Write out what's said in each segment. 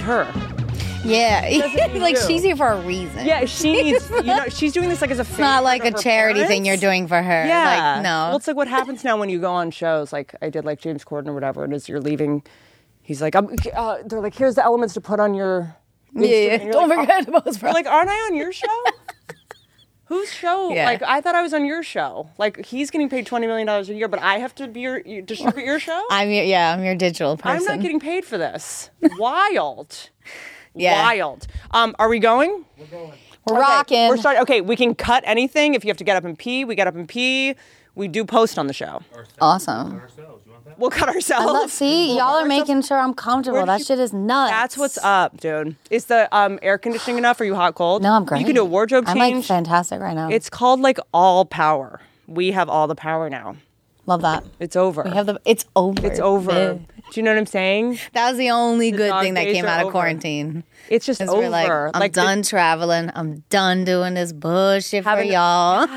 her. Yeah, you like do. she's here for a reason. Yeah, she needs. you know, she's doing this like as a. it's not like a charity thing you're doing for her. Yeah. like, no. Well, it's like what happens now when you go on shows, like I did, like James Corden or whatever, and as you're leaving, he's like, I'm, uh, they're like, here's the elements to put on your. yeah, yeah. you're Don't like, forget about his You're like, aren't I on your show? Whose show? Yeah. Like, I thought I was on your show. Like, he's getting paid twenty million dollars a year, but I have to be your, you distribute your show. I'm your, yeah, I'm your digital person. I'm not getting paid for this. Wild. Yeah. Wild. Um, are we going? We're Okay, rocking. We're starting. Okay, we can cut anything. If you have to get up and pee, we get up and pee. We do post on the show. awesome. We'll cut ourselves. Let's see, y'all are making sure I'm comfortable. Where did That you- shit is nuts. That's what's up, dude. Is the um, air conditioning enough? Are you hot, cold? No, I'm great. You can do a wardrobe I'm change. like fantastic right now. it's called like all power. We have all the power now. Love that. It's over. We have the. It's over. it's over. Yeah. Do you know what I'm saying? That was the only good dog thing that days came are out of over. quarantine. It's just 'Cause over. We're like, I'm Like, the- done traveling. I'm done doing this bullshit for Having- y'all.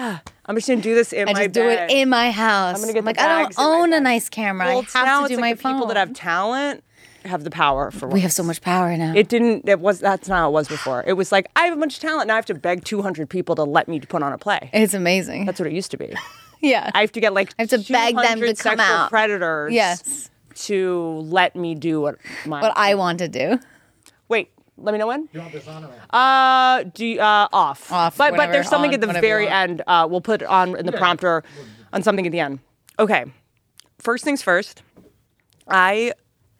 I'm just gonna do this in I my just do bed. it in my house. I'm gonna get the like, I bags don't in my own a bag. nice camera. Well, I it's- have now to it's do like my the phone. people that have talent have the power for. we have so much power now. It didn't. It was. That's not how it was before. It was like I have a bunch of talent. Now I have to beg 200 people to let me put on a play. it's amazing. That's what it used to be. yeah. I have to get like I have to beg them to 200 come sexual out. predators. Yes. To let me do what my what I want to do. wait. Let me know when. Uh, do you- uh off. Off, But but whatever, there's something on, at the whatever you very want. end. Uh, we'll put on in the prompter on something at the end. Okay. First things first. I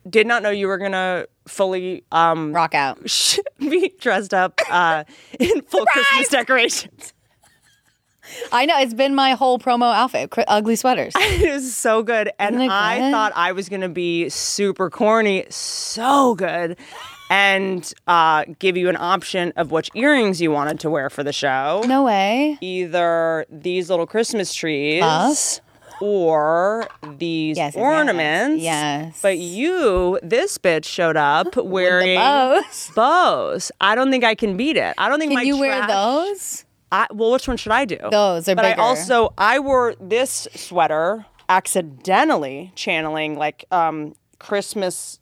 did not know you were gonna fully um Rock out. be dressed up uh in full Christmas decorations. I know. It's been my whole promo outfit cr- ugly sweaters. It was so good. And Isn't it I good? thought I was going to be super corny, so good, and uh, give you an option of which earrings you wanted to wear for the show. No way. Either these little Christmas trees Us? or these Yes, yes, yes. ornaments. Yes. But you, this bitch, showed up wearing bows. bows. I don't think I can beat it. I don't think my Can you wear trash- those? I, well, which one should I do? Those are But bigger. I also I wore this sweater accidentally channeling like um Christmas.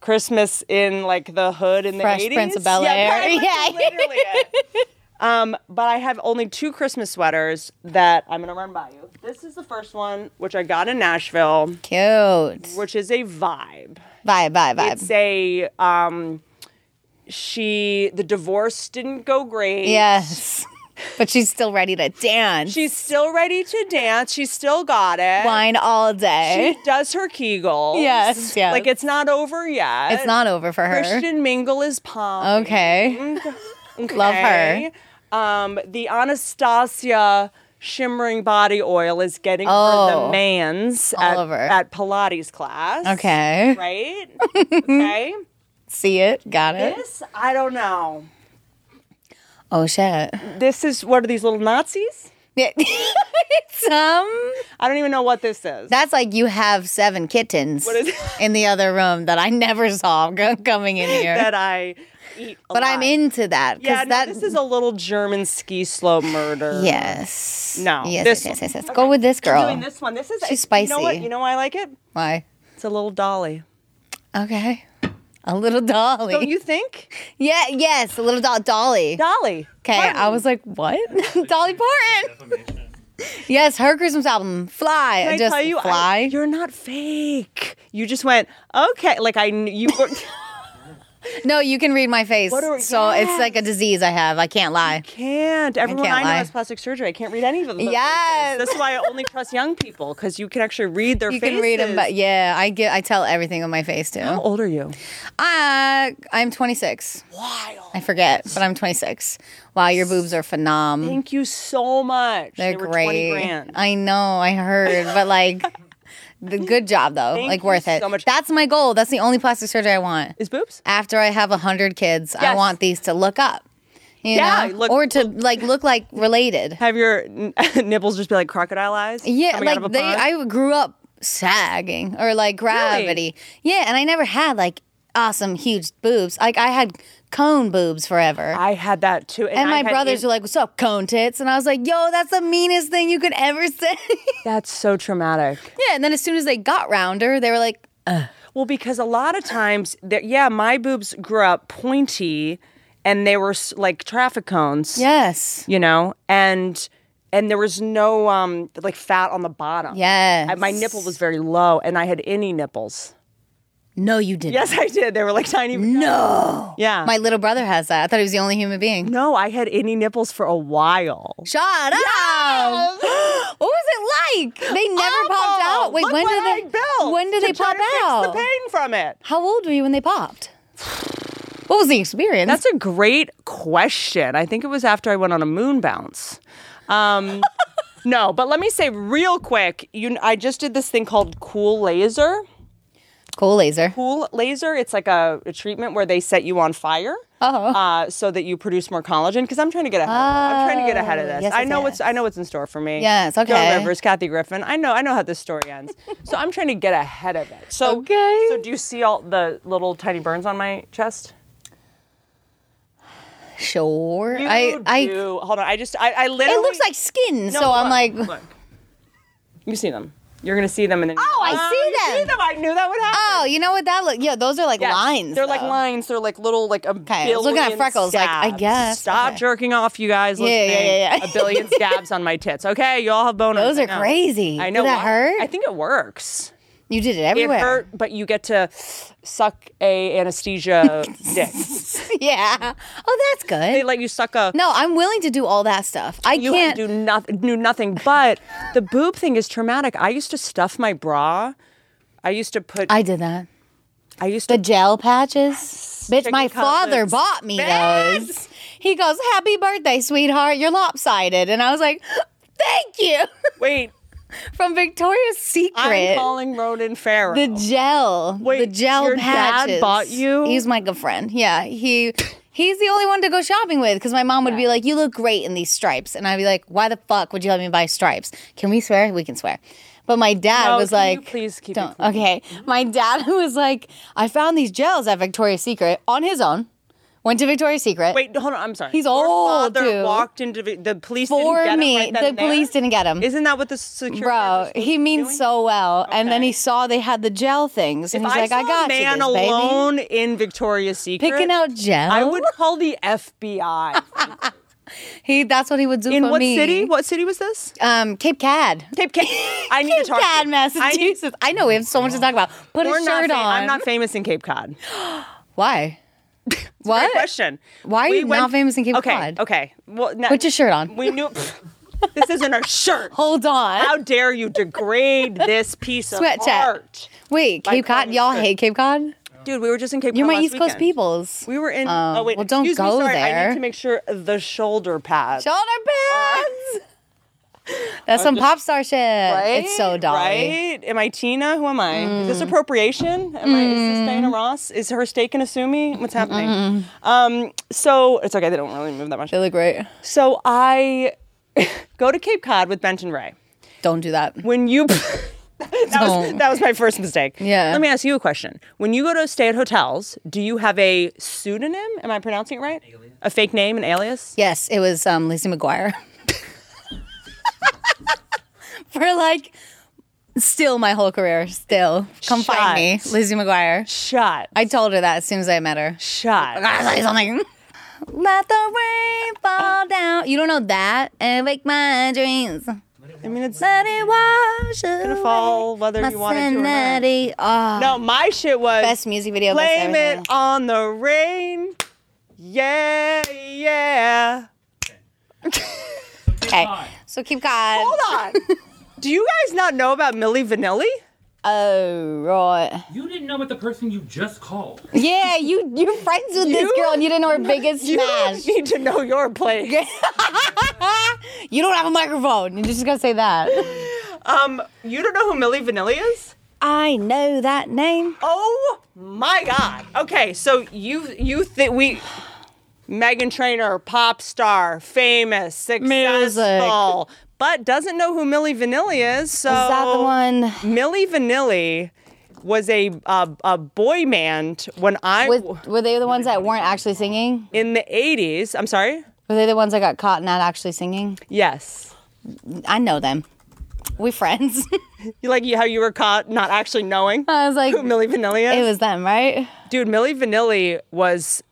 Christmas in like the hood in the Fresh 80s. Prince of Bel-Air. Yeah, Yeah. yeah. literally it. Um, but I have only two Christmas sweaters that I'm gonna run by you. This is the first one, which I got in Nashville, Cute. which is a vibe. Vibe, vibe, vibe. It's a um, she the divorce didn't go great. Yes. but she's still ready to dance. She's still ready to dance. She's still got it. wine all day. She does her Kegel. Yes, yes. Like it's not over yet. it's not over for her. Christian Mingle is pumped. Okay. Mm-hmm. Love her. Um, the Anastasia shimmering body oil is getting her Oh. the man's All at, over. at Pilates class. Okay. Right? okay. See it. Got it. This, I don't know. Oh shit. This is what are these little Nazis? Yeah. it's um I don't even know what this is. that's like you have seven kittens What is- in the other room that I never saw go- coming in here. that I eat. a but I'm lot. into that cuz Yeah, no, that this is a little German ski slope murder. yes. No, Yes, this yes, yes, one. yes, yes. Go with this I'm girl. doing this one. This is She's You know what? spicy. You know why I like it? Why? It's a little dolly. Okay. A little dolly. Don't you think? yeah, yes, a little do- dolly. Dolly. Okay, I was like, what? Dolly Parton. yes, her Christmas album, Fly. Can I just tell you, I- Fly. you're not fake. You just went okay. Like I, kn- you. Were, no, you can read my face. What are- so it's yes. like a disease I have. I can't lie. can't. Everyone I, can't know lie. has plastic surgery. I can't read any of them. Yes. That's why I only trust young people because you can actually read their You faces. can read them, but yeah, I get. I tell everything on my face too. How old are you? I I'm 26. Wild. I forget, but I'm 26. Wow, your boobs are phenom. Thank you so much. They're They were great. 20 grand. I know. I heard, but like. The good job though, Thank like you worth it. so much. That's my goal. That's the only plastic surgery I want. Is boobs? after I have a hundred kids, I Yes. want these to look up. You Yeah, know? look- or to like look like related. Have your n- nipples just be like crocodile eyes? Yeah, coming out of a like they. pond? I grew up sagging or like gravity. Yeah, and I never had like awesome huge boobs. Like I had cone boobs forever. I had that too. and I my had brothers in- were like, "What's up, cone tits?" And I was like, "Yo, that's the meanest thing you could ever say." That's so traumatic. yeah, and then as soon as they got rounder, they were like, Well, because a lot of times, that yeah, my boobs grew up pointy, and they were s- like traffic cones. Yes. you know, and and there was no um like fat on the bottom. Yes. And my nipple was very low, and I had any nipples. No, you didn't. Yes, I did. They were like tiny. No. Yeah. My little brother has that. I thought he was the only human being. no, I had any nipples for a while. Shut up. what was it like? They never popped Awful. out. Wait, Look when what did I they? built When did to they try pop to fix out? The pain from it. How old were you when they popped? What was the experience? That's a great question. I think it was after I went on a moon bounce. Um, no, but let me say real quick. You, I just did this thing called Cool Laser. cool laser. Cool Laser. It's like a, a treatment where they set you on fire. Oh. Uh, so that you produce more collagen, because I'm trying to get ahead. Of it. I'm trying to get ahead of this. Oh, yes, I yes, know yes. what's I know what's in store for me. Yes, okay. Joan Rivers, Kathy Griffin. I know I know how this story ends. so I'm trying to get ahead of it. So Okay. So do you see all the little tiny burns on my chest? Sure. Uh, You I. I. do. hold on. I just I, I literally. It looks like skin, No, so I'm look, like, look. You see them. You're gonna see them, and then. Oh, I see you them. I knew that would happen. oh, you know what that look? Yeah, those are like Yes. lines. They're like though. lines. They're like little, like a I billion was looking at freckles, like, I scabs. guess. Stop Okay. jerking off, you guys. yeah, listening. yeah, yeah. a billion scabs on my tits. Okay, you all have boners. Those I are know. crazy. I know. Did that Why? hurt? I think it works. You did it It everywhere. hurt, but you get to suck a anesthesia dick. yeah. Oh, that's good. They let you suck a. no, I'm willing to do all that stuff. I you can't. do nothing do nothing but the boob thing is traumatic i used to stuff my bra i used to put i, I did that. used to The gel patches. Bitch, Chicken my father cutlets. bought me Bitch! those. He goes, "Happy birthday, sweetheart. You're lopsided." And I was like, "Thank you." wait From Victoria's i'm Secret. calling ronan farrow Oh, The gel. the Wait, gel your dad patches. bought you? He's my good friend. Yeah. He he's the only one to go shopping with because my mom would be like, You look great in these stripes. And I'd be like, Why the fuck would you let me buy stripes? Can we swear? We can swear. But my dad No, was can you like, please keep it don't. Okay. Mm-hmm. My dad was like, I found these gels at Victoria's Secret on his own. Went to Victoria's Secret. wait hold on i'm sorry He's Your old, father dude. walked into the, the police didn't for get me. him right then the and there? police didn't get him. isn't that what the security guard Bro, was supposed to he be means doing? so well. And then Okay. he saw they had the gel things, and if he's I like, saw "I got a man you, this, baby." alone in Victoria's Secret Picking out gel. I would call the FBI. He. That's what he would do In for what me. city? What city was this? Um, Cape Cad. Cape Cod. I need Cape to talk. to you. Cad, I need- Massachusetts. I, know we have so much to talk about. Put a We're not shirt fam- on. I'm not famous in Cape Cod. Why? what? Great question. Why are you not famous in Cape okay, Cod? Okay. Well, now, Put your shirt on. We knew. pff, this isn't our shirt. Hold on. How dare you degrade this piece of Sweat chat. art, Wait, Cape Cod. calling Y'all shirt. hate Cape Cod. dude? We were just in Cape. You're Cod my last East Coast weekend. peoples. We were in. Oh, oh wait. well, don't excuse me, go sorry, I there. need to make sure the shoulder pads. Shoulder pads. That's some pop star shit. It's so dolly. Mm. Right? Am I Tina? Who am I? Is this appropriation? Am I? Is this Diana Ross? Is her steak and assumi? What's happening? Um. So it's okay. They don't really move that much. They look great. So I go to Cape Cod with Benton Ray. Don't do that. When you that, was, Don't. that was my first mistake. Yeah. Let me ask you a question. When you go to stay at hotels, do you have a pseudonym? Am I pronouncing it right? A fake name, an alias? Yes, it was um, Lizzie McGuire. For like, still my whole career, still. Come find me, Shut. Lizzie McGuire. Shut. I told her that as soon as I met her. Shut. I say something. Let the rain fall down. You don't know that? And wake my dreams. I mean, it's Let it wash away fall whether my you wanted to or not. sanity. Oh, No, my shit was Best music video. best blame everything. it on the rain. Yeah, yeah. Okay. So keep going. Hold on. do you guys not know about Millie Vanilli? Oh, right. You didn't know what the person you just called. Yeah, you you're friends with this You- girl and you didn't know her biggest You smash. need to know your place. you don't have a microphone. You're just gonna say that. Um, you don't know who Millie Vanilli is? I know that name. Oh my God. Okay, so you you think we Megan Trainor, pop star, famous, successful, but doesn't know who Millie Vanilli is. So Is that Oh. the one Millie Vanilli was a a, a boy band when I with were they the ones that weren't actually singing? in the '80s. I'm sorry. Were they the ones that got caught not actually singing? Yes. I know them. we friends. You like how you were caught not actually knowing I was like, who Millie Vanilli it is? was them, right? Dude, Millie Vanilli was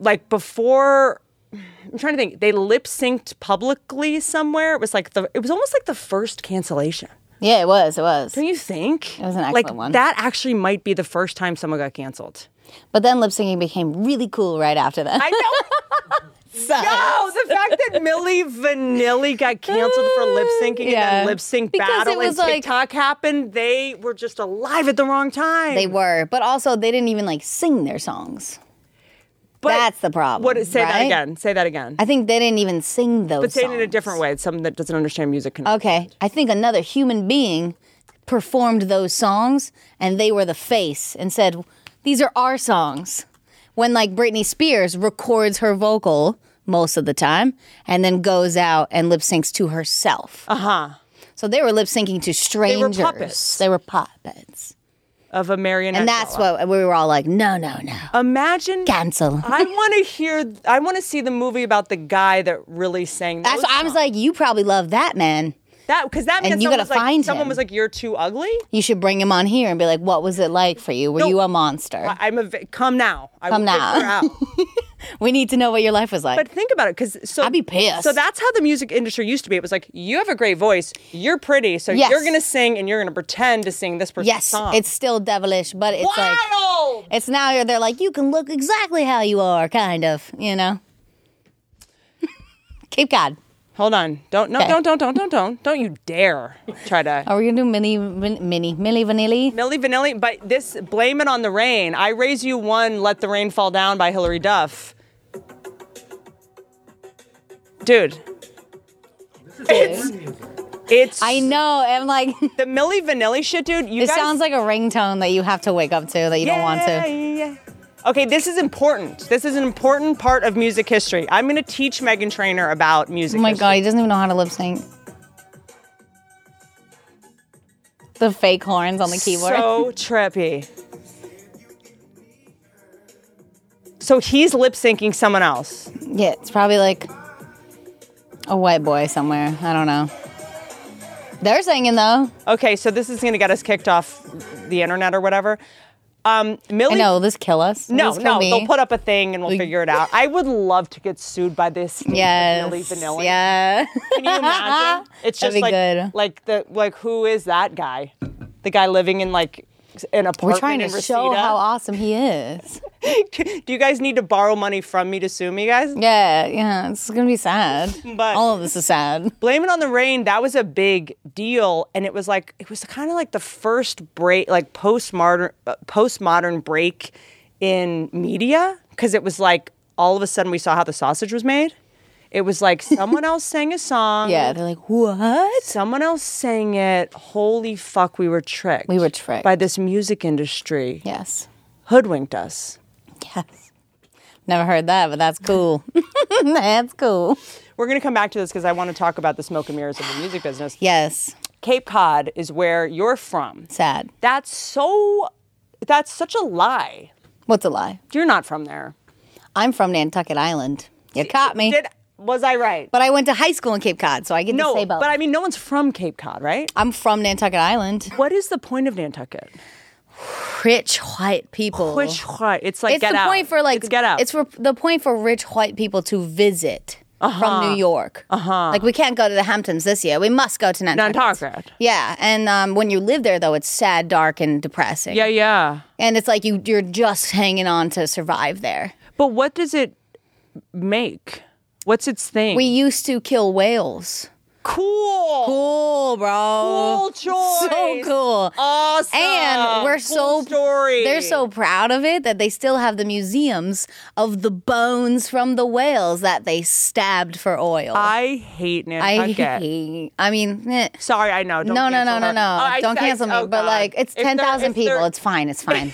like before. I'm trying to think. They lip synced publicly somewhere. It was like the. It was almost like the first cancellation. Yeah, it was. It was. Don't you think? It was an excellent like, one. That actually might be the first time someone got canceled. But then lip syncing became really cool right after that. I know. So- No, the fact that Millie Vanilli got canceled for lip syncing Uh, Yeah. and then lip sync Because battle it and was like- TikTok happened, they were just alive at the wrong time. They were, but also they didn't even like sing their songs. But that's the problem, What is say that right? again? Say that again. I think they didn't even sing those. but say it in a songs. different way. It's something that doesn't understand music. Can, Okay, I think another human being performed those songs, and they were the face and said, "These are our songs." When like Britney Spears records her vocal most of the time, and then goes out and lip syncs to herself. Uh huh. So they were lip syncing to strangers. Uh-huh. were puppets. They were puppets. of a marionette. And that's show. what we were all like, no, no, no. Imagine. Cancel. I want to hear. I want to see the movie about the guy that really sang. That's those why I was like, you probably love that man. that because that means and you someone gotta was like, find someone him. was like, "You're too ugly." You should bring him on here and be like, what was it like for you? Were No. you a monster? I, am a vi- come now. I Come will figure now. out. we need to know what your life was like. But think about it, because so I'd be pissed. So that's how the music industry used to be. It was like you have a great voice, you're pretty, so Yes. you're gonna sing and you're gonna pretend to sing this person's yes, song. it's still devilish, but it's like, wild. it's now they're like, you can look exactly how you are, kind of, you know? Cape Cod. Hold on, don't no, Okay. don't don't don't don't don't don't you dare try to. Are we going to do mini, min- mini, mini vanilli? Millie Vanilli, but this "Blame It on the Rain," "I Raise You One," "Let the Rain Fall Down" by Hillary Duff. Dude, It's music. it's I know. I'm like, the Millie Vanilli shit, dude. You it guys, sounds like a ringtone that you have to wake up to that you don't want to. Yeah, yeah. Okay, this is important. This is an important part of music history. I'm gonna teach Megan Trainer about music. Oh my god, history. he doesn't even know how to lip sync. The fake horns on the keyboard. So trippy. So he's lip syncing someone else. yeah, it's probably like a white boy somewhere. I don't know. They're singing though. Okay, so this is gonna get us kicked off the internet or whatever. Um, Millie. I know, this kill us. No, This kill no, me. they'll put up a thing and we'll Like- figure it out. I would love to get sued by this yes. Millie Vanilli. Yeah. Can you imagine? It's That'd just be like good. like the like who is that guy? The guy living in like an apartment. We're trying to in show Reseda? how awesome he is. Do you guys need to borrow money from me to sue me, guys? Yeah, yeah. It's gonna be sad. But- all of this is sad. Blame it on the rain. That was a big deal, and it was like it was kind of like the first break, like postmodern uh, postmodern break in media, because it was like all of a sudden we saw how the sausage was made. It was like someone else sang a song. Yeah, they're like, what? Someone else sang it. Holy fuck, we were tricked. We were tricked. By this music industry. Yes. Hoodwinked us. Yes. Never heard that, but that's cool. that's cool. We're going to come back to this because I want to talk about the smoke and mirrors of the music business. Yes. Cape Cod is where you're from. Sad. That's so, that's such a lie. What's a lie? You're not from there. I'm from Nantucket Island. You caught me. Did, was I right? but I went to high school in Cape Cod, so I get no, to say both. but I mean, no one's from Cape Cod, right? I'm from Nantucket Island. What is the point of Nantucket? Rich white people. Which what? It's like Oh. it's get the out. point for like it's get out. It's for the point for rich white people to visit from New York. Uh-huh. Like we can't go to the Hamptons this year. We must go to Nantucket. Nantucket. Yeah, and um, when you live there though, it's sad, dark, and depressing. Yeah, yeah. and it's like you you're just hanging on to survive there. But what does it make? What's its thing? We used to kill whales. cool. Cool, bro. Cool choice. So cool. Awesome. And we're Cool so story. They're so proud of it that they still have the museums of the bones from the whales that they stabbed for oil. I hate I Nantucket. hate. I mean, eh. Sorry, I know. Don't no, no, cancel no, no, her. no. Oh, I- Don't I- cancel me. oh, but God. like, it's If they're- ten thousand if they're- people. It's fine. It's fine.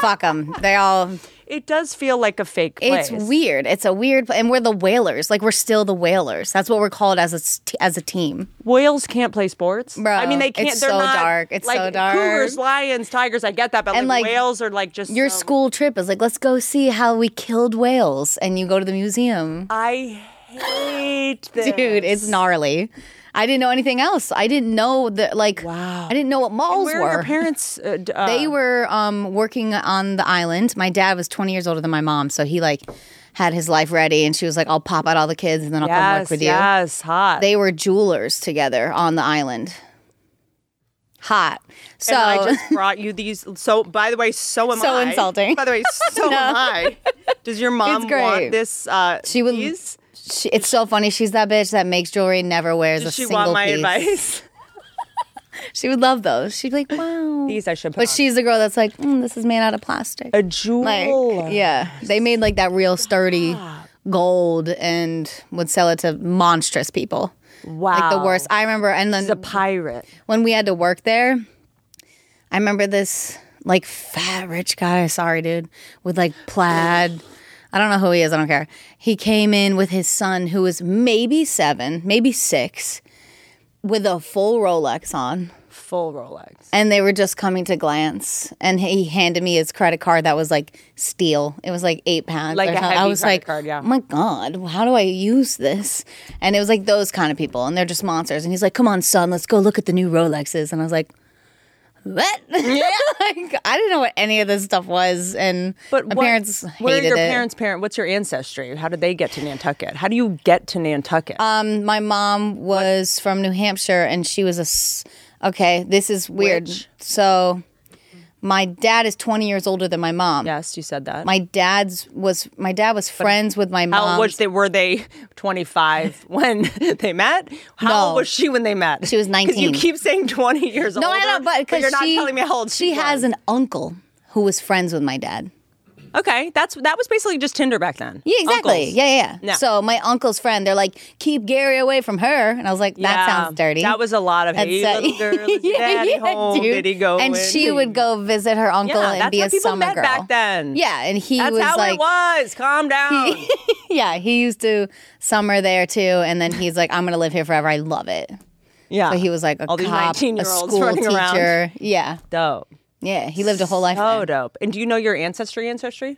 Fuck them. They all. it does feel like a fake place. It's weird. It's a weird. And we're the whalers. Like we're still the whalers. That's what we're called as a s- as a team. Whales can't play sports. Bro, I mean, they can't. it's they're so not dark. It's like, so dark. Cougars, lions, tigers. I get that, but And, like, like, whales are like just Your so- school trip is like, let's go see how we killed whales, and you go to the museum. I hate this. Dude, it's gnarly. I didn't know anything else. I didn't know that like Wow. I didn't know what malls Where were. are your parents? Uh, d- uh, they were um, working on the island. My dad was 20 years older than my mom, so he like had his life ready, and she was like, "I'll pop out all the kids, and then I'll come work Yes, with you." yes, hot. They were jewelers together on the island. Hot. So and I just brought you these. So, by the way, so am So I. insulting. By the way, so am I. Does your mom It's great. want this? Uh, she would. These? She, it's so funny. She's that bitch that makes jewelry, and never wears a Does she single want my piece. advice? She would love those. She'd be like, "Wow." These I should put But on. she's the girl that's like, mm, "This is made out of plastic." a jewel. Like, yeah, they made like that real sturdy gold and would sell it to monstrous people. Wow. Like the worst. I remember, and then She's a pirate. when we had to work there, I remember this like fat rich guy. Sorry, dude, with like plaid. I don't know who he is. I don't care. He came in with his son, who was maybe seven, maybe six, with a full Rolex on Full Rolex. and they were just coming to glance and he handed me his credit card that was like steel it was like eight pounds Like or a something. i heavy was credit like card, yeah. oh my god how do i use this and it was like those kind of people and they're just monsters and he's like come on son let's go look at the new rolexes and i was like what like i didn't know what any of this stuff was and But my what, parents where are hated your it parents' parent? What's your ancestry? How did they get to Nantucket? How do you get to Nantucket? um my mom was from new hampshire and she was a s- okay this is weird Which? so my dad is 20 years older than my mom yes, you said that. my dad's was my dad was friends with my How mom. old was they? Were they 25 when they met? How No. old was she when they met? She was 'Cause 19. You keep saying 20 years old. no, I know, but because you're not she, telling me how old she, she has was. an uncle who was friends with my dad. Okay, that's that was basically just Tinder back then. Yeah, exactly. Uncles. Yeah, yeah. yeah. No. So my uncle's friend, they're like, keep Gary away from her, and I was like, that Yeah, sounds dirty. That was a lot of That's hey, so- little girl, is your daddy home? dude. Did he go? And in? she would go visit her uncle Yeah, and that's be how a people summer met girl. back then. Yeah, and he That's was how like, it was. Calm down. yeah, he used to summer there too, and then he's like, I'm gonna live here forever. I love it. yeah, But he was like a all these cop, a 19-year-olds school running teacher. around. Yeah, dope. yeah. He lived a whole life. Oh, there. dope. And do you know your ancestry? Ancestry?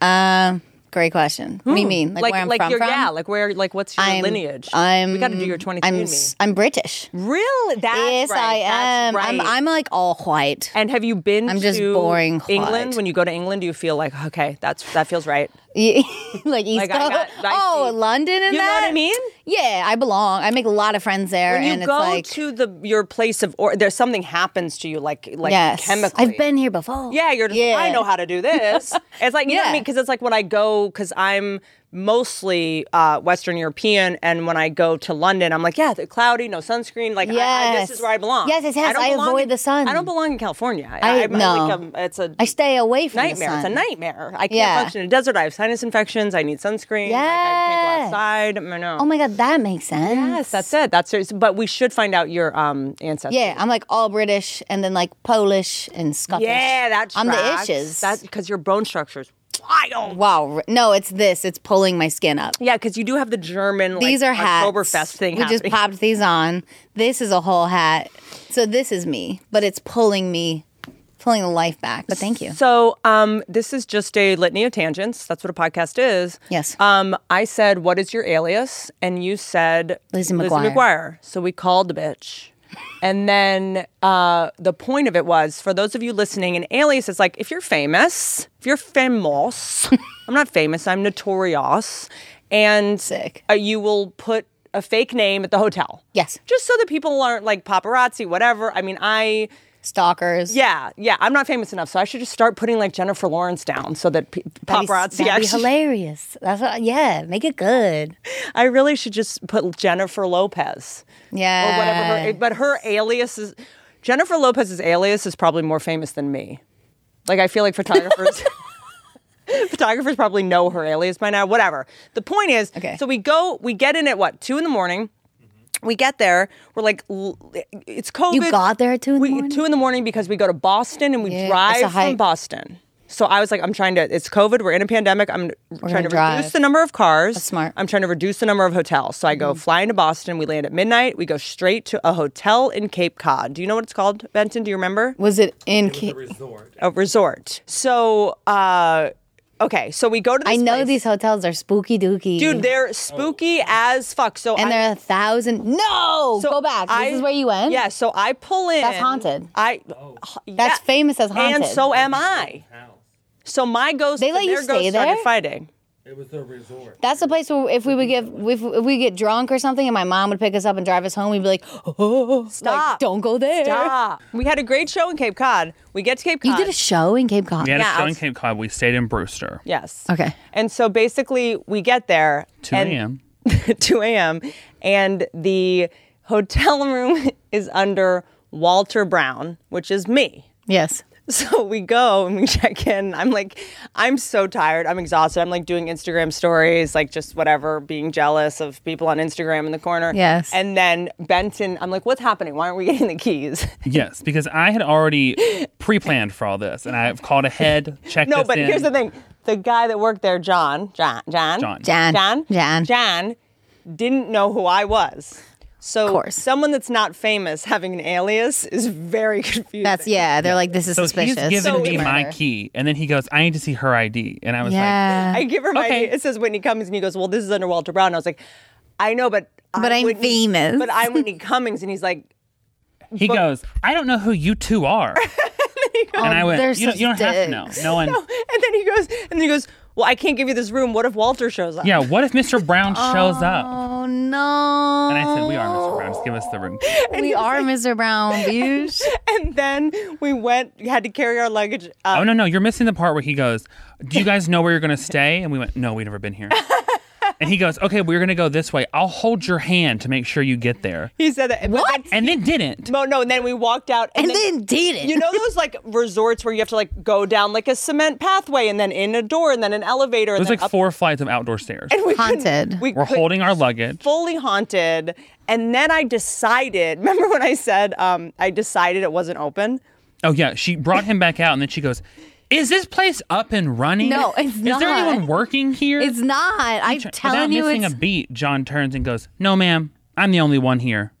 Um, great question. What do you mean? Like, where I'm Hmm. like from? your from? yeah, like where, like what's your I'm- lineage? I'm. we got to do your 23 I'm. andme s- I'm British. Really? That's yes, right. I am. That's right. I'm. I'm like all white. and have you been? I'm just to boring England. white. When you go to England, do you feel like okay, that's that feels right? like East Like, I got- Coast. I oh, see. London and You know that. what I mean? Yeah, I belong. I make a lot of friends there, When and you it's go like to the your place of or there's something happens to you like like yes, chemically. I've been here before. Yeah, you're just, I know how to do this. It's like, you know what Yeah. I mean? Because it's like when I go, because I'm mostly uh, Western European, and when I go to London, I'm like, yeah, they're cloudy, no sunscreen. Like, I, I, this Yes. is where I belong. Yes, yes, yes, don't I belong avoid in- the sun. I don't belong in California. I, I- I'm- I'm no. like, um, it's a I stay away from nightmare. The It's a sun. nightmare. I can't Yeah. function in a desert. I have sinus infections. I need sunscreen. Like, I Yes. can't go outside. I know. Oh my god, that makes sense. Yes, that's it. That's it. But we should find out your um ancestry. Yeah, I'm like all British and then like Polish and Scottish. Yeah, that's I'm the ishes. That's because your bone structure's wild. wow. r- No, it's this. It's pulling my skin up. Yeah, because you do have the German These like, are hats. Oktoberfest thing We just happening. popped these on. This is a whole hat. So this is me, but it's pulling me, pulling the life back. But thank you. so um, this is just a litany of tangents. That's what a podcast is. Yes. Um, I said, "What is your alias?" And you said, Lizzie Lizzie McGuire. McGuire. So we called the bitch. And then uh, the point of it was for those of you listening, an alias is like if you're famous, if you're famous, I'm not famous, I'm notorious. And Sick. uh, you will put a fake name at the hotel. Yes. Just so that people aren't like paparazzi, whatever. I mean, I, Stalkers. yeah, yeah, I'm not famous enough. So I should just start putting like Jennifer Lawrence down so that pe- That'd be- paparazzi that'd be actually. hilarious. That's what, yeah. Make it good. I really should just put Jennifer Lopez. Yeah. or whatever. Her, Uh. but her alias is Jennifer Lopez's alias is probably more famous than me. Like I feel like photographers. Photographers probably know her alias by now. Whatever. The point is, Okay. Mm-hmm. so we go, we get in at what two in the morning. We get there. We're like, l- it's COVID. You got there at two in the We- morning? Two in the morning because we go to Boston and we Yeah, it's a drive from hike. Boston. So I was like, I'm trying to. It's COVID. We're in a pandemic. I'm trying gonna to drive. reduce the number of cars. smart. Mm-hmm. I'm trying to reduce the number of hotels. So I go flying to Boston. We land at midnight. We go straight to a hotel in Cape Cod. Do you know what it's called, Benton? Do you remember? Uh, Was it in? It was a Ca- resort. A resort. So, uh, Okay, so we go to. This I know place. these hotels are spooky dooky. dude. They're spooky as fuck. So and I, they're a thousand. No, so go back. I- this is where you went. Yeah, so I pull in. haunted. I. Oh, that's yeah, famous as haunted. And so am I. House. So my ghost. They let and you their stay ghost started there? fighting. It was their resort. That's the place where if we would give if, if we get drunk or something, and my mom would pick us up and drive us home, we'd be like, "Oh, Stop. like, don't go there." Stop. We had a great show in Cape Cod. We get to Cape Cod. You did a show in Cape Cod. We had Yeah, a show I in was- Cape Cod. We stayed in Brewster. Yes. Okay. And so basically, we get there. 2 and- a.m. 2 a.m. And the hotel room is under Walter Brown, which is me. Yes. So we go and we check in. I'm like, I'm so tired. I'm exhausted. I'm like doing Instagram stories, like just whatever, being jealous of people on Instagram in the corner. Yes. And then Benton, I'm like, what's happening? Why aren't we getting the keys? Yes, because I had already pre-planned for all this, and I've called ahead, checked. No, this but in. here's the thing: the guy that worked there, John, John, John, John. Jan. John, Jan. John, didn't know who I was. So, course. someone that's not famous having an alias is very confusing. That's yeah. They're like, "This is So suspicious." he's given So me it's my murder. key, and then he goes, "I need to see her ID," and I was Yeah. I give her my. Okay. It says Whitney Cummings, and he goes, "Well, this is under Walter Brown." I was like, "I know, but I'm But I'm Whitney- famous." But I'm Whitney Cummings, and he's like, like, "He goes, I don't know who you two are," and I they're went, "You don't, you don't have to know. sticks." No one. and then he goes, and then he goes, "Well, I can't give you this room. What if Walter shows up?" Yeah, what if Mr. Brown shows up?" Oh no. And I said, "We are Mr. Brown. Just give us the room." Oh. We are Mr. Brown, bitch. And then we went, had to carry our luggage up. Oh Uh, no, no, you're missing the part where he goes, "Do you guys know where you're gonna stay?" And we went, "No, we've never been here." and he goes, "Okay, we're gonna go this way. I'll hold your hand to make sure you get there." He said that. but What? that's- And then didn't. No, no. And then we walked out, and then did it. you know those like resorts where you have to like go down like a cement pathway and then in a door and then an elevator. It And was then like up. four flights of outdoor stairs. We couldn't- Haunted. We We're could- holding our luggage. fully haunted. And then I decided. Remember when I said um, I decided it wasn't open? Oh yeah, she brought him back out, and then she goes, "Is this place up and running? No, it's Is not. there anyone working here? It's not. I'm Without telling you, missing it's, a beat, John turns and goes, "No, ma'am, I'm the only one here."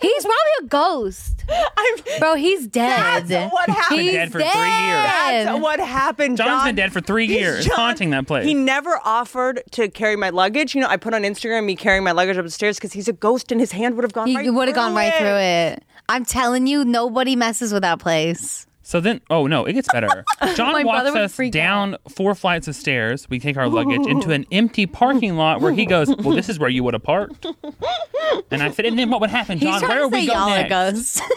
he's probably a ghost. I'm, Bro, he's dead. That's what happened. He's dead for three years. that's what happened. John's John. been dead for three He's years, John- haunting that place. He never offered to carry my luggage. You know, I put on Instagram me carrying my luggage up the stairs because he's a ghost and his hand would have gone. He right would have gone right through it. it. I'm telling you, nobody messes with that place. so then, oh no, it gets better. John brother walks would us freak down four flights of stairs. We take our luggage into an empty parking lot where he goes, "Well, this is where you would have parked." And I said, "And then what would happen, He's John? trying Where to are we say going y'all next?" are ghosts.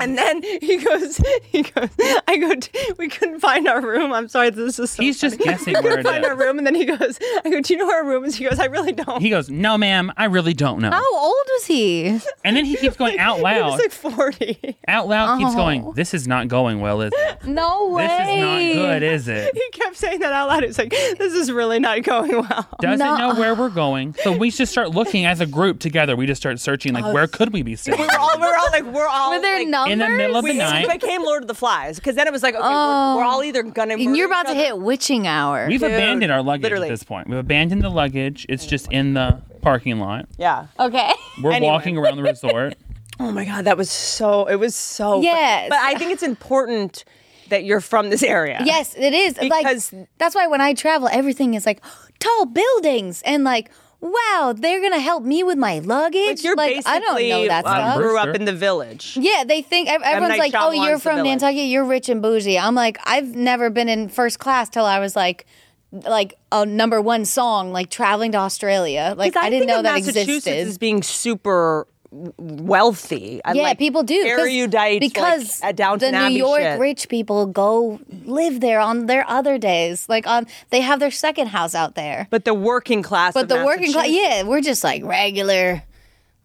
And then he goes, he goes, I go, "D- we couldn't find our room. I'm sorry, this is so He's just funny." we guessing couldn't where it find is. our room. And then he goes, I go, do you know where our room is? He goes, I really don't. He goes, "No, ma'am, I really don't know." How old was he? And then he keeps going out loud. He's like 40. out loud keeps Oh. going, This is not going well, is it? No way. This is not good, is it? He kept saying that out loud. He was like, this is really not going well. Doesn't No. know where we're going. So we just start looking as a group together. We just start searching, like, where could we be staying? We were all, we were all like, we're all Were there like, numbers? in the middle of we the night. it became Lord of the Flies because then it was like, okay, Oh. we're, we're all either gonna. and murder you're about each to other- hit witching hour. We've abandoned our luggage literally. at this point. We've abandoned the luggage. It's just in the parking lot. Yeah. okay. We're Anyway. walking around the resort. Oh my God, that was so. It was so. fr- Yes. But I think it's important that you're from this area. Yes, it is. Because- like that's why when I travel, everything is like tall buildings and like wow, they're gonna help me with my luggage. Like you're like I don't know basically, that um, stuff. grew up Brewster. in the village. Yeah, they think ev- everyone's Night like, "Oh, you're Shyamalan's The from Village. Nantucket, you're rich and bougie." I'm like, I've never been in first class till I was like, like a number one song, like traveling to Australia. Like I, didn't think know of that Massachusetts existed. As being super w- wealthy. and, yeah, like, people do 'cause- erudite because like, a Downton the New Abbey York shit. rich people go live there on their other days. Like on, they have their second house out there. But the working class. But of the working class, Massachusetts- yeah, we're just like regular,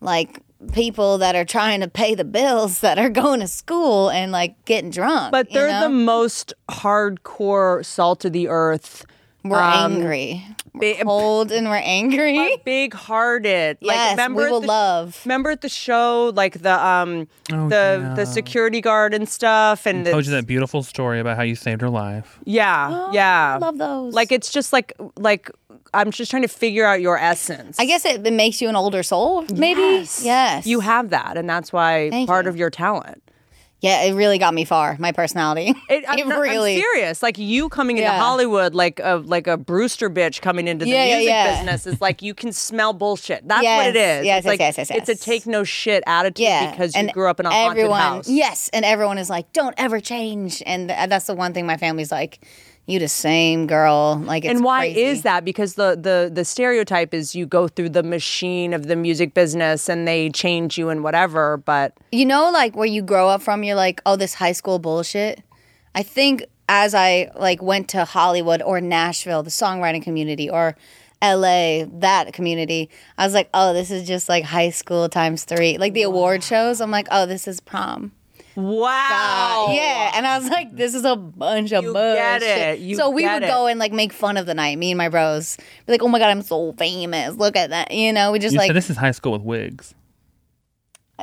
like people that are trying to pay the bills that are going to school and like getting drunk. But you they're the know? most hardcore salt of the earth. We're um, angry. bi- We're cold and we're angry. Big hearted. Yes, like, remember we at will the- love. Remember at the show, like the um, the the security guard and stuff, and Oh, Told it's- you that beautiful story about how you saved her life. yeah, yeah, I love those. Like it's just like like I'm just trying to figure out your essence. I guess it, it makes you an older soul, maybe. Yes. you have that, and that's why Thank part you. of your talent. Yeah, it really got me far. My personality. It, I'm, not- I'm really. serious. Like you coming into Yeah. Hollywood, like a like a Brewster bitch coming into the Yeah, yeah, music yeah. business is like you can smell bullshit. That's what Yes, it is. yes, it's yes, like, yes, yes, It's a yes. take no shit attitude yeah, because you and grew up in a everyone, haunted house. Yes, and everyone is like, "Don't ever change," and th- that's the one thing my family's like, "You the same girl." Like, it's and why crazy. is that? Because the, the the stereotype is you go through the machine of the music business and they change you and whatever. But you know like where you grow up from you're like oh this high school bullshit i think as i like went to hollywood or nashville the songwriting community or la that community i was like oh this is just like high school times three like the award shows i'm like oh this is prom wow, yeah and i was like this is a bunch of You bullshit get it. You so we get would it. go and like make fun of the night me and my bros be like oh my god i'm so famous look at that you know we just You like said this is high school with wigs.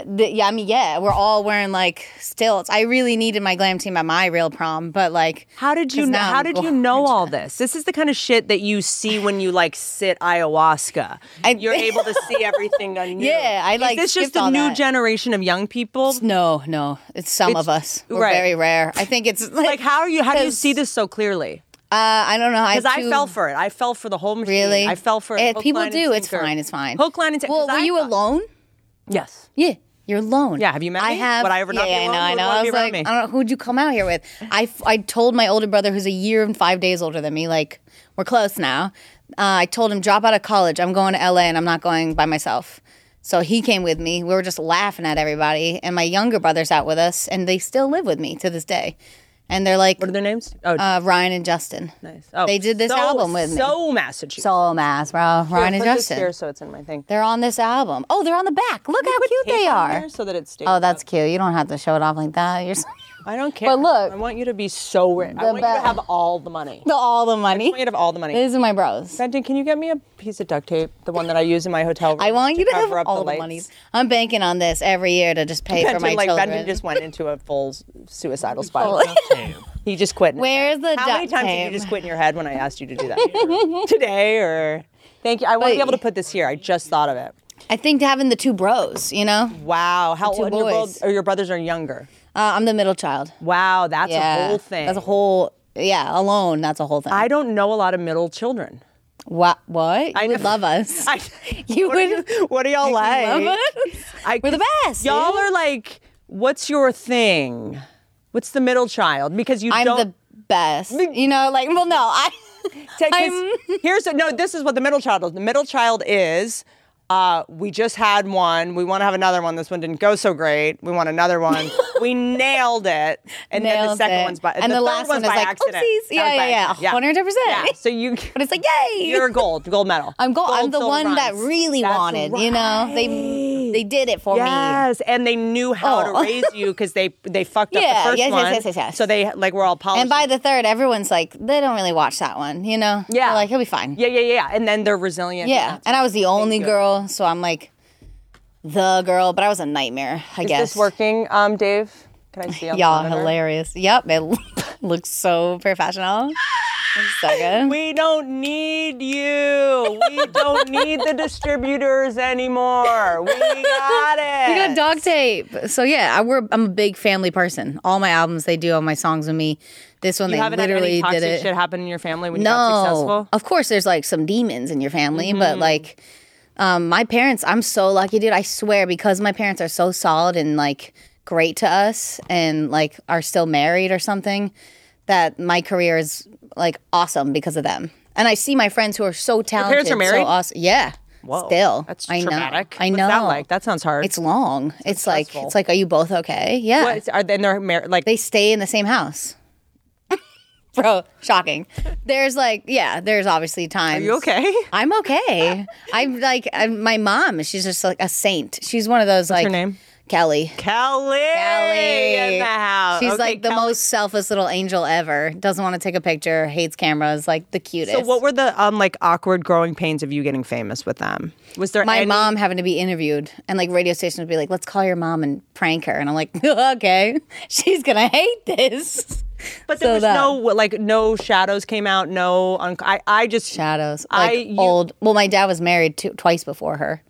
the, yeah, I mean, yeah, we're all wearing like stilts. I really needed my glam team at my real prom, but like, How did you 'Cause know, now how I'm did going you know all this? This is the kind of shit that you see when you like sit ayahuasca. You're able to see everything anew. Yeah, I, like, Is this just skipped the all new that. generation of young people? no, no, it's some It's- of us. We're right. very rare. I think it's like, Like how are you? How do you 'Cause- see this so clearly? uh, I don't know. Because I too- fell for it. I fell for the whole machine. really. I fell for it. Eh, Hook, people line, and do. It's sinker. fine. It's fine. Hook, line, and sinker. Well, 'Cause were I you thought- alone? Yes. Yeah, you're alone. Yeah, have you met I me? have. Would I ever not yeah, be yeah, I alone? know, Would I know. I one be was around like, me? I don't know who'd you come out here with. I, f- I told my older brother, who's a year and five days older than me, like we're close now. Uh, I told him drop out of college. I'm going to LA, and I'm not going by myself. So he came with me. We were just laughing at everybody, and my younger brother's out with us, and they still live with me to this day. And they're like What are their names? Oh, uh, Ryan and Justin. nice. Oh, they did this so- album with me. So Massachusetts. So mass, bro. Here, Ryan and put this Justin. Here, so it's in my thing. They're on this album. Oh, they're on the back. Look how Put cute tape they on are. there So that it stays. Oh, that's cute. You don't have to show it off like that. You're so- I don't care. But look- I want you to be so rich. I The want you ba- to have all the money. the, all the I money. want you to have all the money. These are my bros. Brendan, can you get me a piece of duct tape, the one that I use in my hotel room? I want you to have cover up the all the, lights? money. I'm banking on this every year to just pay Brendan, for my like children. Brendan just went into a full s- suicidal spiral. he just quit. in his Where's head. the How many duct times did tape? you just quit in your head when I asked you to do that today or? Thank you. I want to be Wait. able to put this here. I just thought of it. I think having the two bros, you know? Wow, how The old two and your, bro- boys. or your brothers are younger. Uh, I'm the middle child. Wow, that's yeah. a whole thing. That's a whole, yeah, alone. That's a whole thing. I don't know a lot of middle children. what? What? You I would know. love us. I, you what, would. are you, what are y'all like? love us. I- We're the best, Y'all dude. are like, what's your thing? What's the middle child? Because you I'm don't. the best. You know, like, well, no, I. Take- 'cause I'm- here's a, no. This is what the middle child is. The middle child is. Uh, we just had one. We want to have another one. This one didn't go so great. We want another one. we nailed it. And then the Nailed second it. one's by And the third last one's one by is like, accident. oopsies. That Yeah, was by yeah, yeah. accident. 100%. Yeah. So you. But it's like, yay! You're gold, gold medal. I'm go- I'm Gold, the silver, one that bronze. really That's wanted. You know, they they did it for me. Yes, and they knew how Oh. to raise you because they they fucked up Yeah, the first yes, yes, one. yes, yes, yes. So they like were all polished. And by the third, everyone's like, they don't really watch that one. You know, yeah, They're like he'll be fine. Yeah, yeah, yeah. And then they're resilient. yeah. And I was the only you. girl, so I'm like the girl, but I was a nightmare. I is guess. this working, um, Dave? Can I see? on the Y'all monitor? hilarious. Yep, it looks so professional. It's so good. We don't need you. We don't need the distributors anymore. We got it. We got dog tape. So yeah, I we're I'm a big family person. All my albums they do, all my songs with me. This one You they haven't had any literally toxic did it. shit happen in your family when you got No, Uh, successful. Mm-hmm. of course there's like some demons in your family, but like um, my parents, I'm so lucky, dude. I swear because my parents are so solid and like great to us, and like are still married or something, that my career is like awesome because of them. And I see my friends who are so talented. parents are married? So awesome. Yeah. Whoa, Still, that's I know. traumatic. I know. What's that like that sounds hard. It's long. It's like stressful. it's like, are you both okay? Yeah. what, are then they're mar- like They stay in the same house. Bro, shocking. There's like, yeah, there's obviously times. you okay? I'm okay. I'm like, I'm, my mom. She's just like a saint. She's one of those like her name? Kelly. Kelly, Kelly in the house. She's Okay, like the Kelly. most selfless little angel ever. Doesn't want to take a picture. Hates cameras. Like the cutest. So what were the um like awkward growing pains of you getting famous with them? Was there my any- mom having to be interviewed and like radio stations would be like let's call your mom and prank her and i'm like okay she's gonna hate this But there so was that- no like no shadows came out. No, un- I I just shadows I- like you- old well my dad was married two, twice before her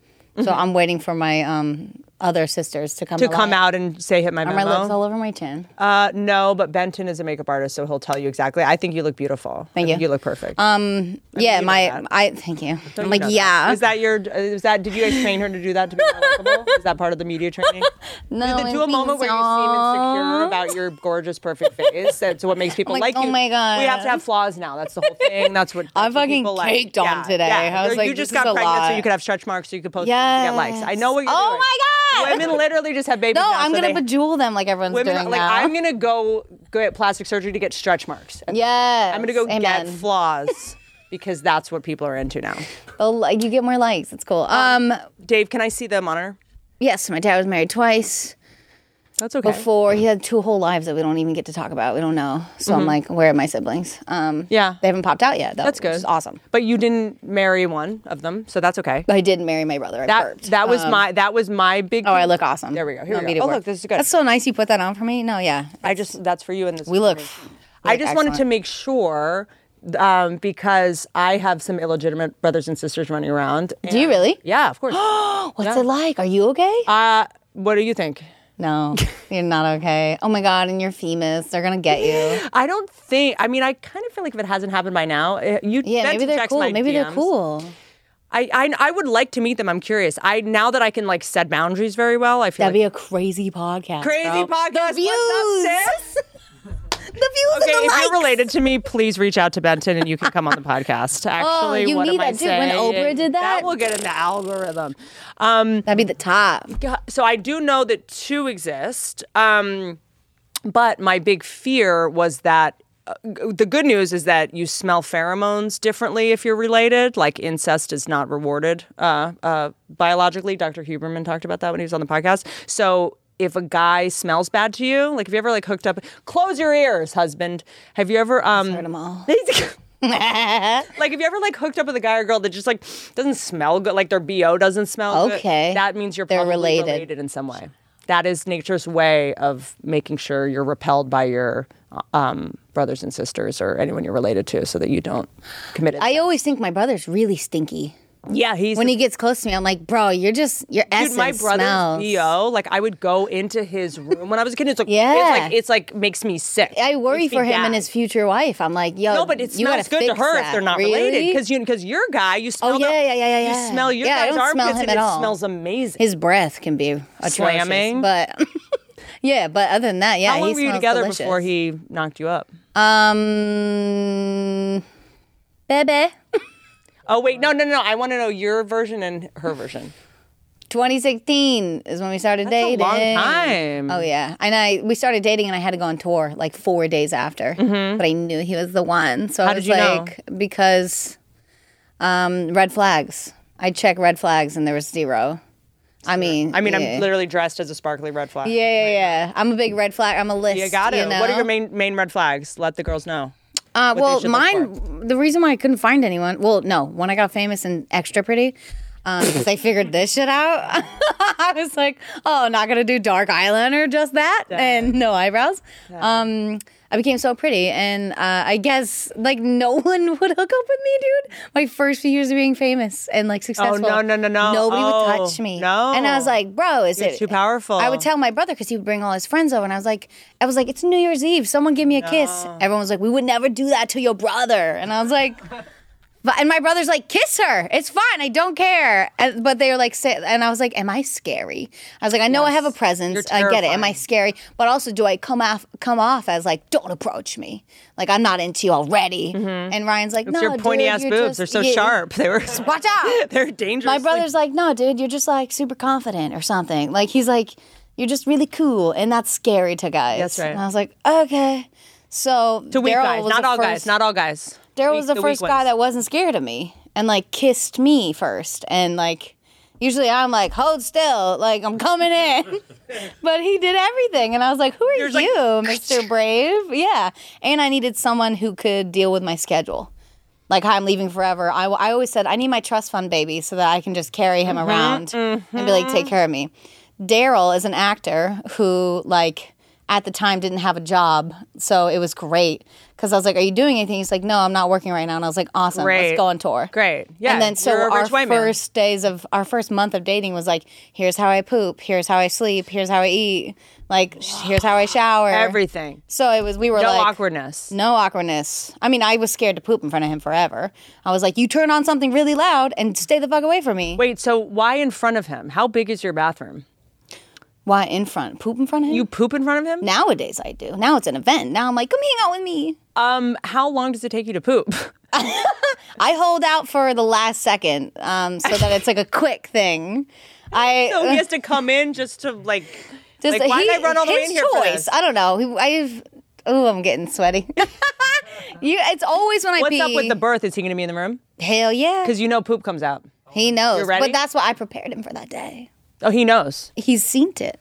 so i'm waiting for my um other sisters to come Mm-hmm. to come life. out and say hit my Are memo. my lips all over my chin. uh, no, but Benton is a makeup artist, so he'll tell you exactly. I think you look beautiful. I Thank think you. You look perfect. yeah, know my that. I thank you. Don't I'm you like know that? yeah. Is that your? Is that? Did you guys train her to do that to be more likable? Is that part of the media training? no, Did it do a moment means where you seem insecure all- about your gorgeous, perfect face? That's what makes people I'm like, like, you. "Oh my God." we have to have flaws now. That's the whole thing. That's what that's I what fucking people like. caked on today. I was You- like, you just this is got a pregnant, so lot. you could have stretch marks, so you could post yes. and get likes. I know what you're Oh doing. my God. Women literally just have babies. No, now, I'm so gonna they- bejewel them like everyone's Women doing like now. I'm gonna go get plastic surgery to get stretch marks. And yes, I'm gonna go Amen. get flaws because that's what people are into now. The li- Oh, you get more likes. It's cool. Um, Dave, can I see the monitor? yes, my dad was married twice That's okay. before. He had two whole lives that we don't even get to talk about. We don't know. So I'm like, where are my siblings? Um, Mm-hmm. Yeah. they haven't popped out yet. Though, That's which good. is awesome. But you didn't marry one of them, so that's okay. But I did marry my brother. I That burped. that was Um, my that was my big. Oh, I look awesome. There we go. Here No we need go. to Oh, work. look, this is good. That's so nice. You put that on for me. No, yeah. I just that's for you and this. We look. I just wanted to make sure um, because I have some illegitimate brothers and sisters running around. Do you and- really? Yeah, of course. What's it like? Are you okay? uh, what do you think? no, you're not okay. Oh my god, and you're famous. They're gonna get you. I don't think. I mean, I kind of feel like if it hasn't happened by now, eh, you Yeah, Benton maybe they're checks cool. my Maybe they're DMs. cool. I, I I would like to meet them. I'm curious. I now that I can like set boundaries very well. I feel That'd like be a crazy podcast. crazy bro. podcast. What's up, sis? the views. Okay, and the if likes. you're related to me, please reach out to Benton and you can come on the podcast. Actually, Oh, you what need am I that too. When saying? Oprah did that? will get in the algorithm. that'd be the top. God, So I do know that two exist, um, but my big fear was that. Uh, g- the good news is that you smell pheromones differently if you're related. Like incest is not rewarded uh, uh, biologically. Dr. Huberman talked about that when he was on the podcast. So if a guy smells bad to you, like have you ever like hooked up? Close your ears, husband. Have you ever? Um, Heard 'em all. Like, have you ever like hooked up with a guy or girl that just like doesn't smell good, like their bo doesn't smell good? Okay. that means you're They're probably related. related. in some way. That is nature's way of making sure you're repelled by your um, brothers and sisters or anyone you're related to, so that you don't commit it. I always think my brother's really stinky. yeah, he's When he gets close to me, I'm like, bro, you're just your essence Dude, my brother's smells. bo. Like I would go into his room when I was a kid. It's like Yeah. it's like it's like makes me sick. I worry Makes me for him and gag. his future wife. I'm like, yo, No, but it you gotta smells good to fix her that. if they're not Really? Oh, related. Because you because your guy, you smell the- yeah, yeah, yeah, yeah, yeah. You smell your Yeah, I guy's don't smell armpits him and at it all. smells amazing. his breath can be atrocious, Slamming. but yeah, but other than that, yeah, How he long were you smells together delicious. before he knocked you up? Um, bebe, Oh wait, no, no, no. I want to know your version and her version. 2016 is when we started That's a dating. long time. Oh yeah, and I we started dating, and I had to go on tour like four days after. But I knew he was the one, so I Mm-hmm. did was you know? like, because um, red flags. I checked red flags, and there was zero. I mean, I mean, yeah. I'm literally dressed as a sparkly red flag. Yeah, yeah, yeah. I'm a big red flag. I'm a list. You got it. know? What are your main main red flags? Let the girls know. what Uh, they well, should look mine. The reason why I couldn't find anyone. Well, no. When I got famous and extra pretty, um, 'cause I figured this shit out. I was like, oh, not gonna do dark eyeliner, just that, and no eyebrows. Um, I became so pretty, and uh, I guess like no one would hook up with me, dude. My first few years of being famous and like successful. Oh, no, no, no, no. Nobody would Oh, touch me. no. and I was like, bro, is You're it too powerful. I would tell my brother because he would bring all his friends over, and I was like, I was like, it's New Year's Eve. Someone give me a kiss. Everyone was like, we would never do that to your brother, and I was like. But, and my brother's like, kiss her. It's fine. I don't care. And, but they were like, say, and I was like, am I scary? I was like, I know I have a presence. I You're get it. Am I terrifying. scary? But also, do I come off come off as like, don't approach me? Like I'm not into you already. And Ryan's like, no, Mm-hmm. It's your pointy dude, ass you're boobs. just- They're so you- sharp. They were. Watch out. They're dangerous. My brother's like, no, dude, you're just like super confident or something. Like he's like, you're just really cool, and that's scary to guys. That's right. And I was like, okay. So to weak Daryl guys. was Not the all guys. first- Not all guys. Daryl Weak- was the, the weak first guy ones. that wasn't scared of me and like kissed me first, and like usually I'm like, hold still, like I'm coming in, but he did everything, and I was like, who are You're just you, like- Mr. Brave? Yeah, and I needed someone who could deal with my schedule like hi, I'm leaving forever. I, I always said I need my trust fund baby so that I can just carry him Mm-hmm, around and be like, take care of me. Daryl is an actor who like at the time didn't have a job, so it was great because I was like, "Are you doing anything?" He's like, "No, I'm not working right now," and I was like, "Awesome, Great. let's go on tour." Great. Yeah, and then so you're a our rich white man. first days of our first month of dating was like, "Here's how I poop. Here's how I sleep. Here's how I eat. Like, sh- here's how I shower." Everything. So it was we were No like awkwardness. no awkwardness. I mean, I was scared to poop in front of him forever. I was like, "You turn on something really loud and stay the fuck away from me." Wait, so why in front of him? How big is your bathroom? Why in front? Poop in front of him? You poop in front of him? Nowadays, I do. Now it's an event. Now I'm like, "Come hang out with me." Um, how long does it take you to poop? I hold out for the last second, um, so that it's like a quick thing. I so Oh, he has to come in just to like. Just- like, why he- did I run all the way his in here for choice. this? I don't know. He- I've oh, I'm getting sweaty. you, it's always when I What's pee. up with the birth? Is he going to be in the room? hell yeah? Because you know poop comes out. He knows, You're ready? but that's why I prepared him for that day. Oh, he knows. He's seen it.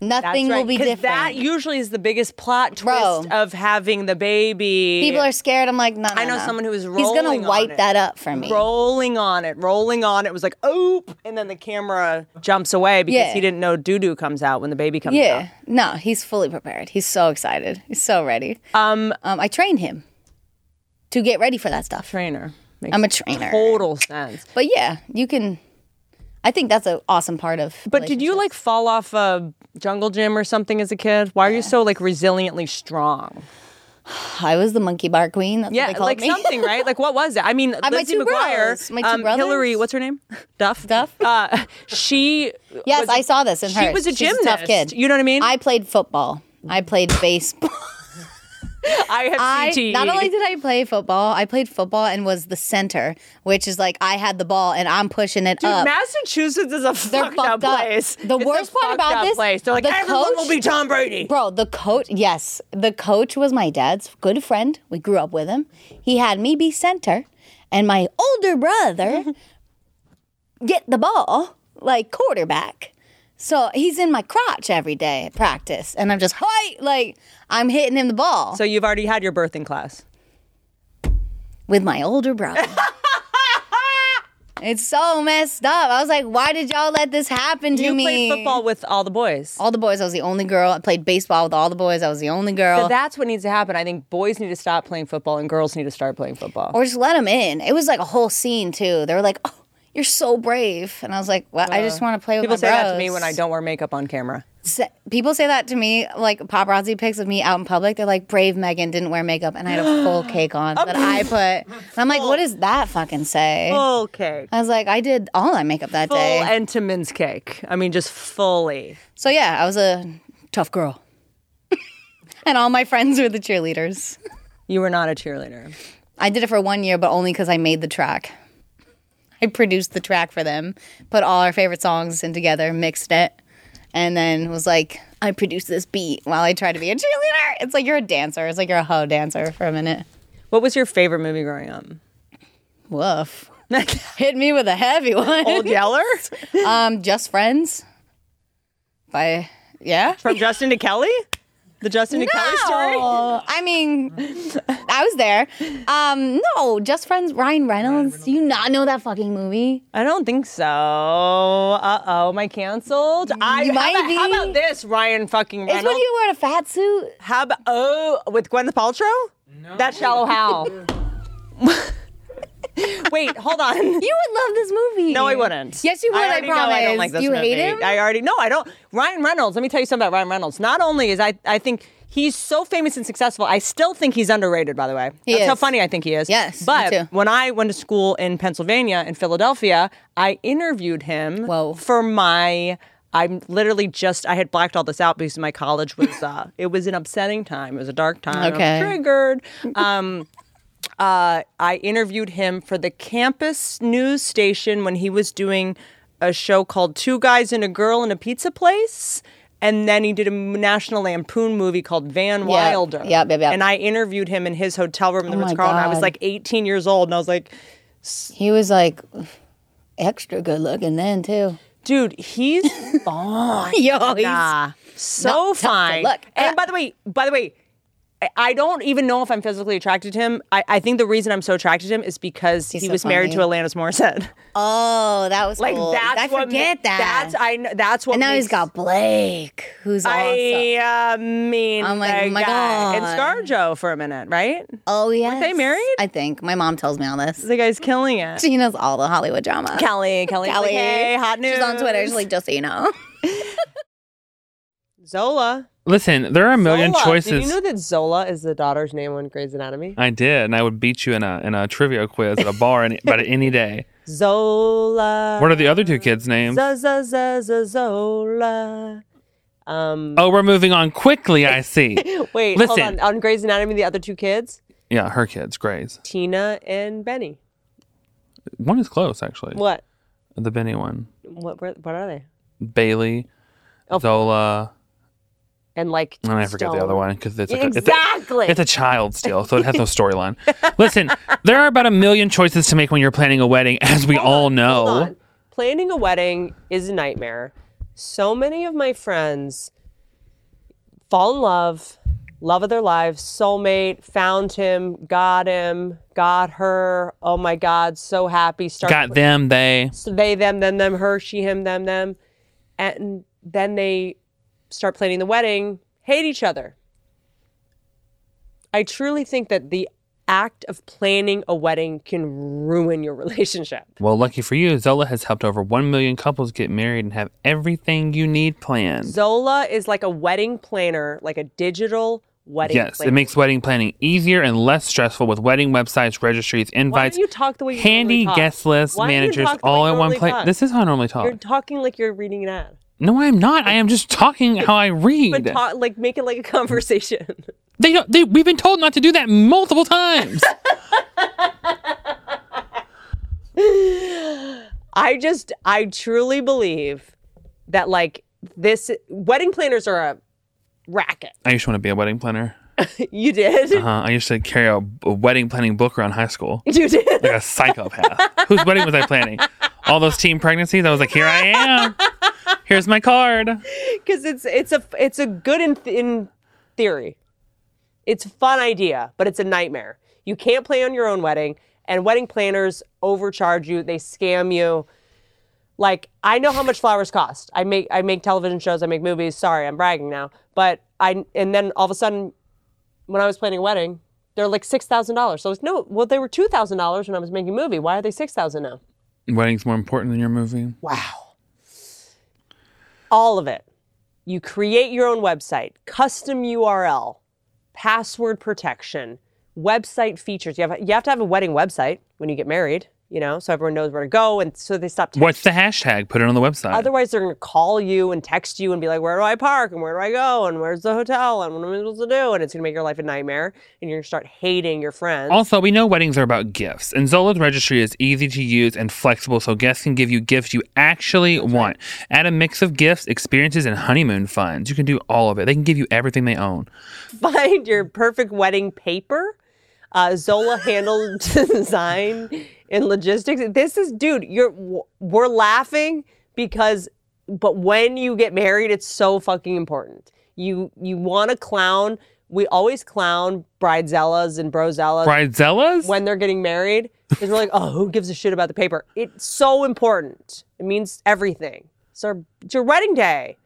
That's Nothing right, will be 'cause different. That usually is the biggest plot twist Bro. of having the baby. People are scared. I'm like, no, no I know no. someone who is He's rolling gonna on wipe it. that up for me. rolling on it, rolling on it. Was like, oop, and then the camera jumps away because Yeah. he didn't know doo doo comes out when the baby comes out. Yeah, no, he's fully prepared. He's so excited. He's so ready. Um, I trained him to get ready for that stuff. Trainer. Makes I'm a trainer. total sense. But yeah, you can. I think that's an awesome part of. But did you like fall off a jungle gym or something as a kid? Why are you so like resiliently strong? I was the monkey bar queen. That's what Yeah, they called like me. Uh, something, right? Like what was it? I mean, my Lizzie two McGuire, um, bros, my two brothers. Hillary, what's her name? Duff. Duff? Uh, she. yes, was- I saw this in She her. was a She's gymnast. tough kid. You know what I mean? I played football. I played baseball. I have I CTE. not only did I play football, I played football and was the center, which is like I had the ball and I'm pushing it Dude, up. Massachusetts is a fucked up fucked up. place. The It's a worst part fucked about up this, place. They're like, the everyone coach- will be Tom Brady. Bro, the coach, yes, the coach was my dad's good friend. We grew up with him. He had me be center and my older brother get the ball like quarterback. So he's in my crotch every day at practice and I'm just hi like I'm hitting him the ball So you've already had your birthing class. with my older brother. it's so messed up. I was like, why did y'all let this happen to You me? played football with all the boys. All the boys, I was the only girl. I played baseball with all the boys. I was the only girl. So that's what needs to happen. I think boys need to stop playing football and girls need to start playing football. or just let them in. It was like a whole scene too. They were like, "Oh, you're so brave," and I was like, "Well, I just want to play with People my say that to bros." me when I don't wear makeup on camera. Sa- People say that to me, like paparazzi pics of me out in public. They're like, "Brave Megan didn't wear makeup," and I had a full cake on that I put. And I'm like, "What does that fucking say?" Okay. I was like, "I did all my makeup that Full day." Entenmann's cake. I mean, just fully. so yeah, I was a tough girl, and all my friends were the cheerleaders. You were not a cheerleader. I did it for one year, but only because I made the track. I produced the track for them, put all our favorite songs in together, mixed it, and then was like, I produced this beat while I tried to be a cheerleader. It's like you're a dancer. It's like you're a hoe dancer for a minute. What was your favorite movie growing up? Woof. Hit me with a heavy one. Old Yeller? um, Just Friends. By yeah. From Justin to Kelly? The Justin to Kelly story? No, I mean, I was there. Um, no, Just Friends. Ryan Reynolds. Do you not know that fucking movie? I don't think so. Uh oh, am I canceled? I You how might about, How be. about this, Ryan fucking It's when Reynolds? you wear a fat suit. How about oh with Gwyneth Paltrow? No. That's shallow how. Wait, hold on. You would love this movie. No, I wouldn't. Yes, you would. I, already know promise. I don't like this you hate movie. him. I already no. I don't. Ryan Reynolds. Let me tell you something about Ryan Reynolds. Not only is I, I think he's so famous and successful. I still think he's underrated. By the way, He that's how is. funny I think he is. Yes, me but too. when I went to school in Pennsylvania in Philadelphia, I interviewed him Whoa. for my. I'm literally just I had blacked all this out because my college was uh it was an upsetting time. It was a dark time. Okay. I'm triggered. Um uh, I interviewed him for the campus news station when he was doing a show called Two Guys and a Girl in a Pizza Place. And then he did a National Lampoon movie called Van Wilder. Yep, yep, yep. And I interviewed him in his hotel room in the Oh my Ritz Carlton. I was God. like 18 years old, and I was like, he was like extra good looking then too. dude, he's fine. Yo, he's so tough to fine. look And at. by the way, by the way, I- I don't even know if I'm physically attracted to him. I, I think the reason I'm so attracted to him is because He's he so was married to funny. Alanis Morissette. Oh, that was Like cool. that's I what ma- forget that. That's I. kn- That's what. and now he's makes- got Blake, who's awesome. I uh, mean, I'm like, the oh my guy. and God. ScarJo for a minute, right? Oh yeah, they married? I think my mom tells me all this. The guy's killing it. She knows all the Hollywood drama. Kelly, Kelly, Kelly. hey, hot news. She's on Twitter. She's like, just so you know. Zola. Listen, there are a million Zola. choices. Did you know that Zola is the daughter's name on Grey's Anatomy? I did, and I would beat you in a in a trivia quiz at a bar any, about any day. Zola. What are the other two kids' names? Z- z- z- z- Zola. Um, Oh, we're moving on quickly. I see. wait, hold on. listen. On Grey's Anatomy, the other two kids, Yeah, her kids, Grays. Tina and Benny. One is close, actually. What? The Benny one. What? What what are they? Bailey, Oh. Zola, And like, and Oh, I forget the Stone. other one because it's a, it's a- Exactly. It's a child still, so it has no storyline. Listen, there are about a million choices to make when you're planning a wedding, as we all know. Hold on. Planning a wedding is a nightmare. So many of my friends fall in love, love of their lives, soulmate, found him, got him, got her. Oh my God, so happy. Start Got them, they. so they, them, them, them, her, she, him, them, them. And then they start planning the wedding, hate each other. I truly think that the act of planning a wedding can ruin your relationship. Well, lucky for you, Zola has helped over 1 million couples get married and have everything you need planned. Zola is like a wedding planner, like a digital wedding yes, planner. it makes wedding planning easier and less stressful with wedding websites, registries, Why invites, don't you talk the way you normally handy talk? guest lists, Why don't you managers, talk the way all you in one normally place. talk? This is how I normally talk. You're talking like you're reading an ad. no, I'm not. I am just talking how I But read. talk, like make it like a conversation. They don't. They, we've been told not to do that multiple times. I just I truly believe that like this wedding planners are a racket. I used to want to be a wedding planner. You did. Uh, I used to carry a, a wedding planning book around high school. You did. Like a psychopath. Whose wedding was I planning? All those teen pregnancies. I was like, here I am. Here's my card. Because it's it's a it's a good in in theory. It's a fun idea, but it's a nightmare. You can't plan your own wedding, and wedding planners overcharge you. They scam you. Like I know how much flowers cost. I make I make television shows. I make movies. Sorry, I'm bragging now, but I and then all of a sudden, when I was planning a wedding, they're like six thousand dollars. So I was no, well they were two thousand dollars when I was making a movie. Why are they six thousand now? Wedding's more important than your movie. Wow. All of it. You create your own website, custom URL, password protection, website features. You have, you have to have a wedding website when you get married, you know, so everyone knows where to go. And so they stop texting. What's the hashtag? Put it on the website. Otherwise, they're going to call you and text you and be like, where do I park? And where do I go? And where's the hotel? And what am I supposed to do? And it's going to make your life a nightmare. And you're going to start hating your friends. also, we know weddings are about gifts, and Zola's registry is easy to use and flexible, so guests can give you gifts you actually want. Add a mix of gifts, experiences, and honeymoon funds. You can do all of it. They can give you everything they own. find your perfect wedding paper. Uh, Zola handled design and logistics. This is, dude, you're we're laughing because, but when you get married, it's so fucking important. You you want to clown. We always clown bridezellas and brozellas Bridezellas? Uh, when they're getting married because we're like, oh, who gives a shit about the paper? It's so important. It means everything. It's, our, it's your wedding day.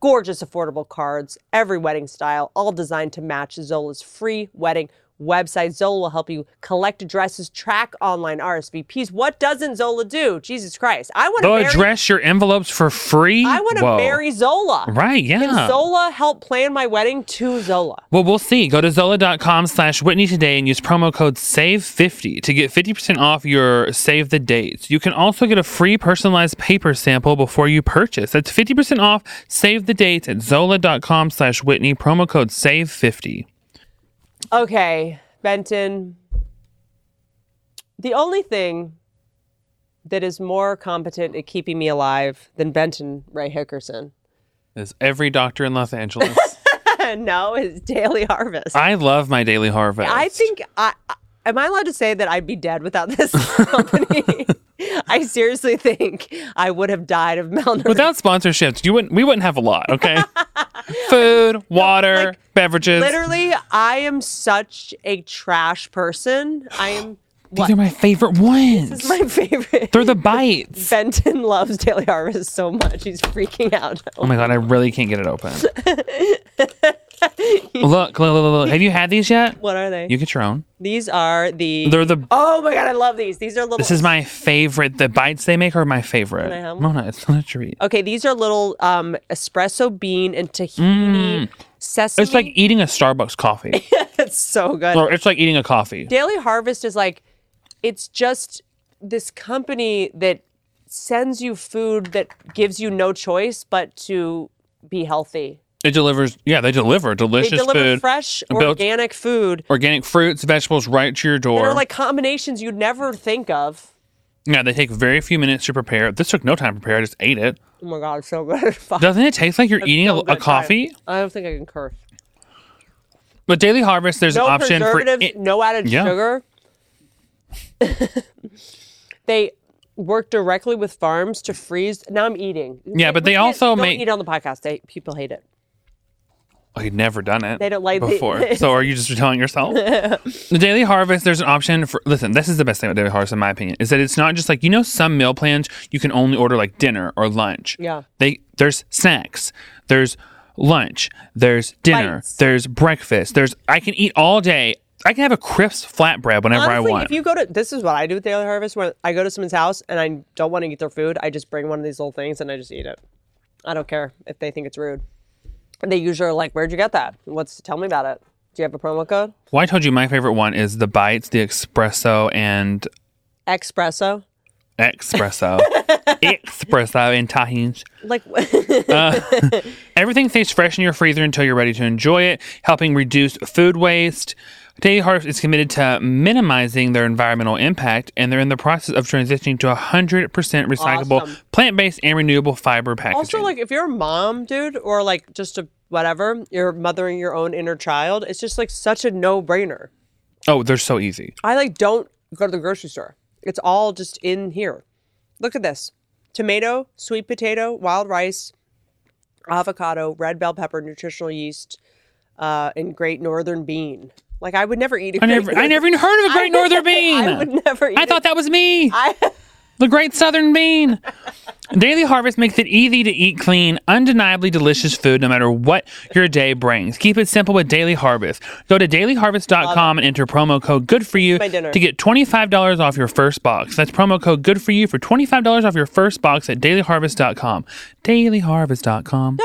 Gorgeous affordable cards, every wedding style, all designed to match Zola's free wedding website. Zola will help you collect addresses, track online RSVPs. What doesn't Zola do? Jesus Christ. I want to They'll marry, address your envelopes for free. I want to Whoa. marry Zola. Right, yeah. Can Zola help plan my wedding to Zola? Well, we'll see. Go to Zola.com slash Whitney today and use promo code SAVE50 to get 50% off your Save the Dates. You can also get a free personalized paper sample before you purchase. That's 50% off Save the Dates at Zola.com slash Whitney, promo code SAVE50. Okay, Benton. The only thing that is more competent at keeping me alive than Benton Ray Hickerson, Is every doctor in Los Angeles. no, is Daily Harvest. I, I love my daily harvest. think I, I am I allowed to say that I'd be dead without this company. I seriously think I would have died of malnutrition. Without sponsorships, you wouldn't. We wouldn't have a lot, okay? Food, water, beverages. Literally, I am such a trash person. I am These are my favorite ones. my favorite. They're the bites. Benton loves Daily Harvest so much. He's freaking out. Oh my god, I really can't get it open. look, look, look, look. Have you had these yet? What are they? You get your own. These are the. They're the. oh my god, I love these. These are little. This is my favorite. The bites they make are my favorite. I have Oh, Mona, it's not a treat. okay, these are little um, espresso bean and tahini sesame. Mm. It's like eating a Starbucks coffee, it's so good. or it's like eating a coffee. Daily Harvest is like, it's just this company that sends you food that gives you no choice but to be healthy. It delivers. Yeah, they deliver They delicious deliver food, fresh, built- organic food. organic fruits, vegetables right to your There door. are like combinations you'd never think of. yeah, they take very few minutes to prepare. This took no time to prepare. I just ate it. Oh my god, so good. Fuck. Doesn't it taste like you're eating So a, good. a coffee? I don't think I can curse. But Daily Harvest, there's No an option for preservatives, it- no added Yeah. sugar. they work directly with farms to freeze. Now I'm eating. Yeah, but We they can't- also don't make- eat on the podcast. They, people hate it. I'd never done it. They don't like the- before. so are you just telling yourself? the Daily Harvest, there's an option for. Listen, this is the best thing about Daily Harvest, in my opinion, is that it's not just like you know some meal plans you can only order like dinner or lunch. Yeah. They there's snacks, there's lunch, there's dinner, Bites. there's breakfast, there's I can eat all day. I can have a crisp flatbread whenever Honestly, I want. if you go to this is what I do with Daily Harvest. When I go to someone's house and I don't want to eat their food, I just bring one of these little things and I just eat it. I don't care if they think it's rude. And they usually are like, "Where'd you get that? What's? Tell me about it. Do you have a promo code? well, I told you my favorite one is the bites, the espresso, and Espresso." espresso, espresso and tahins. Like, Everything stays fresh in your freezer until you're ready to enjoy it, helping reduce food waste. Daily Harvest is committed to minimizing their environmental impact, and they're in the process of transitioning to 100% recyclable, Awesome. plant based, and renewable fiber packaging. also, like if you're a mom, dude, or like just a whatever, you're mothering your own inner child. It's just like such a no-brainer. oh, they're so easy. I like don't go to the grocery store. It's all just in here. Look at this: tomato, sweet potato, wild rice, avocado, red bell pepper, nutritional yeast, uh, and Great Northern bean. Like I would never eat. A I Great never, I Northern- never even heard of a great northern bean. I would never eat. I thought that was me. I- the great southern bean. Daily Harvest makes it easy to eat clean, undeniably delicious food no matter what your day brings. Keep it simple with Daily Harvest. Go to dailyharvest.com and enter promo code good for you my dinner. to get $25 off your first box. That's promo code good for you for $25 off your first box at dailyharvest.com. Dailyharvest.com.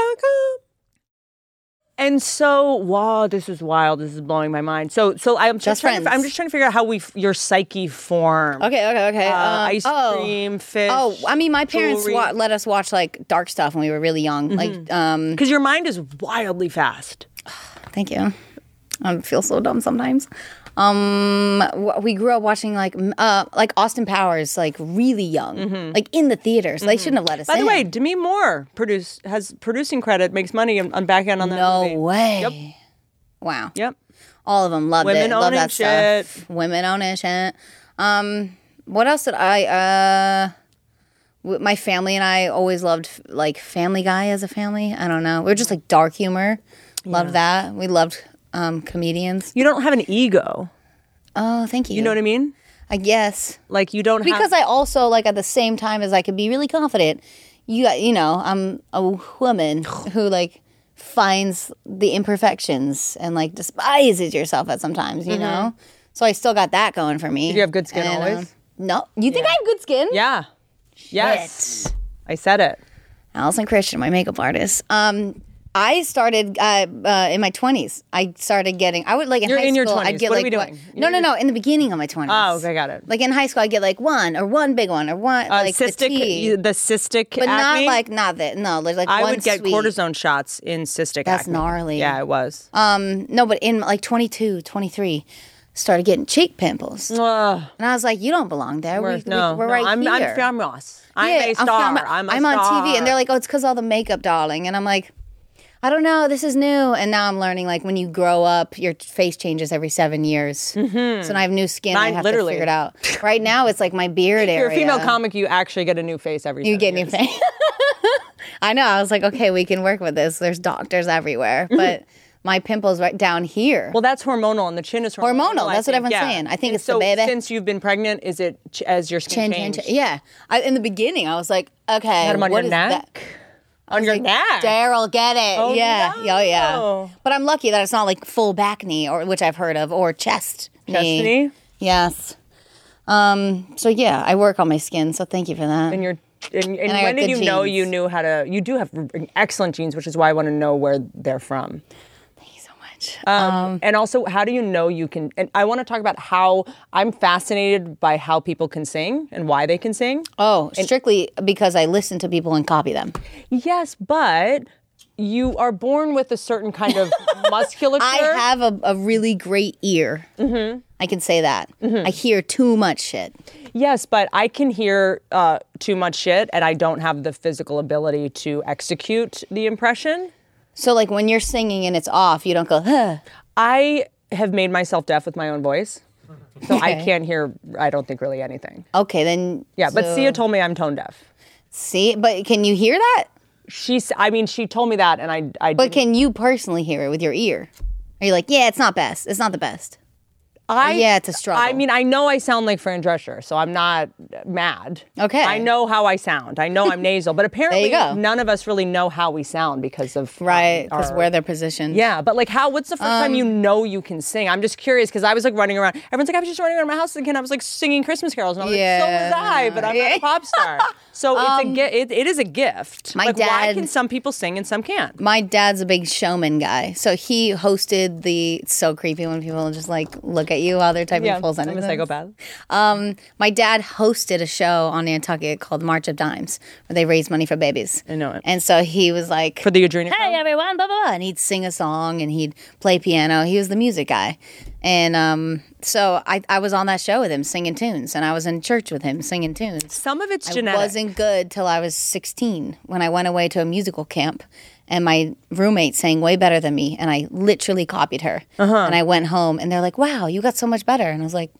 And so, wow, this is wild. This is blowing my mind. So, so I'm just, Just trying. To, I'm friends. just trying to figure out how we f- your psyche form. Okay, okay, okay. Uh, um, ice oh. cream, fish. Oh, I mean, my parents jewelry. Mm-hmm. wa- let us watch like dark stuff when we were really young. Like, um, because your mind is wildly fast. thank you. I feel so dumb sometimes. Um, wh- we grew up watching like m- uh, like Austin Powers, like really young, like in the theaters. They shouldn't have let us. Mm-hmm. By the in. way, Demi Moore produce has producing credit, makes money on, on back end on that no movie. way. Yep. Wow. Yep. All of them loved Women it. Love owning that stuff. Women owning shit. Um, what else did I? Uh, w- my family and I always loved f- like Family Guy as a family. I don't know. We were just like dark humor. Loved that. We loved um, comedians. You don't have an ego. Oh, thank you. You know what I mean? I guess Like you don't because have, I also like at the same time as I could be really confident. You got you know I'm a woman who like finds the imperfections and like despises yourself at sometimes you know. So I still got that going for me. Did Mm-hmm. you have good skin always? no, you think I have good skin? yeah. Yes. I said it. Allison Christian, my makeup artist. Um, I started uh, uh, in my twenties. I started getting. I would like in You're high in your school. 20s. I'd get What are like we doing? no, no, no. In the beginning of my twenties. Oh, okay, got it. Like in high school, I get like one or one big one or one Uh, like cystic, the T. you- the cystic but acne. not like not that. No, like, like I one would get sweet. cortisone shots in cystic That's acne. gnarly. Yeah, it was. Um, no, but in like 22, 23, started getting cheek pimples, and Ugh. I was like, "You don't belong there. We're- we, no, we, are no, right I'm, here." I'm famous. I'm Yeah, a star. found I'm, my- a I'm on TV, star. and they're like, "Oh, it's because all the makeup, darling." And I'm like, I don't know, this is new. And now I'm learning like when you grow up, your face changes every seven years. Mm-hmm. So now I have new skin. I Mine have literally. to figure it out. Right now, it's like my If beard area. you're a female comic, you actually get a new face every You seven get new years. face. I know. I was like, okay, we can work with this. There's doctors everywhere, but my pimples right down here. Well, that's hormonal, and the chin is hormonal. Hormonal, I that's what think, everyone's yeah. saying. I think And it's the so baby. Since you've been pregnant, is it ch- as your skin Chin, chin, changed? chin. Yeah. I, in the beginning, I was like, okay, Had 'em on what your is neck. that? On your neck. Daryl, get it? Oh, yeah, no. yeah, oh, yeah. But I'm lucky that it's not like full back knee, or which I've heard of, or chest knee. knee? Yes. Um. So yeah, I work on my skin. So thank you for that. And your and, and, I when got did you good know genes. you knew how to? You do have r- excellent genes, which is why I want to know where they're from. thank you so much. Um, and also, how do you know you can? And I want to talk about how I'm fascinated by how people can sing and why they can sing. oh, strictly because I listen to people and copy them. Yes, but you are born with a certain kind of musculature. I have a, a really great ear. Mm-hmm. I can say that. Mm-hmm. I hear too much shit. Yes, but I can hear uh, too much shit, and I don't have the physical ability to execute the impression. So like when you're singing and it's off, you don't go. Huh. I have made myself deaf with my own voice, so I Okay. can't hear. I don't think really anything. Okay, then. Yeah, but so- Sia told me I'm tone deaf. see, but can you hear that? She's. I mean, she told me that, and I. I But can you personally hear it with your ear? Are you like, yeah, it's not best. It's not the best. I, yeah, it's a struggle. I mean, I know I sound like Fran Drescher, so I'm not mad. Okay. I know how I sound. I know I'm nasal, but apparently go. none of us really know how we sound because of um, Right, because our- where they're positioned. Yeah, but like, how? What's the first time you Um, know you can sing? I'm just curious because I was like running around. Everyone's like, I was just running around my house again. I was like singing Christmas carols, and I was like, so was I, but I'm not a pop star. So it's a gi- it, it is a gift. Um, my like, why dad- can some people sing and some can't? My dad's a big showman guy, so he hosted the. It's so creepy when people just like look at you while they're typing full I'm a sentences. psychopath. Um, my dad hosted a show on Nantucket called March of Dimes, where they raise money for babies. I know it. And so he was like, For the Adrenal. hey everyone, blah blah blah, and he'd sing a song and he'd play piano. He was the music guy, and um, so I I was on that show with him singing tunes, and I was in church with him singing tunes. Some of it's I genetic. wasn't good till I was 16 when I went away to a musical camp, and my roommate sang way better than me, and I literally copied her. Uh-huh. And I went home, and they're like, "Wow, you got so much better," and I was like.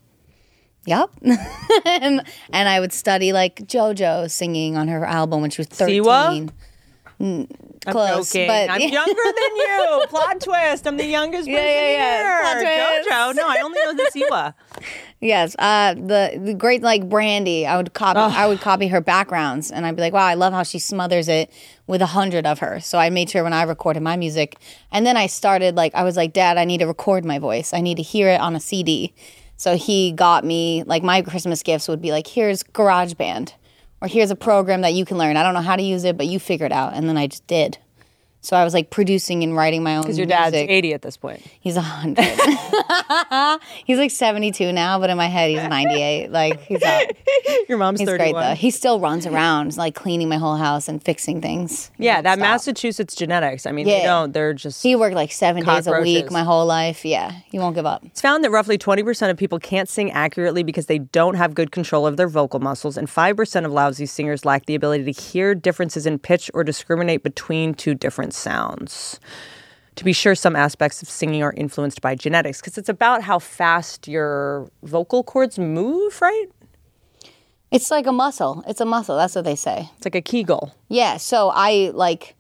Yep, and, and I would study like JoJo singing on her album when she was thirteen. Siwa? Mm, I'm close, joking. but I'm younger than you. Plot twist. I'm the youngest person yeah, yeah. here. Plot JoJo. No, I only know the Siwa. Yes, uh, the the great like Brandy, I would copy. I would copy her backgrounds, and I'd be like, "Wow, I love how she smothers it with a hundred of her." So I made sure when I recorded my music, and then I started like I was like, "Dad, I need to record my voice. I need to hear it on a CD." So he got me like my Christmas gifts would be like, "Here's GarageBand, or here's a program that you can learn. I don't know how to use it, but you figure it out." And then I just did. So I was like producing and writing my own. Your dad's music. 80 at this point. He's a hundred. he's like seventy-two now, but in my head, he's ninety-eight. Like he's up. Your mom's He's 31. great though. He still runs around, like cleaning my whole house and fixing things. yeah, that Nonstop. Massachusetts genetics. I mean, they Yeah. don't. They're just. He worked like seven days a week Cockroaches. my whole life. Yeah, he won't give up. It's found that roughly 20% of people can't sing accurately because they don't have good control of their vocal muscles, and 5% of lousy singers lack the ability to hear differences in pitch or discriminate between two different sounds. To be sure, some aspects of singing are influenced by genetics because it's about how fast your vocal cords move, right? It's like a muscle. It's a muscle. That's what they say. It's like a Kegel. Yeah. So I like,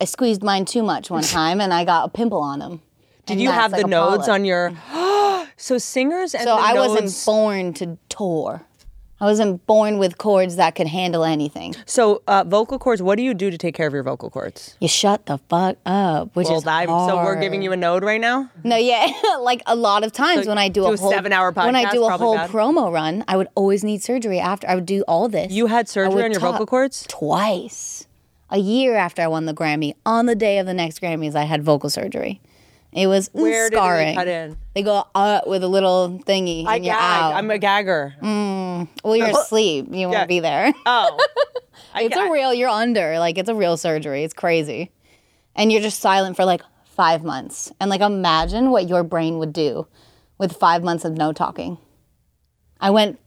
I squeezed mine too much one time, and I got a pimple on him. Did you have the nodes on your. so singers and Mm. So the I wasn't nodes- born to tour. I wasn't born with cords that could handle anything. So uh, vocal cords. What do you do to take care of your vocal cords? you shut the fuck up, which Well, is I- hard. so we're giving you a node right now. no, yeah, like a lot of times when I do, do a a whole seven-hour when I podcast, do a probably whole bad. promo run, I would always need surgery after. I would do all this. You had I surgery would on your talk vocal cords. twice, a year after I won the Grammy. On the day of the next Grammys, I had vocal surgery. It was Where did scarring. they cut in? They go uh, with a little thingy. I and you're gag. out. I'm a gagger. Mm. well, you're asleep. You Yeah. won't be there. Oh, I It's ga- a real. You're under. Like it's a real surgery. It's crazy, and you're just silent for like five months. And like imagine what your brain would do with five months of no talking. I went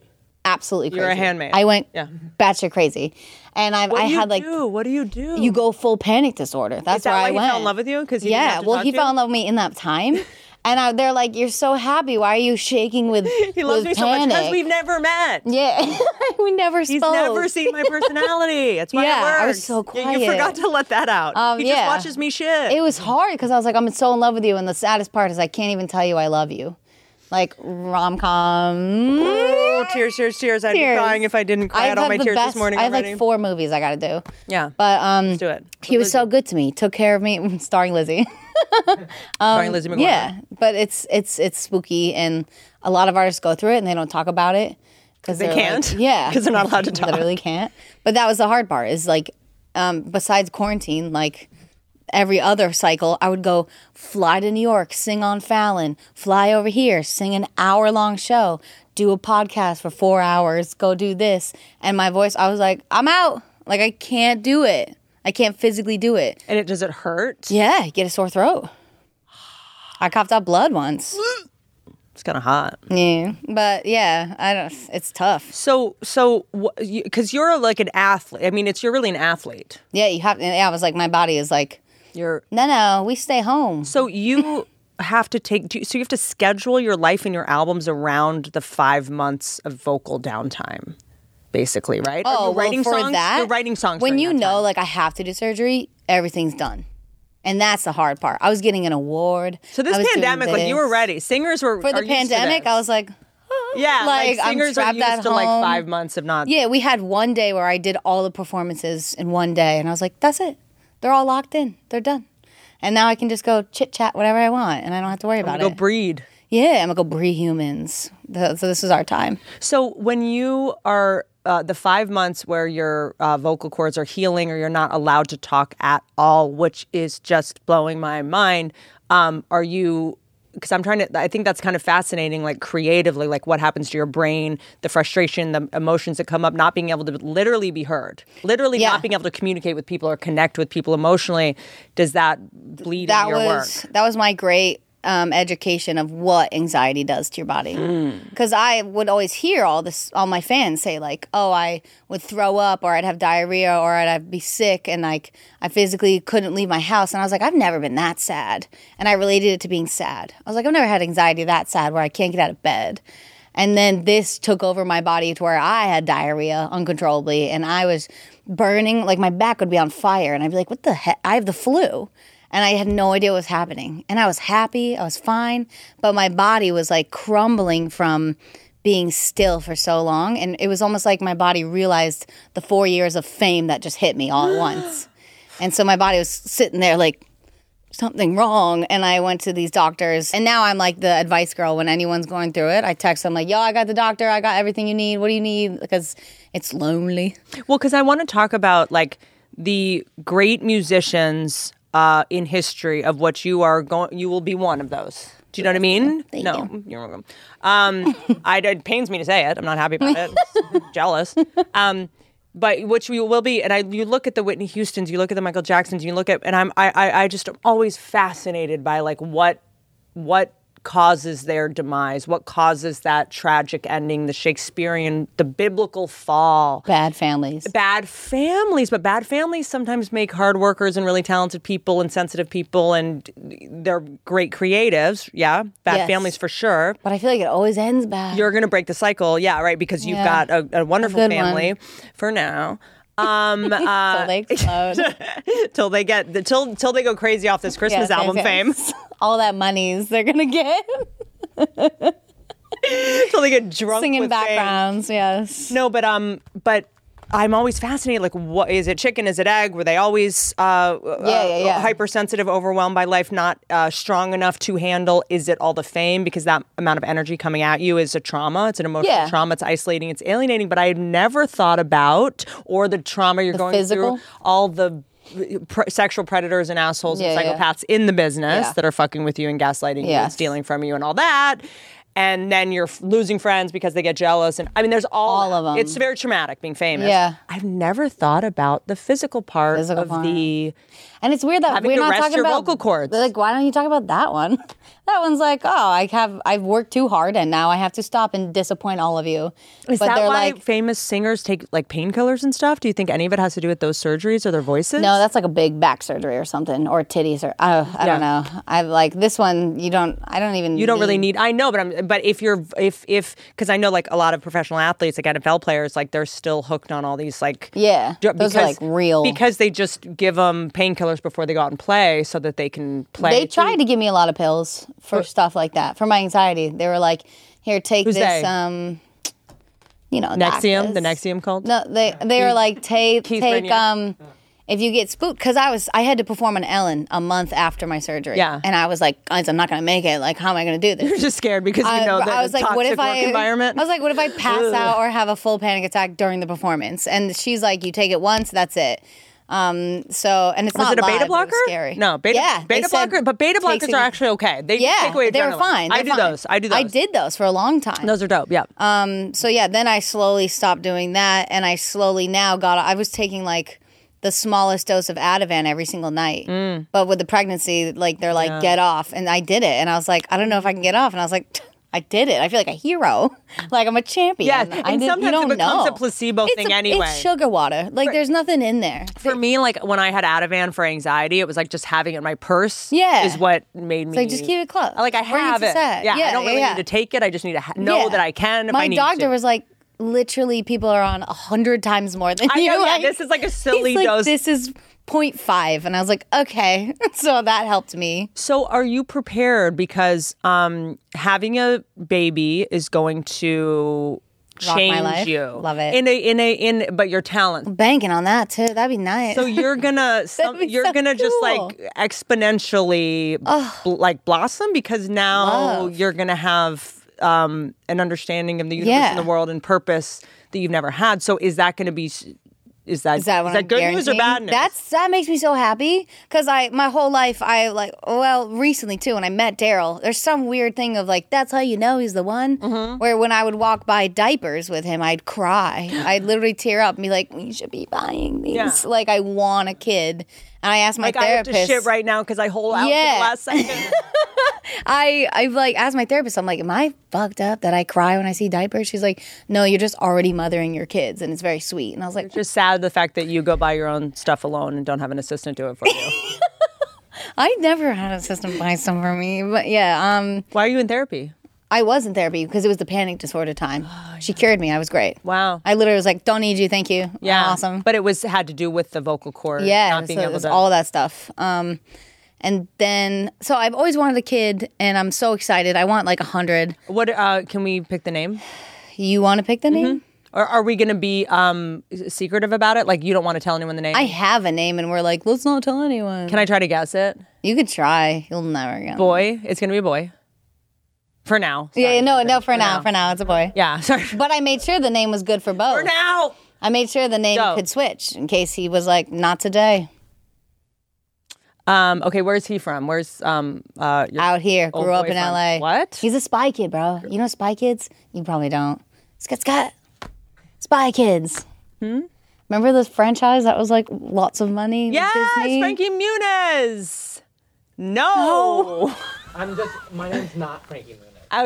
absolutely crazy. You're a handmaid. I went Yeah. batshit crazy, and I, What I do you had like do? What do you do? you go full panic disorder. That's Is that where why I he went. fell in love with you? Because yeah, well, he fell in love with me in that time, and I, they're like, "You're so happy. Why are you shaking with He loves with me so much panic? because we've never met. yeah, we never He's spoke. never seen my personality. That's why Yeah, it I was works. so You- You, quiet. forgot to let that out. Um, he yeah. just watches me shit. it was hard because I was like, I'm so in love with you, and the saddest part is I can't even tell you I love you. Like rom com. oh, tears, tears, tears. I'd Tears. be crying if I didn't cry I've out all had my the tears best, this morning I have already. like four movies I got to do. yeah. But um, Let's do it. he was so good to me. Took care of me, starring Lizzie. Starring Lizzie McGuire. um, yeah, but it's it's it's spooky, and a lot of artists go through it and they don't talk about it because They can't? yeah, 'Cause they're not allowed to They talk. Literally can't. But that was the hard part. Is like, um, besides quarantine, like every other cycle, I would go fly to New York, sing on Fallon, fly over here, sing an hour long show, do a podcast for four hours, go do this. And my voice, I was like, I'm out. Like, I can't do it. I can't physically do it. And it does it hurt? Yeah, you get a sore throat. I coughed up blood once. It's kind of hot. Yeah, but yeah, I don't. It's tough. So, so because you, are like an athlete. I mean, it's you're really an athlete. Yeah, you have. Yeah, I was like, my body is like, You're no, no, we stay home. so you have to take. do you- So you have to schedule your life and your albums around the five months of vocal downtime, basically, right? Are you Oh, writing well, for songs? that, You're writing songs When during you that know, time. like, I have to do surgery, everything's done, and that's the hard part. I was getting an award. So this I was doing pandemic, like you were this. ready. Singers were for the pandemic. I was like, yeah, like, like, I'm singers are trapped used at to like home. five months of not. yeah, we had one day where I did all the performances in one day, and I was like, that's it. They're all locked in. They're done. And now I can just go chit chat whatever I want, and I don't have to worry about Go it. breed. yeah, I'm gonna go breed humans. The- so this is our time. So when you are uh, the five months where your uh, vocal cords are healing or you're not allowed to talk at all, which is just blowing my mind, um, are you? Because I'm trying to, I think that's kind of fascinating, like creatively, like what happens to your brain, the frustration, the emotions that come up, not being able to literally be heard, literally Yeah. not being able to communicate with people or connect with people emotionally. Does that bleed that into your work? was that was my great um, education of what anxiety does to your body Mm. because i would always hear all this all my fans say like oh i would throw up or i'd have diarrhea or i'd I'd be sick and like i physically couldn't leave my house and i was like i've never been that sad and i related it to being sad i was like i've never had anxiety that sad where i can't get out of bed and then this took over my body to where I had diarrhea uncontrollably and I was burning, like my back would be on fire. And I'd be like, what the heck? I have the flu. And I had no idea what was happening. And I was happy, I was fine. But my body was like crumbling from being still for so long. And it was almost like my body realized the four years of fame that just hit me all at once. And so my body was sitting there like, something wrong and i went to these doctors and now i'm like the advice girl when anyone's going through it i text them like yo i got the doctor i got everything you need what do you need because it's lonely Well, because I want to talk about like the great musicians uh, in history of what you are going. You will be one of those. Do you know what I mean? no, you. are welcome. Um, I, it pains me to say it. I'm not happy about it. Jealous. Um, but which we will be, and I you look at the Whitney Houston's, you look at the Michael Jacksons, you look at, and I'm I I, I just am always fascinated by like what what causes their demise, what causes that tragic ending, the Shakespearean, the biblical fall bad families bad families, but bad families sometimes make hard workers and really talented people and sensitive people, and they're great creatives. Yeah, bad Yes. families for sure. but i feel like it always ends bad You're gonna break the cycle, yeah, right? Because you've Yeah. got a, a wonderful good one. family for now. Um, Till they explode. till they get the, till till they go crazy off this Yeah, Christmas fame, album fame, all that monies they're gonna get till they get drunk singing with fame. backgrounds yes No, but um, but I'm always fascinated. Like, what is it? Chicken? Is it egg? Were they always uh, Yeah, uh, yeah, yeah. hypersensitive, overwhelmed by life, not uh, strong enough to handle? Is it all the fame? Because that amount of energy coming at you is a trauma. It's an emotional Yeah. trauma. It's isolating. It's alienating. But I had never thought about or the trauma you're going physical? through. All the uh, pre- sexual predators and assholes and Yeah, yeah. psychopaths in the business Yeah. that are fucking with you and gaslighting you and Yes. stealing from you and all that. And then you're f- losing friends because they get jealous. And I mean, there's all All of 'em. it's very traumatic being famous. Yeah. I've never thought about the physical part Physical of part. the. and it's weird that Having we're to not rest talking your about vocal cords. like why don't you talk about that one That one's like, oh, I have I've worked too hard and now I have to stop and disappoint all of you. Is but that they're why like, famous singers take like painkillers and stuff? Do you think any of it has to do with those surgeries or their voices? no, that's like a big back surgery or something or titties or oh, I don't Yeah. know. I like this one. You don't. I don't even. you don't really need. I know, but I'm. But if you're, if if, because I know like a lot of professional athletes, like NFL players, like they're still hooked on all these like. Yeah, dr- those are like real. because they just give them painkillers before they go out and play so that they can play. They too. tried to give me a lot of pills for stuff like that for my anxiety. They were like, "Here, take Who's this." they? Um, you know, Nexium, the Lactus. Nexium cult. No, they they were like take Keith take Raniere. um. If you get spooked, because I was I had to perform on Ellen a month after my surgery. Yeah. and I was like, guys, I'm not gonna make it. Like, how am I gonna do this? You're just scared because you know I, that Uh, I was the like, what toxic if I? work environment. I was like, what if I pass out or have a full panic attack during the performance? And she's like, you take it once, that's it. Um, so and it's Was it not a live, beta but blocker? was scary. No, beta, yeah, they beta said blocker. But beta takes blockers a- are actually okay. They yeah, take away they were adrenaline. fine. I They're do fine. those. I do those. I did those for a long time. Those are dope. Yeah. Um, so yeah, then I slowly stopped doing that, and I slowly now got. I was taking like the smallest dose of Ativan every single night, Mm. but with the pregnancy, like they're like get off, and I did it, and I was like, I don't know if I can get off, and I was like. I did it. I feel like a hero. Like I'm a champion. Yeah, I and did- you sometimes it don't becomes know. a placebo It's thing a- anyway. It's sugar water. Like there's nothing in there. for me, like when I had Ativan for anxiety, it was like just having it in my purse. Yeah. is what made me like, just keep it close. Like I Or you have just it. said. Yeah, I Yeah, don't really yeah, yeah. need to take it. I just need to ha- know Yeah. that I can. If My I need doctor to. was like, literally, people are on a hundred times more than I you. know, yeah, Like, this is like a silly he's like, dose. This is 0.5. and I was like, okay. So that helped me. So are you prepared? Because um, having a baby is going to Rock my change life. you. Love it. In a in a in but your talent. Banking on that too. That'd be nice. So you're gonna some, be you're so gonna just cool. like exponentially bl- like blossom because now Love. you're gonna have um, an understanding of the universe and Yeah. the world and purpose that you've never had. So is that gonna be? s- Is that is that what I'm good news or guaranteeing? bad news? That's that makes me so happy because I my whole life I like well recently too when I met Daryl. There's some weird thing of like that's how you know he's the one. Mm-hmm. Where when I would walk by diapers with him, I'd cry. I'd literally tear up and be like, "We should be buying these." Yeah. Like I want a kid. And I asked my like therapist. I have to shit right now because I hold out yeah. Yeah. the last second. I I've like asked my therapist, I'm like, Am I fucked up that I cry when I see diapers? She's like, No, you're just already mothering your kids and it's very sweet. And I was like, Just sad the fact that you go buy your own stuff alone and don't have an assistant do it for you. I never had a system buy some for me. But yeah, um Why are you in therapy? I was in therapy because it was the panic disorder time. Oh, She cured me. I was great. Wow. I literally was like, Don't need you, thank you. Yeah, Awesome. But it was had to do with the vocal cord. yeah, not so being it able was to. all that stuff. Um and then so I've always wanted a kid and I'm so excited. I want like a hundred. what uh, can we pick the name? You wanna pick the name? Or are we going to be um, secretive about it? Like you don't want to tell anyone the name? I have a name and we're like, let's not tell anyone. Can I try to guess it? You could try. You'll never get. Boy, it's going to be a boy. For now. Yeah, yeah, no, no. For, now, now. for now, it's a boy. Yeah. Sorry. For But I made sure the name was good for both. now. I made sure the name Dope. could switch in case he was like, not today. Um, okay, where's he from? Where's um uh your Out here, old grew up in boyfriend? L.A. What? He's a spy kid, bro. You know spy kids? You probably don't. Scott, Scott, spy kids. Hmm. Remember this franchise that was like lots of money? with yes, Disney? Frankie Muniz. No. I'm just. My name's not Frankie Muniz.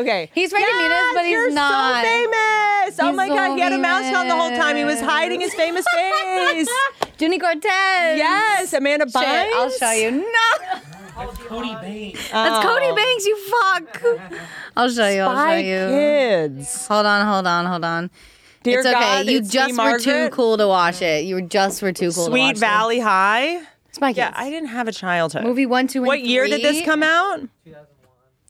okay. He's Frankie yes, Muniz, but he's you're not. so famous. oh He's my god, so he had a mask on the whole time. He was hiding his famous face. Junie Cortez. yes, Amanda Shit, Bynes. I'll show you. No, Cody Banks. Oh. that's Cody Banks. You fuck. I'll show you. I'll show Hi, you. kids. Hold on, hold on, hold on. Dear it's okay. God, you it's me, just were too Margaret. cool to watch it. You were just were too cool. to watch Sweet it. Valley High. It's my Yeah, kids. I didn't have a childhood. Movie one, two, and What year did this three? come out?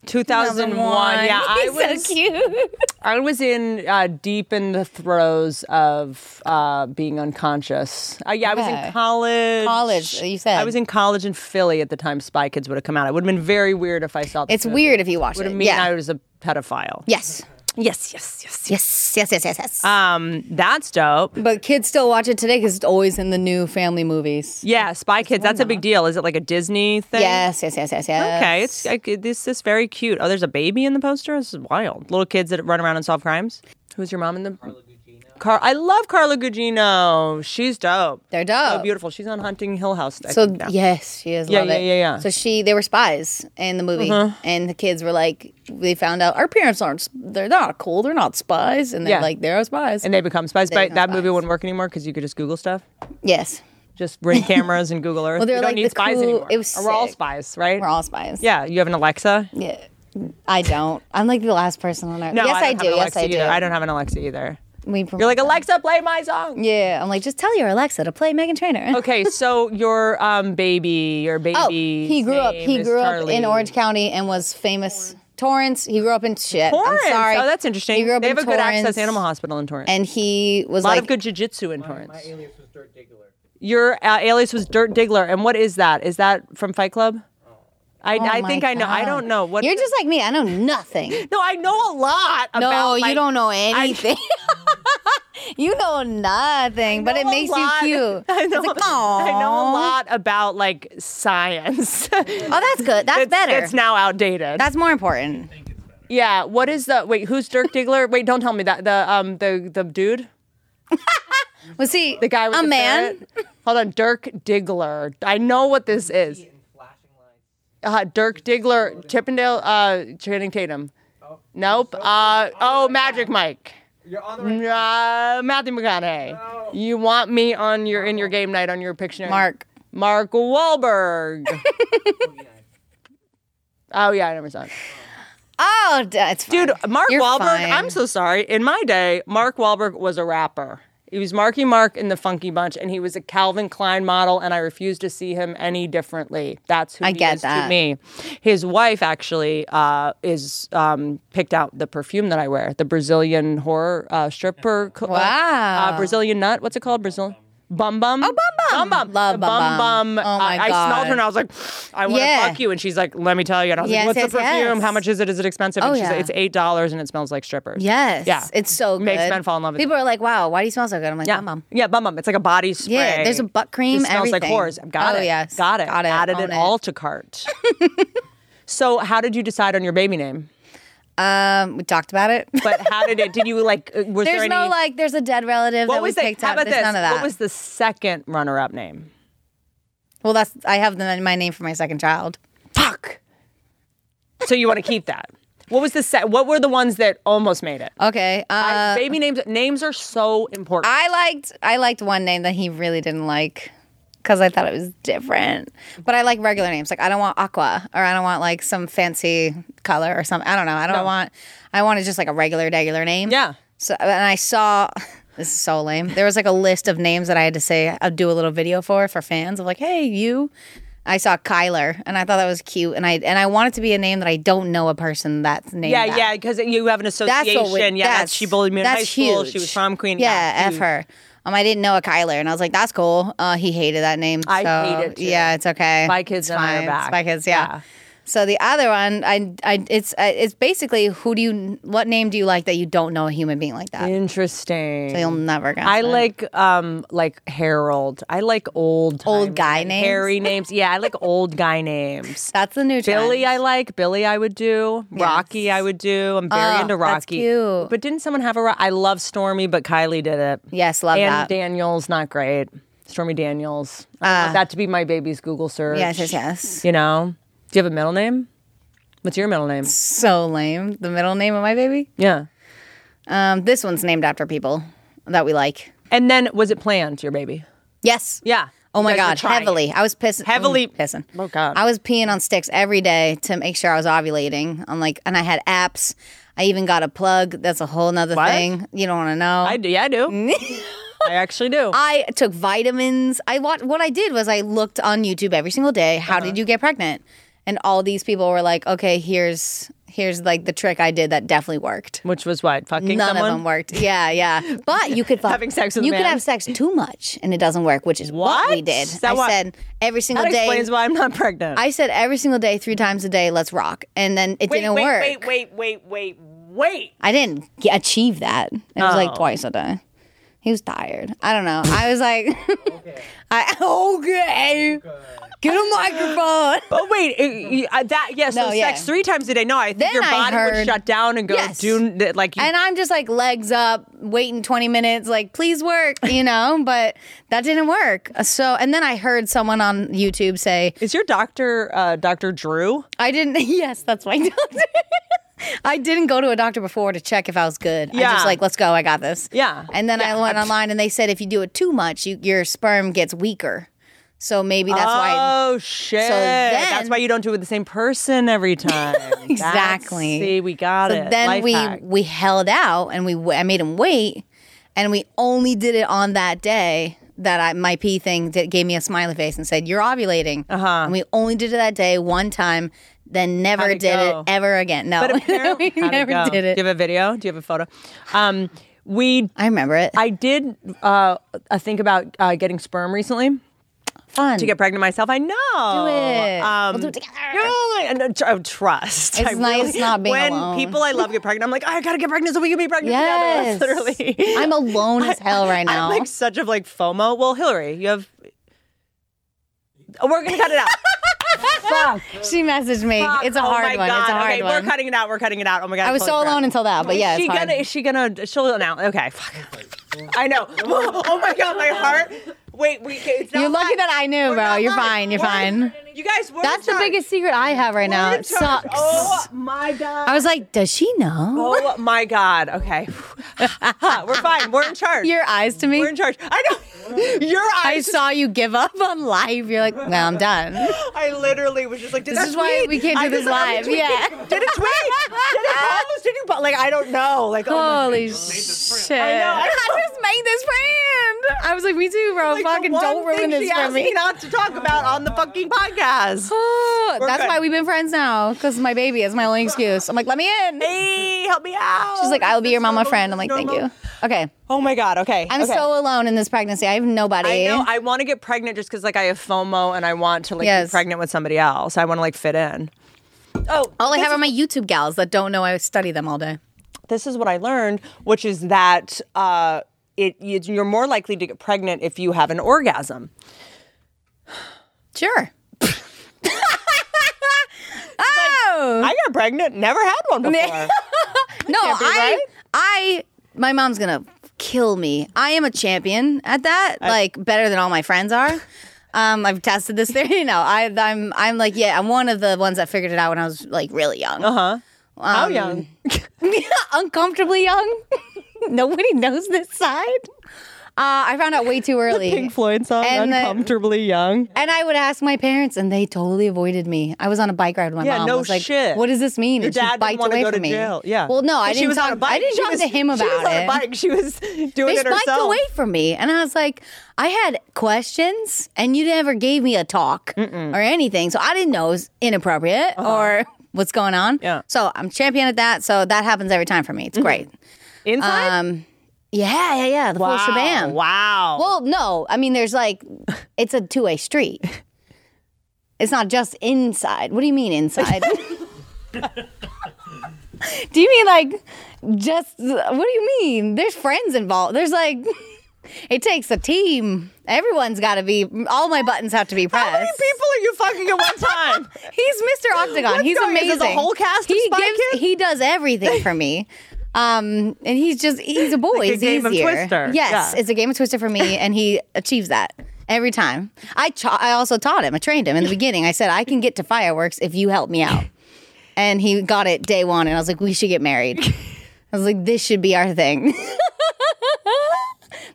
2001. 2001. Yeah, I He's was so cute. I was in uh, deep in the throes of uh, being unconscious. Uh, yeah, I was in Okay. college. College, you said. I was in college in Philly at the time Spy Kids would have come out. It would have been very weird if I saw. This It's weird if you watch Would it. have mean yeah. I was a pedophile. yes. Yes, yes, yes. Yes. Yes. Yes. Yes. Yes. Um, that's dope. but kids still watch it today because it's always in the new family movies. Yeah, Spy Kids. That's a big deal. Is it like a Disney thing? Yes. Yes. Yes. Yes. Yes. Okay, it's I, this is very cute. Oh, there's a baby in the poster. This is wild. Little kids that run around and solve crimes. Who's your mom in the? Carla Gugino. Car. I love Carla Gugino. She's dope. They're so dope. beautiful. She's on Hunting Hill House. I Oh. So think, now. yes, she is. Yeah, love yeah, it. yeah, yeah. Uh-huh. So she, they were spies in the movie, and the kids were like, they found out our parents aren't. They're not cool. They're not spies, and they're Yeah. like, they're spies. and they become spies. They but become that movie spies. wouldn't work anymore because you could just Google stuff. yes, Just bring cameras and Google Earth. Well, they're we don't like need the spies cool- anymore. it was We're all sick. spies, right? we're all spies. Yeah, you have an Alexa. Yeah. I don't. I'm like the last person on earth. No, yes, I, don't have do. an Yes, Alexa I do. either. I don't have an Alexa either. We You're like Alexa, play my song. yeah. I'm like, just tell your Alexa to play Megan Trainor. Okay, so your um baby, your baby. Oh, he grew up. He grew up in Orange County and was famous. Torrance. He grew up in shit. Torrance. I'm sorry. Oh, that's interesting. He grew up they in have a good access Torrance, animal hospital in Torrance. And he was a lot like of good jujitsu in Torrance. My alias was Dirt Diggler. Your uh, alias was Dirt Diggler, and what is that? Is that from Fight Club? I, Oh I my think I know. I God. don't know what. You're just like me. I know nothing. no. I know a lot about. no, like- you don't know anything. you know nothing, but I it know a makes you lot- cute. I know. It's like, I know a "Aw." lot about like science. Oh, that's good. That's better. It's now outdated. that's more important. yeah. What is the wait? Who's Dirk Diggler? wait, don't tell me that the um the the dude. Well, see, The guy with a the man. ferret? Hold on, Dirk Diggler. I know what this is. And flashing lights. Uh, Dirk Diggler, Chippendale, uh, Channing Tatum. Nope. Uh, oh, Magic Mike. You're on the right. Uh, Matthew McConaughey. You want me on your in your game night on your Pictionary? Mark. Mark Wahlberg. oh yeah, I never saw it. Oh, d- it's fine. Dude, Mark You're Wahlberg, fine. I'm so sorry. In my day, Mark Wahlberg was a rapper. He was Marky Mark in the Funky Bunch, and he was a Calvin Klein model, and I refuse to see him any differently. That's who I he get is to that. me. His wife actually uh, is um, picked out the perfume that I wear, the Brazilian horror uh, stripper. co- uh, Wow. uh, Brazilian nut. What's it called? Brazil. Bum bum. Oh, Bum Bum. Bum bum. Love The Bum Bum. Uh, Oh, my I smelled God. her and I was like, I want to Yeah. fuck you. And she's like, let me tell you. And I was Yes, like, what's the yes, yes. perfume? How much is it? Is it expensive? And Oh, she's like, yeah. it's eight dollars and it smells like strippers. Yes. Yeah. It's so good. Makes men fall in love with People are like, wow, why do you smell so good? I'm like, yeah, "Oh, mom. yeah, bum bum. It's like a body spray. Yeah, there's a butt cream, It smells like everything. whores. Got Oh, it. yes. got it. Got it. Added Own it it. all to cart. so, how did you decide on your baby name? Um, we talked about it. But how did it? Did you like? uh, Was there's there any? no like, there's a dead relative what that was we the- picked how up. about there's this? none of that. What was the second runner-up name? well, that's I have the, my name for my second child. Fuck. So you want to keep that? What was the set? What were the ones that almost made it? Okay. Uh, I- I, baby names. Names are so important. liked I liked one name that he really didn't like because I thought it was different. But I like regular names. Like I don't want Aqua or I don't want like some fancy color or something. I don't know. I don't want. I wanted just like a regular, regular name. yeah. So and I saw this is so lame. There was like a list of names that I had to say I'd do a little video for for fans of like, hey, you. I saw Kyler and I thought that was cute and I and I want it to be a name that I don't know a person that's named. Yeah, that. yeah, because you have an That's association. what we, yeah, that's, she bullied me in that's high school. Huge. She was prom queen. Yeah, f dude. her. Um, I didn't know a Kyler, and I was like, "That's cool." Uh, he hated that name. I so, hate it, too. Yeah, it's okay. My kids It's and I are fine. back. It's my kids, yeah. Yeah. So the other one, I, I, it's, uh, it's basically who do you, what name do you like that you don't know a human being like that? Interesting. You'll never guess. I it. like um like Harold. I like old Old guy names? Harry names. Yeah, I like old guy names. That's the new Billy, trend. I like Billy. I would do Rocky. I would do. I'm very Oh, into that's Rocky. cute. But didn't someone have a? Ro- I love Stormy, but Kylie did it. Yes, love and that. Daniels, not great. Stormy Daniels. I want that to be my baby's Google search. Uh. Yes, yes, yes. You know? Do you have a middle name? What's your middle name? So lame. The middle name of my baby. Yeah. Um, this one's named after people that we like. And then was it planned, your baby? Yes. Yeah. Oh my You guys were god, trying it. heavily. I was pissing. mm, Heavily- pissing. Oh, God. I was peeing on sticks every day to make sure I was ovulating. I'm like, and I had apps. I even got a plug. That's a whole nother What? thing. You don't want to know. I do. Yeah, I do. I actually do. I took vitamins. I wa- what I did was I looked on YouTube every single day. How Uh-huh. did you get pregnant? And all these people were like, okay, here's here's like the trick I did that definitely worked. Which was what? Fucking None someone? of them worked. Yeah, yeah. But you could fuck, Having sex with a you could man. have sex too much and it doesn't work, which is what, we What? did. Is that I why- said every single That day. explains why I'm not pregnant. I said every single day, three times a day, let's rock. And then it didn't work. wait, wait, wait, wait. I didn't g- achieve that. It was Oh. like twice a day. He was tired. I don't know. I was like, I okay, get a microphone. Oh wait, it- you- uh, that yes, No, so yeah. sex three times a day. No, I think Then your I body would heard- shut down and go Yes. do that like you, And I'm just like legs up, waiting 20 minutes, like please work, you know. But that didn't work. So and then I heard someone on YouTube say, Is your doctor uh, Dr. Drew? I didn't. Yes, that's my doctor. I didn't go to a doctor before to check if I was good. I Yeah. just like, let's go. I got this. Yeah. And then I Yeah. went online and they said if you do it too much, you, your sperm gets weaker. So maybe that's why. Oh shit! that's then- why you don't do it with the same person every time. That's- Exactly. see, we got So it. then Life we hack. we held out and we w- I made him wait, and we only did it on that day that I, my pee thing did, gave me a smiley face and said you're ovulating. Uh-huh. Uh huh. And we only did it that day one time. Then never How'd it did go? it ever again. No, But apparently, we how'd it never go? did it. Do you have a video? Do you have a photo? Um, we, I remember it. I did uh, a think about uh, getting sperm recently Fun to get pregnant myself. I know. Do it. Um, we'll do it together. no, I- and, uh, tr- uh, trust. It's I nice not being when alone. people I love get pregnant. I'm like, "Oh, I gotta get pregnant so we can be pregnant Yes. together. That's Literally, I'm alone as hell right now. I'm like such of like FOMO. Well, Hillary, you have. Oh, We're gonna cut it out. Fuck. she messaged me. Fuck. It's a Oh hard my one. It's God. a hard okay, one. We're cutting it out. We're cutting it out. Oh my god. I was holy so crap. alone until that, but yeah, is it's she fine. gonna? Is she gonna? She'll now. Okay. Fuck. I know. Oh my god, my heart. Wait, we. can- It's not You're lucky live. that I knew, We're bro. not You're live. fine. You're We're- fine. You guys. We're That's the charged. biggest secret I have right now. We're It charged. sucks. Oh my god. I was like, does she know? Oh my God. Okay. We're fine. We're in charge. Your eyes to me. We're in charge. I know. Your I eyes. saw you give up on life. You're like, well, I'm done. I literally was just like, did This that is why tweet? we can't do I this just- I live. tweeted. Yeah. Did it tweet? did it almost? Did you? But like, I don't know. Like, oh my Holy shit. I know. I just made this friend. I was like, me too, bro. Like, the Fucking one don't ruin thing this she for asked me. not to talk about on the fucking podcast. Oh, that's good. why we've been friends now. Because my baby is my only excuse. I'm like, let me in. Hey, help me out. She's like, I'll be your That's mama normal. friend. I'm That's like, thank normal. you. Okay, Oh my god. Okay. I'm okay. so alone in this pregnancy. I have I nobody. know. I want to get pregnant just because like I have FOMO and I want to like Yes. be pregnant with somebody else. I want to like fit in. Oh, All I have are my YouTube gals that don't know I study them all day. this is what I learned, which is that uh, it you- you're more likely to get pregnant if you have an orgasm. Sure. oh I got pregnant, never had one before. no, be I, right. I, my mom's gonna kill me. I am a champion at that. like better than all my friends are. Um, I've tested this theory. No, I, I'm, I'm like, yeah, I'm one of the ones that figured it out when I was like really young. Uh-huh. Um, How young? uncomfortably young. Nobody knows this side. Uh, I found out way too early. Pink Floyd song, And the- uncomfortably young. and I would ask my parents, and they totally avoided me. I was on a bike ride with my Yeah, mom. no I was like, shit. What does this mean? Your and she dad didn't biked want to away go from to me. jail. Yeah. Well, no, I But she didn't was talk. on a bike. I didn't She talk was- to him about she was it. On a bike. She was doing They it spiked herself. away from me, and I was like, I had questions, and you never gave me a talk or anything, so I didn't know it was inappropriate or what's going on. Uh-huh. Yeah. Mm-hmm. So I'm champion at that. So that happens every time for me. It's great. Inside. Um, yeah, yeah, yeah. The wow. full shabam. Wow. Well, no, I mean, there's like, it's a two way street. It's not just inside. What do you mean inside? do you mean like just? What do you mean? There's friends involved. There's like, it takes a team. Everyone's got to be. All my buttons have to be pressed. How many people are you fucking at one time? He's Mr. Octagon. What's he's going- is amazing. it the whole cast of he Spy Kids? He does everything for me. Um, and he's just he's a boy. a he's game of easier. Twister. Yes, Yeah. it's a game of Twister for me, and he achieves that every time. I cha- I also taught him. I trained him in the beginning. I said I can get to fireworks if you help me out, and he got it day one. And I was like, we should get married. I was like, this should be our thing.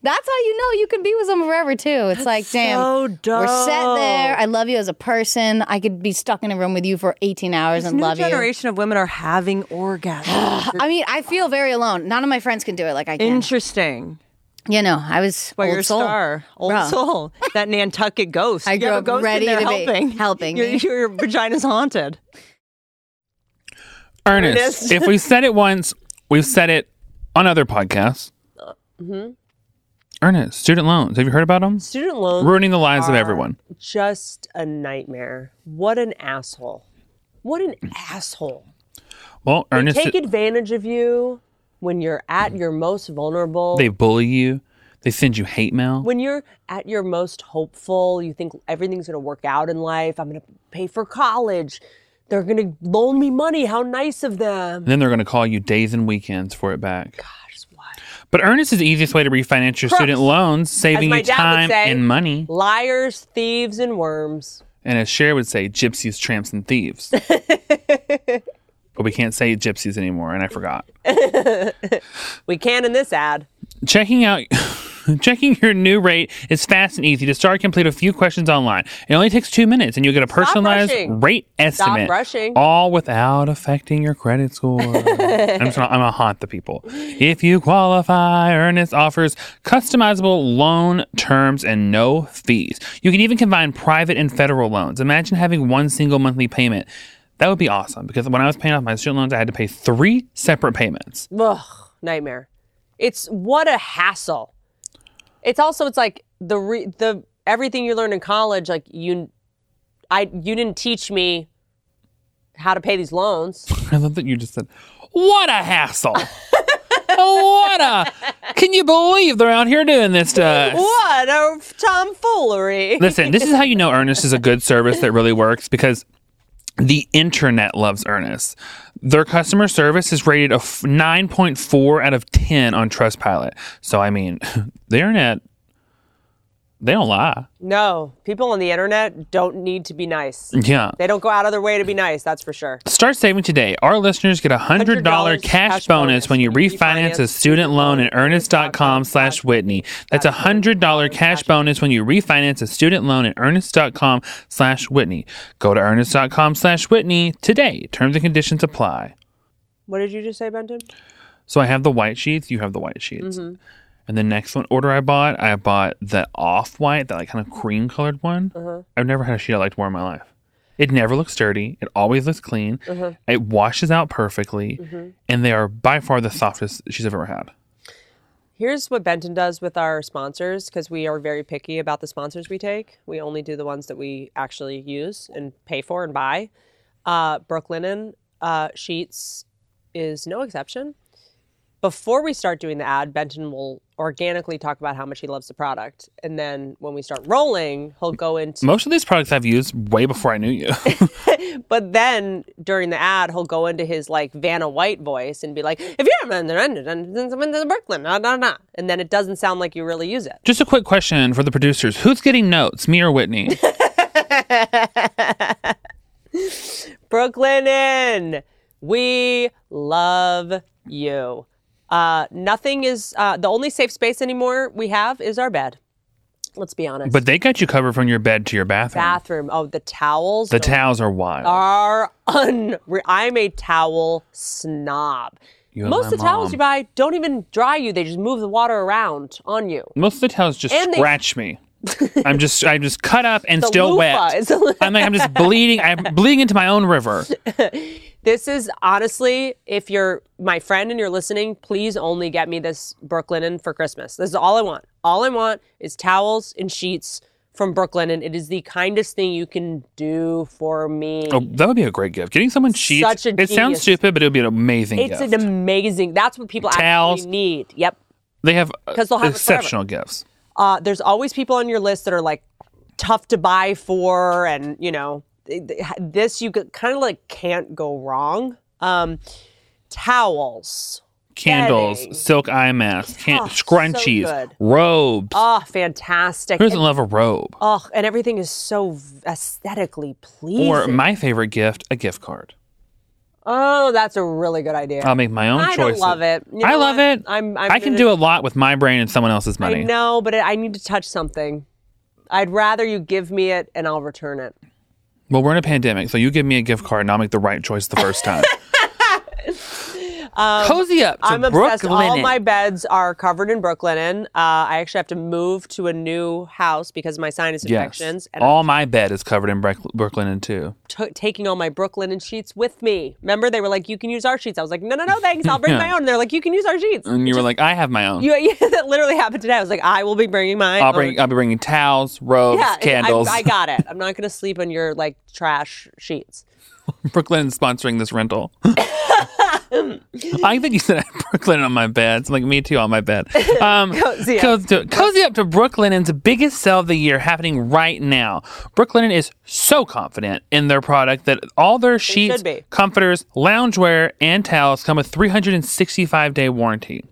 That's how you know you can be with someone forever too. It's like, damn, so we're set there. dope. I love you as a person. I could be stuck in a room with you for 18 hours and New love you. generation of women are having orgasms. I mean, I feel very alone. None of my friends can do it like I can. Interesting. you know, I was Well, old you're a soul. star, old Bruh. soul. That Nantucket ghost. I You grew have a up ghost in ready there to be- helping. helping Your, me. your, vagina's haunted. Ernest, Ernest. if we've said it once, we've said it on other podcasts. Uh, mm-hmm. Ernest, student loans. Have you heard about them? Student loans Ruining the lives of are everyone. Just a nightmare. What an asshole. What an asshole. Well, Ernest, Take advantage of you when you're at your most vulnerable. they bully you. They send you hate mail. when you're at your most hopeful, you think everything's going to work out in life. I'm going to pay for college. They're going to loan me money. How nice of them. And then they're going to call you days and weekends for it back. Gosh, what? But Earnest is the easiest way to refinance your student loans, saving my you dad would time say. and money. Liars, thieves, and worms. And as Cher would say, gypsies, tramps, and thieves. but we can't say gypsies anymore, and I forgot. We can in this ad. Checking out. Checking your new rate is fast and easy. To start, complete a few questions online. It only takes two minutes, and you'll get a personalized rushing. rate estimate. rushing. All without affecting your credit score. I'm just gonna, I'm gonna haunt the people. If you qualify, Earnest offers customizable loan terms and no fees. You can even combine private and federal loans. Imagine having one single monthly payment. That would be awesome because when I was paying off my student loans, I had to pay three separate payments. Ugh, nightmare. It's what a hassle. It's also it's like the re, the everything you learned in college, like you, I you didn't teach me how to pay these loans. I love that you just said, "What a hassle! what a! Can you believe they're out here doing this to us?" What a tomfoolery. Listen, this is how you know Earnest is a good service that really works because the internet loves Earnest. Their customer service is rated a f- 9.4 out of 10 on Trustpilot. So I mean, the internet they don't lie. No, people on the internet don't need to be nice. Yeah. They don't go out of their way to be nice, that's for sure. Start saving today. Our listeners get a $100, $100 cash, cash bonus when you bonus refinance a refinance student loan at earnest.com slash Whitney. That's a $100 cash bonus when you refinance a student loan at earnest.com slash Whitney. Go to earnest.com slash Whitney today. Terms and conditions apply. What did you just say, Benton? So I have the white sheets. You have the white sheets. And the next one order I bought, I bought the off white, that like kind of cream colored one. I've never had a sheet I liked more in my life. It never looks dirty. It always looks clean. It washes out perfectly. And they are by far the softest she's ever had. Here's what Benton does with our sponsors because we are very picky about the sponsors we take. We only do the ones that we actually use and pay for and buy. Uh, Brooklinen uh, Sheets is no exception. Before we start doing the ad, Benton will organically talk about how much he loves the product. And then when we start rolling, he'll go into Most of these products I've used way before I knew you. But then during the ad, he'll go into his like Vanna White voice and be like, "If you're not in Brooklyn, nah, nah, nah," and then it doesn't sound like you really use it. Just a quick question for the producers Who's getting notes, me or Whitney? Brooklyn in, we love you. Uh, nothing is uh, the only safe space anymore we have is our bed. Let's be honest. but they got you covered from your bed to your bathroom. bathroom. Oh, the towels. the towels are wild. are unreal. I'm a towel snob. You and Most my of the towels mom. you buy don't even dry you; they just move the water around on you. Most of the towels just And they- scratch me. I'm just I'm just cut up and The still loofah wet. is a- I'm like I'm just bleeding. I'm bleeding into my own river. this is honestly, if you're my friend and you're listening, please only get me this Brooklinen for Christmas. This is all I want. All I want is towels and sheets from Brooklinen. It is the kindest thing you can do for me. Oh, that would be a great gift. Getting someone sheets. Such a it sounds genius. stupid, but it would be an amazing it's an gift. amazing. That's what people Towels. actually need. Yep. they have, uh, 'Cause they'll have it forever. exceptional gifts. uh, there's always people on your list that are like tough to buy for and you know th- th- this you kind of like can't go wrong um, towels Candles, Bedding. silk eye masks, can- Oh, so scrunchies, good. robes. oh fantastic Who doesn't love a robe? oh and everything is so v- aesthetically pleasing Or my favorite gift, a gift card. oh that's a really good idea I'll make my own I choices. don't love it. You I know love what? it. I'm- I'm I can gonna- do a lot with my brain and someone else's i money. know but i I need to touch something i'd rather you give me it and i'll return it Well, we're in a pandemic, so you give me a gift card and I'll make the right choice the first time. Cozy up to Um, I'm obsessed. All Brooklinen. my beds are covered in Brooklinen. Uh, I actually have to move to a new house because of my sinus yes. infections, and All my bed is covered in Brec- Brooklinen too. I'm t- taking all my Brooklinen sheets with me. Remember, they were like, "You can use our sheets." I was like, "No, no, no, thanks. I'll bring Yeah. my own." And they're like, "You can use our sheets." And you were like, I have my own. You, yeah, that literally happened today. I was like, "I will be bringing my I'll own." bring. I'll be bringing towels, robes, yeah, I- candles. I, I got it. I'm not going to sleep on your like trash sheets. Brooklyn is sponsoring this rental. I think you said Brooklyn on my bed. It's like me too on my bed. Um, Cozy up. cozy, to, cozy up to Brooklinen's biggest sale of the year happening right now. Brooklinen is so confident in their product that all their sheets, should be. comforters, loungewear, and towels come with 365 day warranty.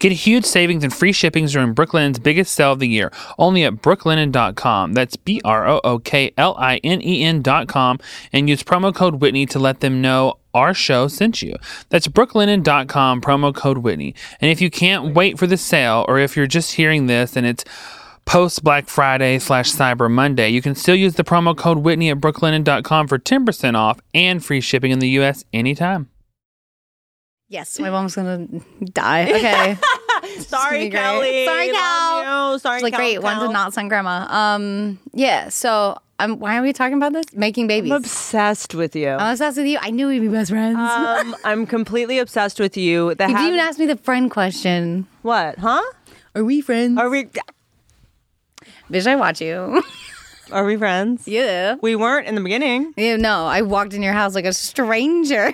Get huge savings and free shippings during Brooklinen's biggest sale of the year, only at brooklinen.com. That's B R O O K L I N E N.com and use promo code Whitney to let them know our show sent you. That's brooklinen.com, promo code Whitney. And if you can't wait for the sale, or if you're just hearing this and it's post Black Friday slash Cyber Monday, you can still use the promo code Whitney at brooklinen.com for 10% off and free shipping in the U.S. anytime. Yes, my mom's gonna die. Okay. Sorry, be great. Kelly. Sorry, Love Cal. you. Sorry, It's like Cal, great one Cal. to not son grandma. Um, yeah. So, um, why are we talking about this? Making babies. I'm I'm obsessed with you. obsessed with you. I knew we'd be best friends. Um, I'm completely obsessed with you. The you hav- didn't even ask me the friend question. what? Huh? Are we friends? Are we? Bitch, I watch you. Are we friends? yeah. We weren't in the beginning. Yeah. No, I walked in your house like a stranger.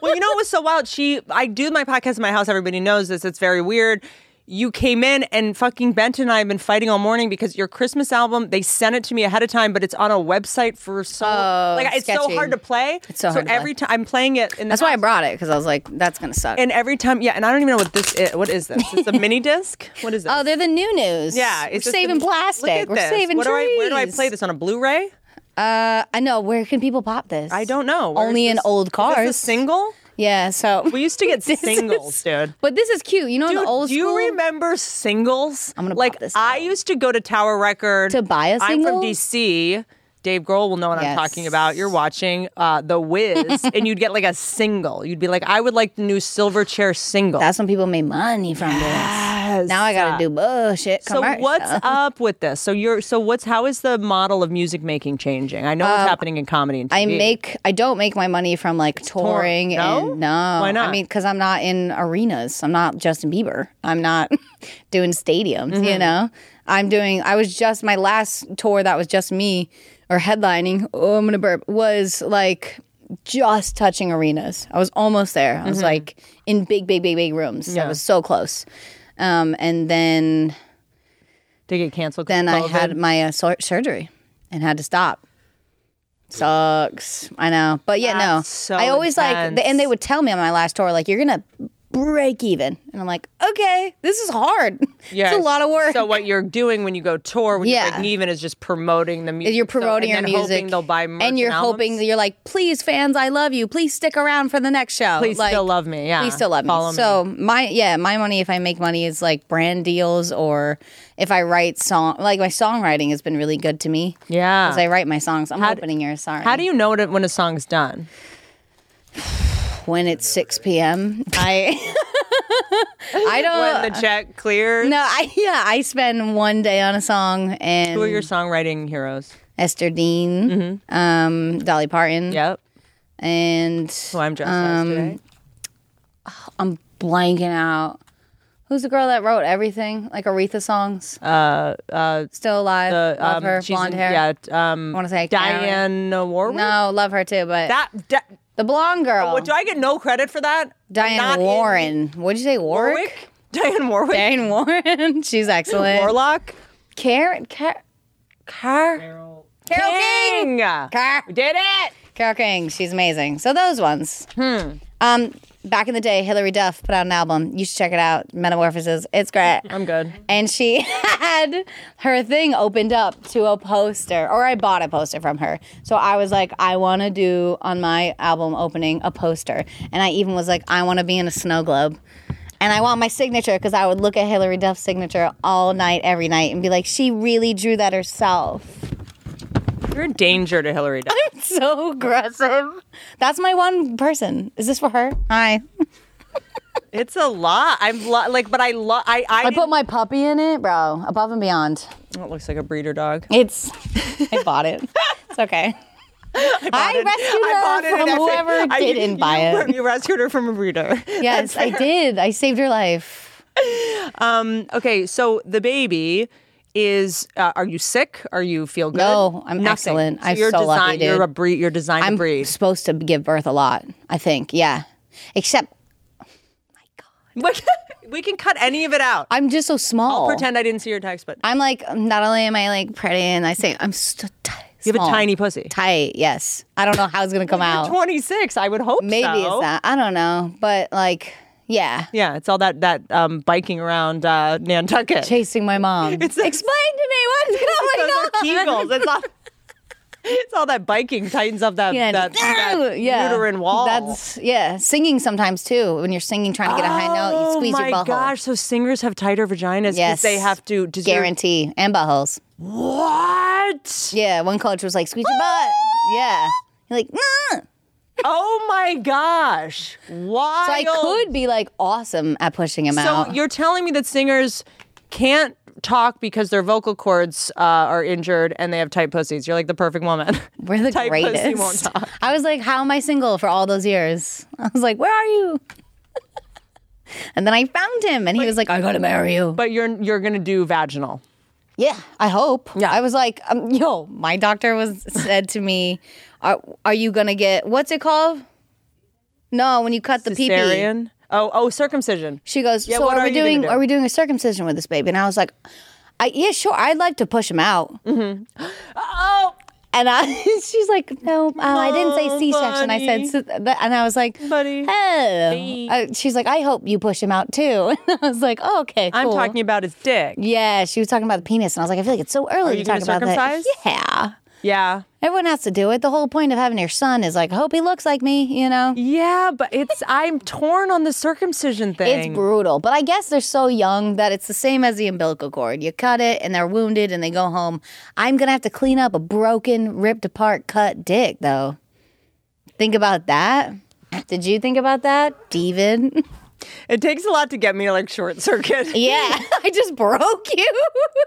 well, you know what was so wild? She, I do my podcast in my house. Everybody knows this. It's very weird. You came in and fucking Benton and I have been fighting all morning because your Christmas album, they sent it to me ahead of time, but it's on a website for so Oh, like it's so sketchy. hard to play. It's so hard to play. every time I'm playing it in the That's why I house, brought it because I was like, that's gonna suck. and every time yeah, and I don't even know what this is. What is this? It's a mini disc? What is this? oh, they're the new news. yeah, We're it's just a- saving look at plastic. We're this. saving what do trees. I, where do I play this on a Blu-ray? Uh, I know. Where can people pop this? I don't know. Where Only is in this? old Is this cars. a single? Yeah. So We used to get This is- singles, dude. But this is cute. You know, in Dude, the old do you school- remember singles? I'm gonna pop like this I out. used to go to Tower Record To buy a I'm single? from DC. Dave Grohl will know what Yes. I'm talking about. You're watching uh, The Wiz, and you'd get like a single. You'd be like, "I would like the new Silverchair single." That's when people made money from this. Now I got to do bullshit. so commercial. what's up with this? So you're so what's how is the model of music making changing? I know what's happening in comedy and TV. Uh, I make. I don't make my money from like touring. No? and no. Why I not? mean, because I'm not in arenas. I'm not Justin Bieber. I'm not doing stadiums. Mm-hmm. You know, I'm doing. I was just my last tour that was just me or headlining. Oh, I'm gonna burp. Was like just touching arenas. I was almost there. I was Mm-hmm. like in big, big, big, big rooms. I was so close. Um, and then to get canceled. 'cause then of I had COVID? my uh, sur- surgery and had to stop. Sucks. I know. But yeah, no. That's so I always like, intense. and they would tell me on my last tour, like, you're going to break even. And I'm like, okay, this is hard. it's Yes. a lot of work. So what you're doing when you go tour, when Yeah. you're breaking even, is just promoting the music. you're So- promoting and then your hoping music. they'll buy merch and you're albums. hoping that you're like, please, fans, I love you. Please stick around for the next show. Please like, still love me. Yeah. Please still love Follow me. So my yeah, my money if I make money is like brand deals or if I write song like my songwriting has been really good to me. Yeah. As I write my songs. I'm d- opening yours, sorry. Ah. How do you know it when a song's done? when it's 6 p.m. I When I don't the check clears. Uh, no, I yeah, I spend one day on a song and Who are your songwriting heroes? Esther Dean, um, Dolly Parton, Yep. and Who I'm dressed Um, as today. I'm blanking out. Who's the girl that wrote everything like Aretha songs? Uh, uh, still alive, Uh, love um, her, she's in- blonde hair. Yeah. Um, I want to say Karen. Diane Warwick. No, love her too, but That. that the blonde girl, what, do I get no credit for that? Not in Diane Warren. What'd you say, Warwick? Warwick. Diane Warwick. Diane Warren. She's excellent. Warlock. Karen, Car, Car, Carol, Carol King. King. Car, We Did it. Carol King. She's amazing. So those ones. Hmm. Um, back in the day, Hilary Duff put out an album. You should check it out. Metamorphoses. It's great. I'm good. and she had her thing opened up to a poster, or I bought a poster from her. So I was like, I want to do on my album opening a poster, and I even was like, I want to be in a snow globe, and I want my signature because I would look at Hillary Duff's signature all night, every night, and be like, she really drew that herself. You're a danger to Hillary Duff. So aggressive. That's my one person. Is this for her? Hi. It's a lot. I'm lo- like, but I love. I I, I didn't- put my puppy in it, bro. Above and beyond. That looks like a breeder dog. It's. I bought it. It's okay. I, rescued her from and whoever everything. I- didn't buy you, it. You rescued her from a breeder. Yes, I did. I saved her life. Okay, so the baby is uh, are you sick? Are you feel good? No, I'm Nothing. excellent. I'm you're so design, lucky, dude. You're a breed. You're designed I'm to breed. supposed to give birth a lot, I think. Yeah. Except we can cut any of it out. I'm just so small. I'll pretend I didn't see your text, but I'm like, not only am I like pretty and I say, I'm so tight. you have a tiny pussy. Tight, yes. I don't know how it's going to come out. 26. I would hope. Maybe so. it's that. I don't know. But like, yeah. Yeah, it's all that that um, biking around uh, Nantucket. Chasing my mom. Explain to me what's Those going are on. Kegels. It's all, it's all that biking tightens up that, Yeah, that, that uterine wall. That's yeah. Singing sometimes too. When you're singing, trying to get a high note, you oh squeeze my your butthole. gosh! So singers have tighter vaginas because Yes. they have to does your- Guarantee and buttholes. what? Yeah, one coach was like, squeeze your butt. Yeah. You're like, nah. Oh my gosh! Why? So I could be like awesome at pushing him So out. you're telling me that singers can't talk because their vocal cords uh, are injured and they have tight pussies. You're like the perfect woman. We're the tight pussy greatest. won't talk. I was like, how am I single for all those years? I was like, where are you? and then I found him and he was like, I gotta marry you. but you're you're gonna do vaginal. Yeah, I hope. Yeah. I was like, um, yo, my doctor was said to me, are, are you going to get, what's it called? No, when you cut the pee Cesarean. Oh, oh, circumcision. She goes, Yeah, so what are, are we you gonna doing, do?" are we doing a circumcision with this baby? And I was like, I, yeah, sure. I'd like to push him out. Mm-hmm. Oh, And I, she's like, no, um, I didn't say C-section. I said, buddy. so- that- and I was like, Buddy. oh. I- she's like, I hope you push him out too. And I was like, oh, okay, I'm cool." talking about his dick. Yeah, she was talking about the penis, and I was like, I feel like it's so early you to talk gonna about that. circumcise? Yeah. Yeah. Everyone has to do it. The whole point of having your son is like, hope he looks like me, you know? Yeah, but it's I'm torn on the circumcision thing. It's brutal. But I guess they're so young that it's the same as the umbilical cord. You cut it and they're wounded and they go home. I'm going to have to clean up a broken, ripped apart, cut dick, though. Think about that. Did you think about that, David? it takes a lot to get me to like short circuit. Yeah, I just broke you.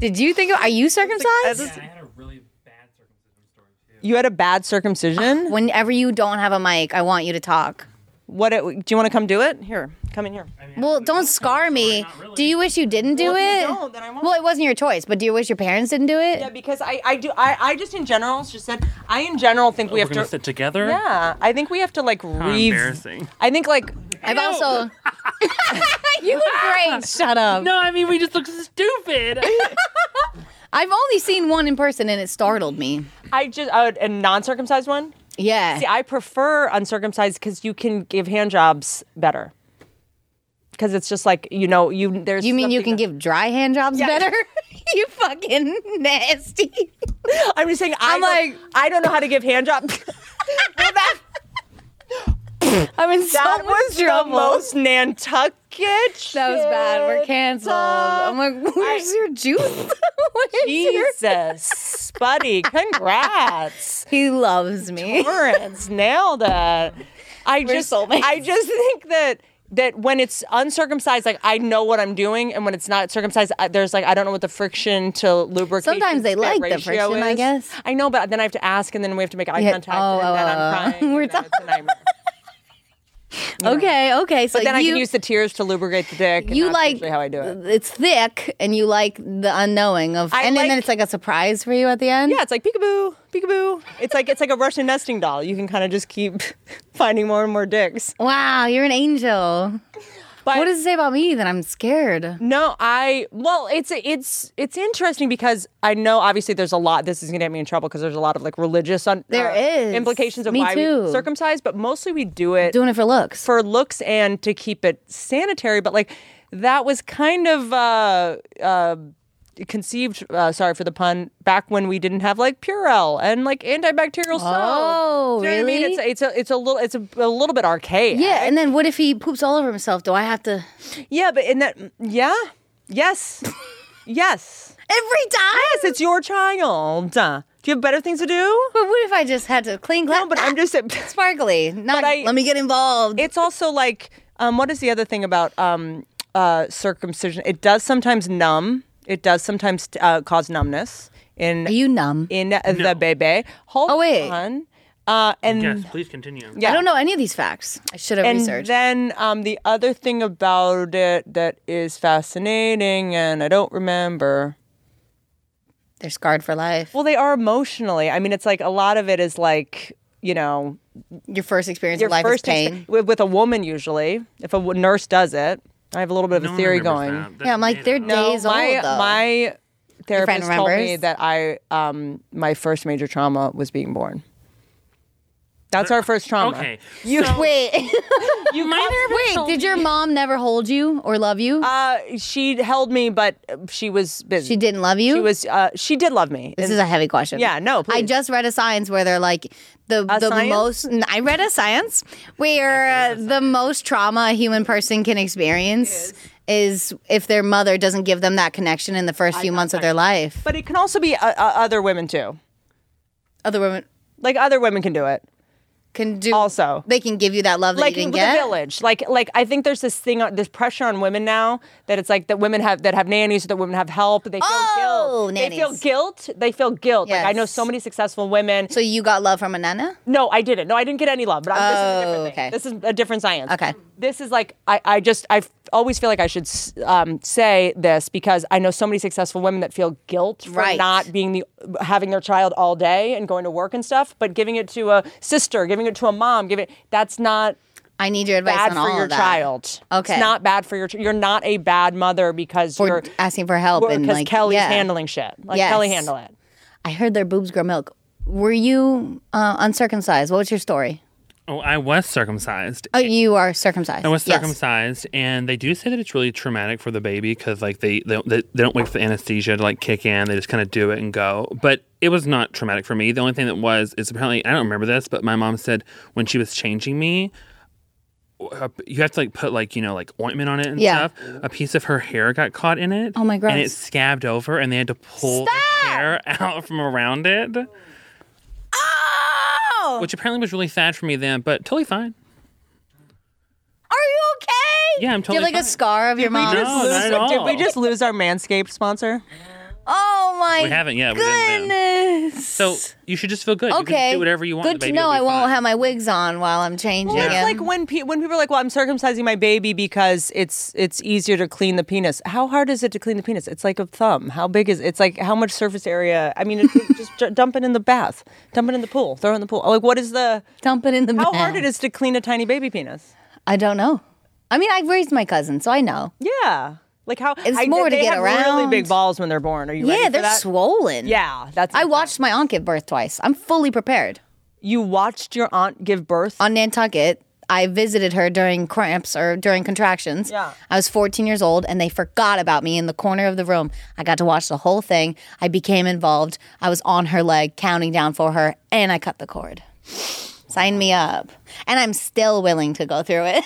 Did you think? Of, are you circumcised? I had a really bad circumcision story too. You had a bad circumcision. Whenever you don't have a mic, I want you to talk. What? It, do you want to come do it? Here, come in here. Well, don't scar me. Do you wish you didn't do it? don't, then I won't. Well, it wasn't your choice, but do you wish your parents didn't do it? Yeah, because I I do I I just in general just said I in general think we Oh, We're have gonna to. sit together. Yeah, I think we have to like How re. embarrassing. I think like I've also. you look great. Shut up. No, I mean we just look stupid. I've only seen one in person and it startled me. I just uh, a non-circumcised one. Yeah. See, I prefer uncircumcised because you can give hand jobs better. Because it's just like you know you there's. you mean you something- can give dry hand jobs Yeah. better? you fucking nasty. I'm just saying. I'm I'm like- like I don't know how to give hand jobs. that I'm in so that much was the trouble. most Nantucket. that was bad. We're canceled. I'm like, where's your juice? Where's your- Jesus, buddy, congrats. He loves me. Lawrence nailed it. I just soulmates. I just think that that when it's uncircumcised, like I know what I'm doing, and when it's not circumcised, I, there's like I don't know what the friction to lubrication. Sometimes they spit like the ratio friction, I is. guess. I know, but then I have to ask, and then we have to make eye Yeah. contact, Oh, and oh, then oh, I'm oh. crying. We're and then it's a nightmare. Okay, okay. So But then you, I can use the tears to lubricate the dick. and you that's like usually how I do it. It's thick, and you like the unknowing of, I and, then- then like- it's like a surprise for you at the end. Yeah, it's like peekaboo, peekaboo. It's like it's like a Russian nesting doll. You can kind of just keep finding more and more dicks. Wow, you're an angel. But What does it say about me that I'm scared? No, I well, it's it's it's interesting because I know obviously there's a lot. This is gonna get me in trouble because there's a lot of like religious un- There uh, is. implications of Me why too. we circumcise, but mostly we do it Doing it for looks. for looks and to keep it sanitary. But like that was kind of uh, uh, conceived. Uh, sorry for the pun. Back when we didn't have like Purell and like antibacterial soap. Oh, Do you know what I really? mean? It's a, it's a it's a little it's a, a little bit archaic. yeah, and then what if he poops all over himself? Do I have to yeah, but in that yeah, yes, yes. every time? Yes, it's your child. Uh, Do you have better things to do? But what if I just had to clean glass? No, but I'm just. sparkly. Not I- let me get involved. It's also like, um, what is the other thing about um, uh, circumcision? It does sometimes numb. It does sometimes uh, cause numbness in Are you numb? in the baby. Hold Oh, wait. on. Uh, and Yes, please continue. yeah, I don't know any of these facts. I should have and researched. then um, the other thing about it that is fascinating, and I don't remember. They're scarred for life. Well, they are emotionally. I mean, it's like a lot of it is like you know Your first experience your of life first is pain. expe- with, with a woman usually. If a w- nurse does it, I have a little bit of a theory going. yeah, I'm like they're No, days my old though. my therapist told me remembers? that I um my first major trauma was being born. That's our first trauma. Okay. You Wait, You might wait. Did your mom never hold you or love you? uh she held me but she was busy. she didn't love you. She was uh she did love me. This is a heavy question. Yeah, no, I please. just read a science where they're like the the science? most. n- I read a science where uh, the most trauma a human person can experience is. if their mother doesn't give them that connection in the first few months of their life. but it can also be uh, uh, other women too. Other women Like other women can do it. can do Also. They can give you that love that like you didn't with get. the village like like i think there's this thing this pressure on women now that it's like that women have that have nannies that women have help they feel Oh, guilt they feel nannies. guilt they feel guilt like i know Yes. so many successful women So you got love from a nana. no i didn't no i didn't get any love but I'm, this is a Oh, different thing. okay. this is a different science Okay. this is like i, I just i always feel like i should s- um, say this because i know so many successful women that feel guilt for Right. not being the having their child all day and going to work and stuff but giving it to a sister giving it to a mom giving that's not I need your advice bad on for all your of that. child. Okay. it's not bad for your. Ch- you're not a bad mother because Or you're asking for help and because like Kelly's yeah. handling shit. Like Yes. Kelly handle it. I heard their boobs grow milk. Were you uh, uncircumcised? What was your story? Oh, I was circumcised. Oh, you are circumcised. I was Yes. circumcised, and they do say that it's really traumatic for the baby because like they they, don't- they they don't wait for the anesthesia to like kick in. They just kind of do it and go. But it was not traumatic for me. The only thing that was is apparently I don't remember this, but my mom said when she was changing me, uh, you have to like put like you know like ointment on it and Yeah. stuff. A piece of her hair got caught in it. Oh, my And it gross. scabbed over, and they had to pull the hair out from around it. Oh! Which apparently was really sad for me then, but totally fine. Are you okay? Yeah, I'm Do you totally. have like a fine. scar of your mom? just- No, not at Did all. we just lose our Manscaped sponsor? Oh my We haven't yet. We didn't know. goodness. So you should just feel good. You okay. can do whatever you want. Good the to baby know will be I won't fine. have my wigs on while I'm changing. Well, them. it's like when pe- when people are like, "Well, I'm circumcising my baby because it's it's easier to clean the penis." How hard is it to clean the penis? It's like a thumb. How big is it's like how much surface area? I mean, it, it- just ju- dump it in the bath, dump it in the pool, throw it in the pool. Like, what is the dump it in the how bath. hard it is to clean a tiny baby penis? I don't know. I mean, I've raised my cousin, so I know. Yeah, like how It's more to they get have Really around. big balls when they're born. Are you ready yeah, for they're that? swollen. Yeah, that's. I watched my aunt give birth twice. I'm fully prepared. You watched your aunt give birth. on Nantucket. I visited her during cramps or during contractions. Yeah. I was 14 years old and they forgot about me in the corner of the room. I got to watch the whole thing. I became involved. I was on her leg counting down for her and I cut the cord. Sign me up. And I'm still willing to go through it.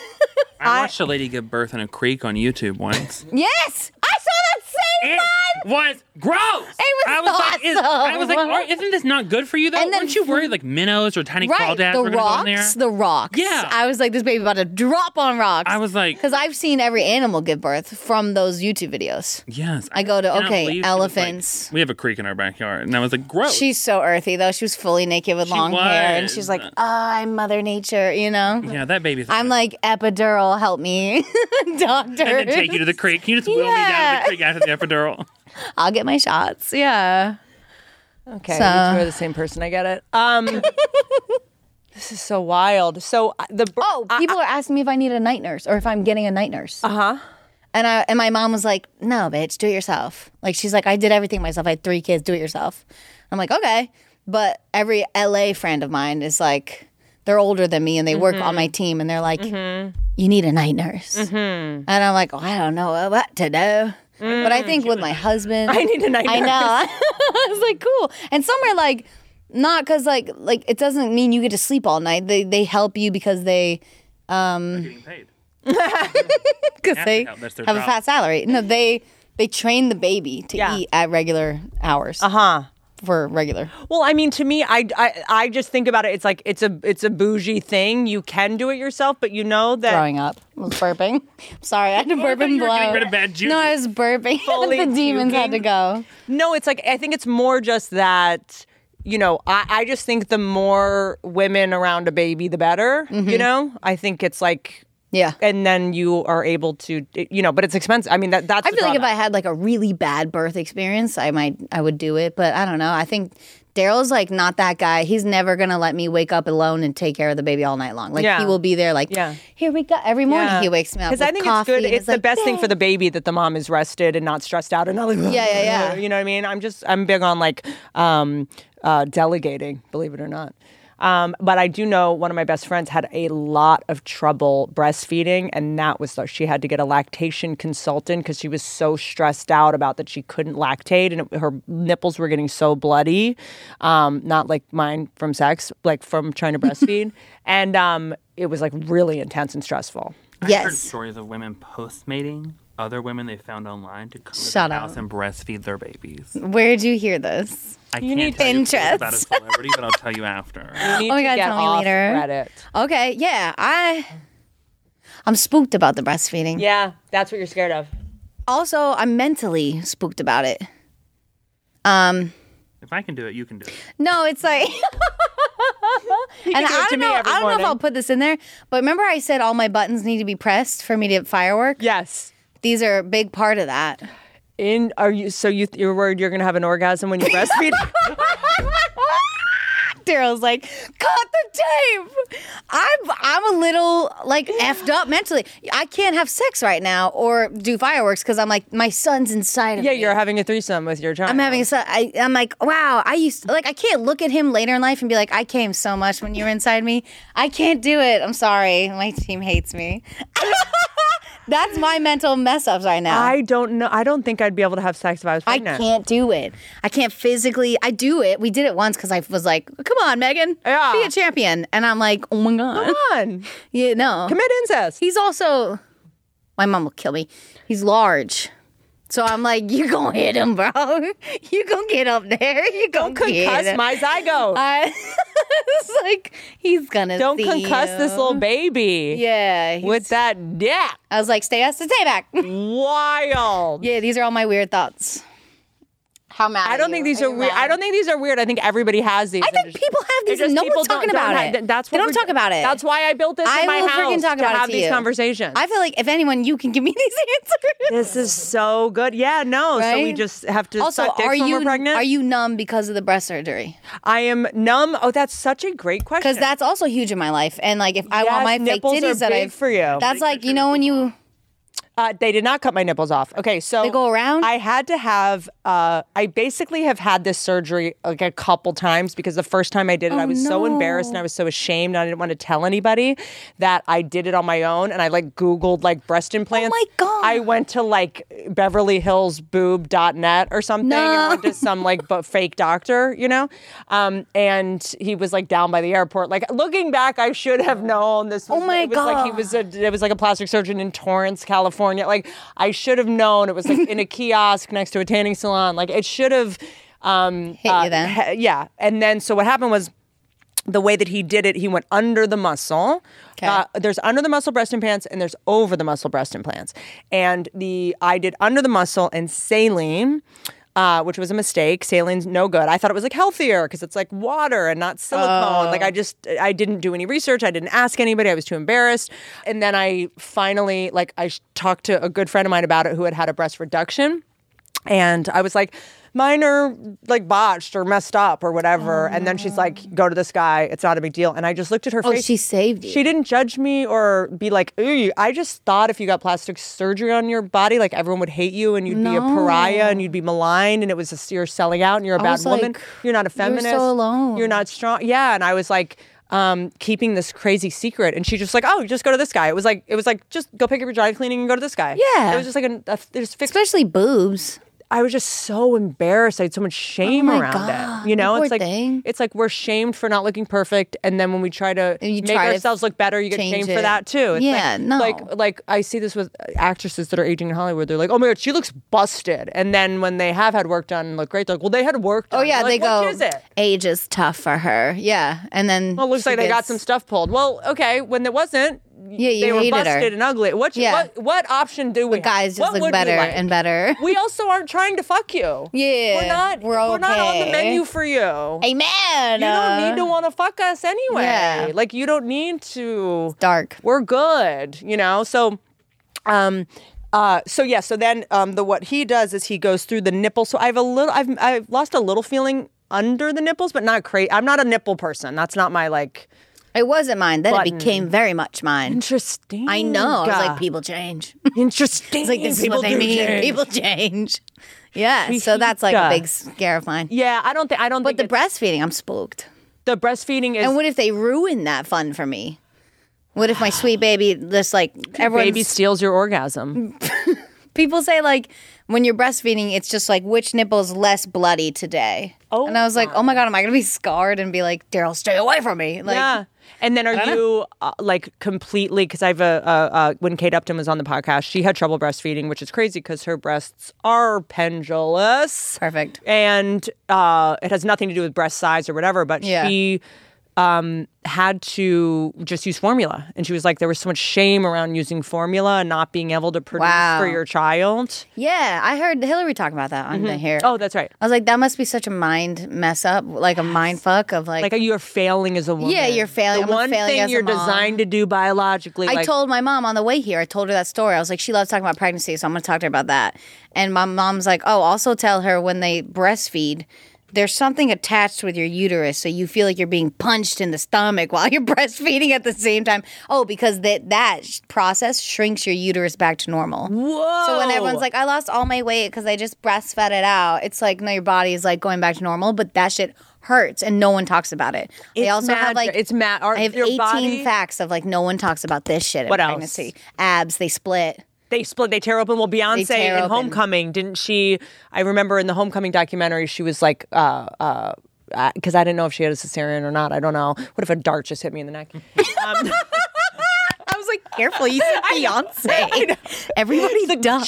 I watched a lady give birth in a creek on YouTube once. yes. I saw that same it time. was gross. was I was like, is, I was like, awesome. "Aren't- isn't this not good for you though? And then- Weren't you worried like minnows or tiny Right. crawdads The were gonna go in there? rocks. The rocks. Yeah. I was like, this baby about to drop on rocks. I was like, because I've seen every animal give birth from those YouTube videos. yes. I go to, cannot okay, believe she was like, elephants. we have a creek in our backyard, and I was like, gross. She's so earthy though. She was fully naked with She long hair, and was. she's like, oh, "I'm Mother Nature," you know. yeah, that baby's. I'm like epidural, help me, doctor. and then take you to the creek. Can you just wheel me down to Yeah. the creek after the epidural? I'll get my shots. Yeah. Okay, So- you two are the same person. I get it. Um, this is so wild. So uh, the bir- Oh, I- Uh-huh. people are asking me if I need a night nurse or if I'm getting a night nurse. Uh huh. And I and my mom was like, "No, bitch, do it yourself." Like she's like, "I did everything myself. I had three kids. Do it yourself." I'm like, "Okay," but every LA friend of mine is like, they're older than me and they work on my Mm-hmm. team, and they're like, "You need a night nurse," and I'm like, oh, "I don't know what to do." But I think with my husband, Mm. I need a night I know. nurse. I was like, cool. And some are like, not because like like it doesn't mean you get to sleep all night. They they help you because they Getting paid. because Have to they help. have That's a their job. fat salary. No, they they train the baby to Yeah. eat at regular hours huh. for regular. Well, I mean, to me, I, I I just think about it. It's like it's a it's a bougie thing. You can do it yourself, but you know that Growing up, I was burping. Sorry, I had to burp and you were blow. getting rid of bad juju. No, I was burping. Fully the demons had to puking. go. no. It's like I think it's more just that you know, I, I just think the more women around a baby, the better. Mm-hmm. You know, I think it's like, Yeah. and then you are able to, you know, but it's expensive. I mean, that that's. I the feel like if I drawback. had like a really bad birth experience, I might I would do it, but I don't know. I think Daryl's like not that guy. He's never gonna let me wake up alone and take care of the baby all night long. Like Yeah. he will be there, like Yeah. here we go. Every morning he wakes me up because I with think it's coffee good. and It's the like, best thing for "Babe." the baby that the mom is rested and not stressed out and not like Yeah, yeah, yeah. You know what I mean? I'm just I'm big on like um, uh, delegating, believe it or not. Um, but I do know one of my best friends had a lot of trouble breastfeeding, and that was the, she had to get a lactation consultant because she was so stressed out about that she couldn't lactate, and it, her nipples were getting so bloody, um, not like mine from sex, like from trying to breastfeed, and um, it was like really intense and stressful. Yes. heard stories of women postmating other women they found online to come Shut to their up. house and breastfeed their babies. Where'd you hear this? I You can't need tell you Pinterest. about a celebrity, but I'll tell you after. need Oh my to get God, tell me off later. Reddit. Okay, yeah, I I'm spooked about the breastfeeding. Yeah, that's what you're scared of. Also, I'm mentally spooked about it. If I can do it, you can do it. No, it's like And do it I to don't me know I every don't know if morning. I'll put this in there, but remember I said all my buttons need to be pressed for me to firework? Yes. These are a big part of that. In are you so you you're worried you're gonna have an orgasm when you breastfeed? Daryl's like, cut the tape. I'm I'm a little like effed up mentally. I can't have sex right now or do fireworks because I'm like my son's inside of yeah, me. you're having a threesome with your child. I'm having a son. I, I'm like, wow. I used like I can't look at him later in life and be like, I came so much when you were inside me. I can't do it. I'm sorry. My team hates me. That's my mental mess ups right now. I don't know. I don't think I'd be able to have sex if I was I pregnant. can't do it. I can't physically. I do it. We did it once because I was like, "Come on, Megan, Yeah. be a champion." And I'm like, "Oh my god, Come on, you know." commit incest. He's also, my mom will kill me. He's large, so I'm like, "You gonna hit him, bro? You gonna get up there? You gonna don't get concuss him. my zygote. I, it's like he's gonna don't see concuss you. this little baby. Yeah, he's- With that dick. I was like, "Stay us to stay back." Wild. yeah, these are all my weird thoughts. How mad? I don't you? think these you are weird. mad? I don't think these are weird. I think everybody has these. I and think just- people have these. It's and just no people one's talking don't- don't about have- it. That's they what don't we're- talk about it. That's why I built this I in my will house freaking talk to about it have to these you. conversations. I feel like if anyone, you can give me these answers. This is so good. Yeah, no. So we Right? just have to also, suck dick are when you we're pregnant. are you numb because of the breast surgery? I am numb. Oh, that's such a great question. Because that's also huge in my life. And like, if I Yes, want my fake nipples are titties that I big for you. that's like you know when you uh, they did not cut my nipples off. Okay, so They go around? I had to have. Uh, I basically have had this surgery like a couple times because the first time I did it, Oh, I was so embarrassed and I was so ashamed. And I didn't want to tell anybody that I did it on my own. And I like Googled like breast implants. Oh my God. I went to like Beverly Hills Boob.net or something and went to some like but fake doctor, you know. Um, and he was like down by the airport. Like looking back, I should have known this. Was, Oh my it was Like he God. was was a- it was like a plastic surgeon in Torrance, California. Like I should have known it was like in a kiosk next to a tanning salon. Like it should have um Hit you then. he- yeah. And then so what happened was the way that he did it, he went under the muscle. Okay. Uh, there's under the muscle breast implants and there's over the muscle breast implants. And the I did under the muscle and saline, uh, which was a mistake. Saline's no good. I thought it was like healthier because it's like water and not silicone. Like I Oh. just I didn't do any research. I didn't ask anybody. I was too embarrassed. And then I finally like I sh- talked to a good friend of mine about it who had had a breast reduction and I was like, mine are like botched or messed up or whatever. and then she's like, go to this guy. It's not a big deal. And I just looked at her oh face. she saved you. She didn't judge me or be like, ooh, I just thought if you got plastic surgery on your body, like everyone would hate you and you'd be a pariah and you'd be maligned and it was just you're selling out and you're a bad was woman. like, You're not a feminist. alone." You're not strong. Yeah. And I was like, um, keeping this crazy secret, and she just like, oh, just go to this guy. It was like, it was like, just go pick up your dry cleaning and go to this guy. Yeah. it was just like a, a there's fixed especially boobs. I was just so embarrassed. I had so much shame Oh my around God, it. You know, poor it's like thing. it's like we're shamed for not looking perfect, and then when we try to And you make try to ourselves look better, you get change shamed it. for that too. It's Yeah, like, no. Like like I see this with actresses that are aging in Hollywood. They're like, oh my god, she looks busted, and then when they have had work done and look great, they're like, well, they had work. Done. Oh yeah, You're they like, go. What is it? Age is tough for her. Yeah, and then Well, it looks she like they got gets- some stuff pulled. Well, okay, when it wasn't, Yeah, you they were hated her. busted and ugly. What, Yeah. what what option do we? have? guys What just look would we better like? and better. We also aren't trying to fuck you. Yeah, we're not. we're not on the okay. menu for you. Amen. you don't need to Uh, want to fuck us anyway. Yeah. Like you don't need to. dark. We're good, you know. So, um, uh, so yeah. So then, um, the what he does is he goes through the nipple. So I've a little, I've, I've lost a little feeling under the nipples, but not crazy. I'm not a nipple person. That's not my like. It wasn't mine. Then Button. it became very much mine. Interesting. I know. I was like, people change. It's interesting. like this is People what they do mean. change. People change. Yeah. So that's like a Chiquita. big scare of mine. Yeah, I don't think I don't But the think breastfeeding, I'm spooked. it's- the breastfeeding is And what if they ruin that fun for me? What if my sweet baby just like baby everyone steals your orgasm. people say like when you're breastfeeding, it's just like which nipple's less bloody today. Oh and I was like, oh my god, am I gonna be scarred and be like, Daryl, stay away from me? Like, yeah. And then are you uh, like completely? Because I've a uh, uh, when Kate Upton was on the podcast, she had trouble breastfeeding, which is crazy because her breasts are pendulous. perfect. and uh, it has nothing to do with breast size or whatever. But Yeah. she um, had to just use formula, and she was like, there was so much shame around using formula and not being able to produce Wow. for your child. Yeah, I heard Hillary talk about that on the hair. Oh, that's right. I was like, that must be such a mind mess up, like a mind fuck of like. Like you're failing as a woman. you're failing. The I'm a one failing thing as a you're mom. designed to do biologically. I like, told my mom on the way here. I told her that story. I was like, she loves talking about pregnancy, so I'm going to talk to her about that. And my mom's like, oh, also tell her when they breastfeed, there's something attached with your uterus, so you feel like you're being punched in the stomach while you're breastfeeding at the same time. Oh, because that that sh- process shrinks your uterus back to normal. Whoa. So when everyone's like, I lost all my weight because I just breastfed it out, it's like, no, your body is like going back to normal, but that shit hurts and no one talks about it. they It's also have mad- like it's mad. Our- I have your 18 body- facts of like no one talks about this shit in What else? pregnancy. Abs, they split. they split, they tear open. Well, Beyonce tear in open. Homecoming, didn't she? I remember in the Homecoming documentary, she was like, uh, uh, because I didn't know if she had a cesarean or not. I don't know. What if a dart just hit me in the neck? Um, I was like, careful, you said Beyonce. Everybody duck.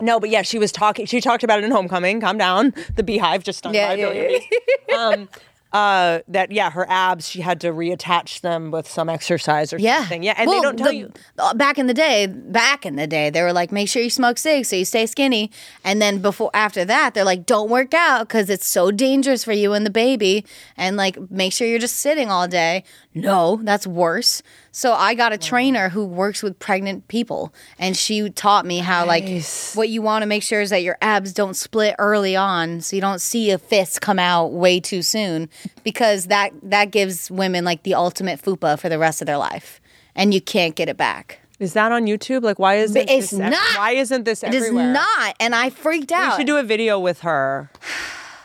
no, but yeah, she was talking. She talked about it in Homecoming. Calm down. The beehive just stung Yeah, by a yeah, billion yeah. bees. Um, uh, that yeah, her abs. She had to reattach them with some exercise or Yeah. something. Yeah, and Well, they don't tell the- you. uh, Back in the day, back in the day, they were like, make sure you smoke cigs so you stay skinny. And then before, after that, they're like, don't work out because it's so dangerous for you and the baby. And like, make sure you're just sitting all day. No, that's worse. So I got a trainer who works with pregnant people, and she taught me how like what you want to make sure is that your abs don't split early on, so you don't see a fist come out way too soon, because that that gives women like the ultimate fupa for the rest of their life and you can't get it back. Is that on YouTube? Like, why isn't It's this ev- not. Why isn't this It is everywhere? not, and I freaked We out. should do a video with her.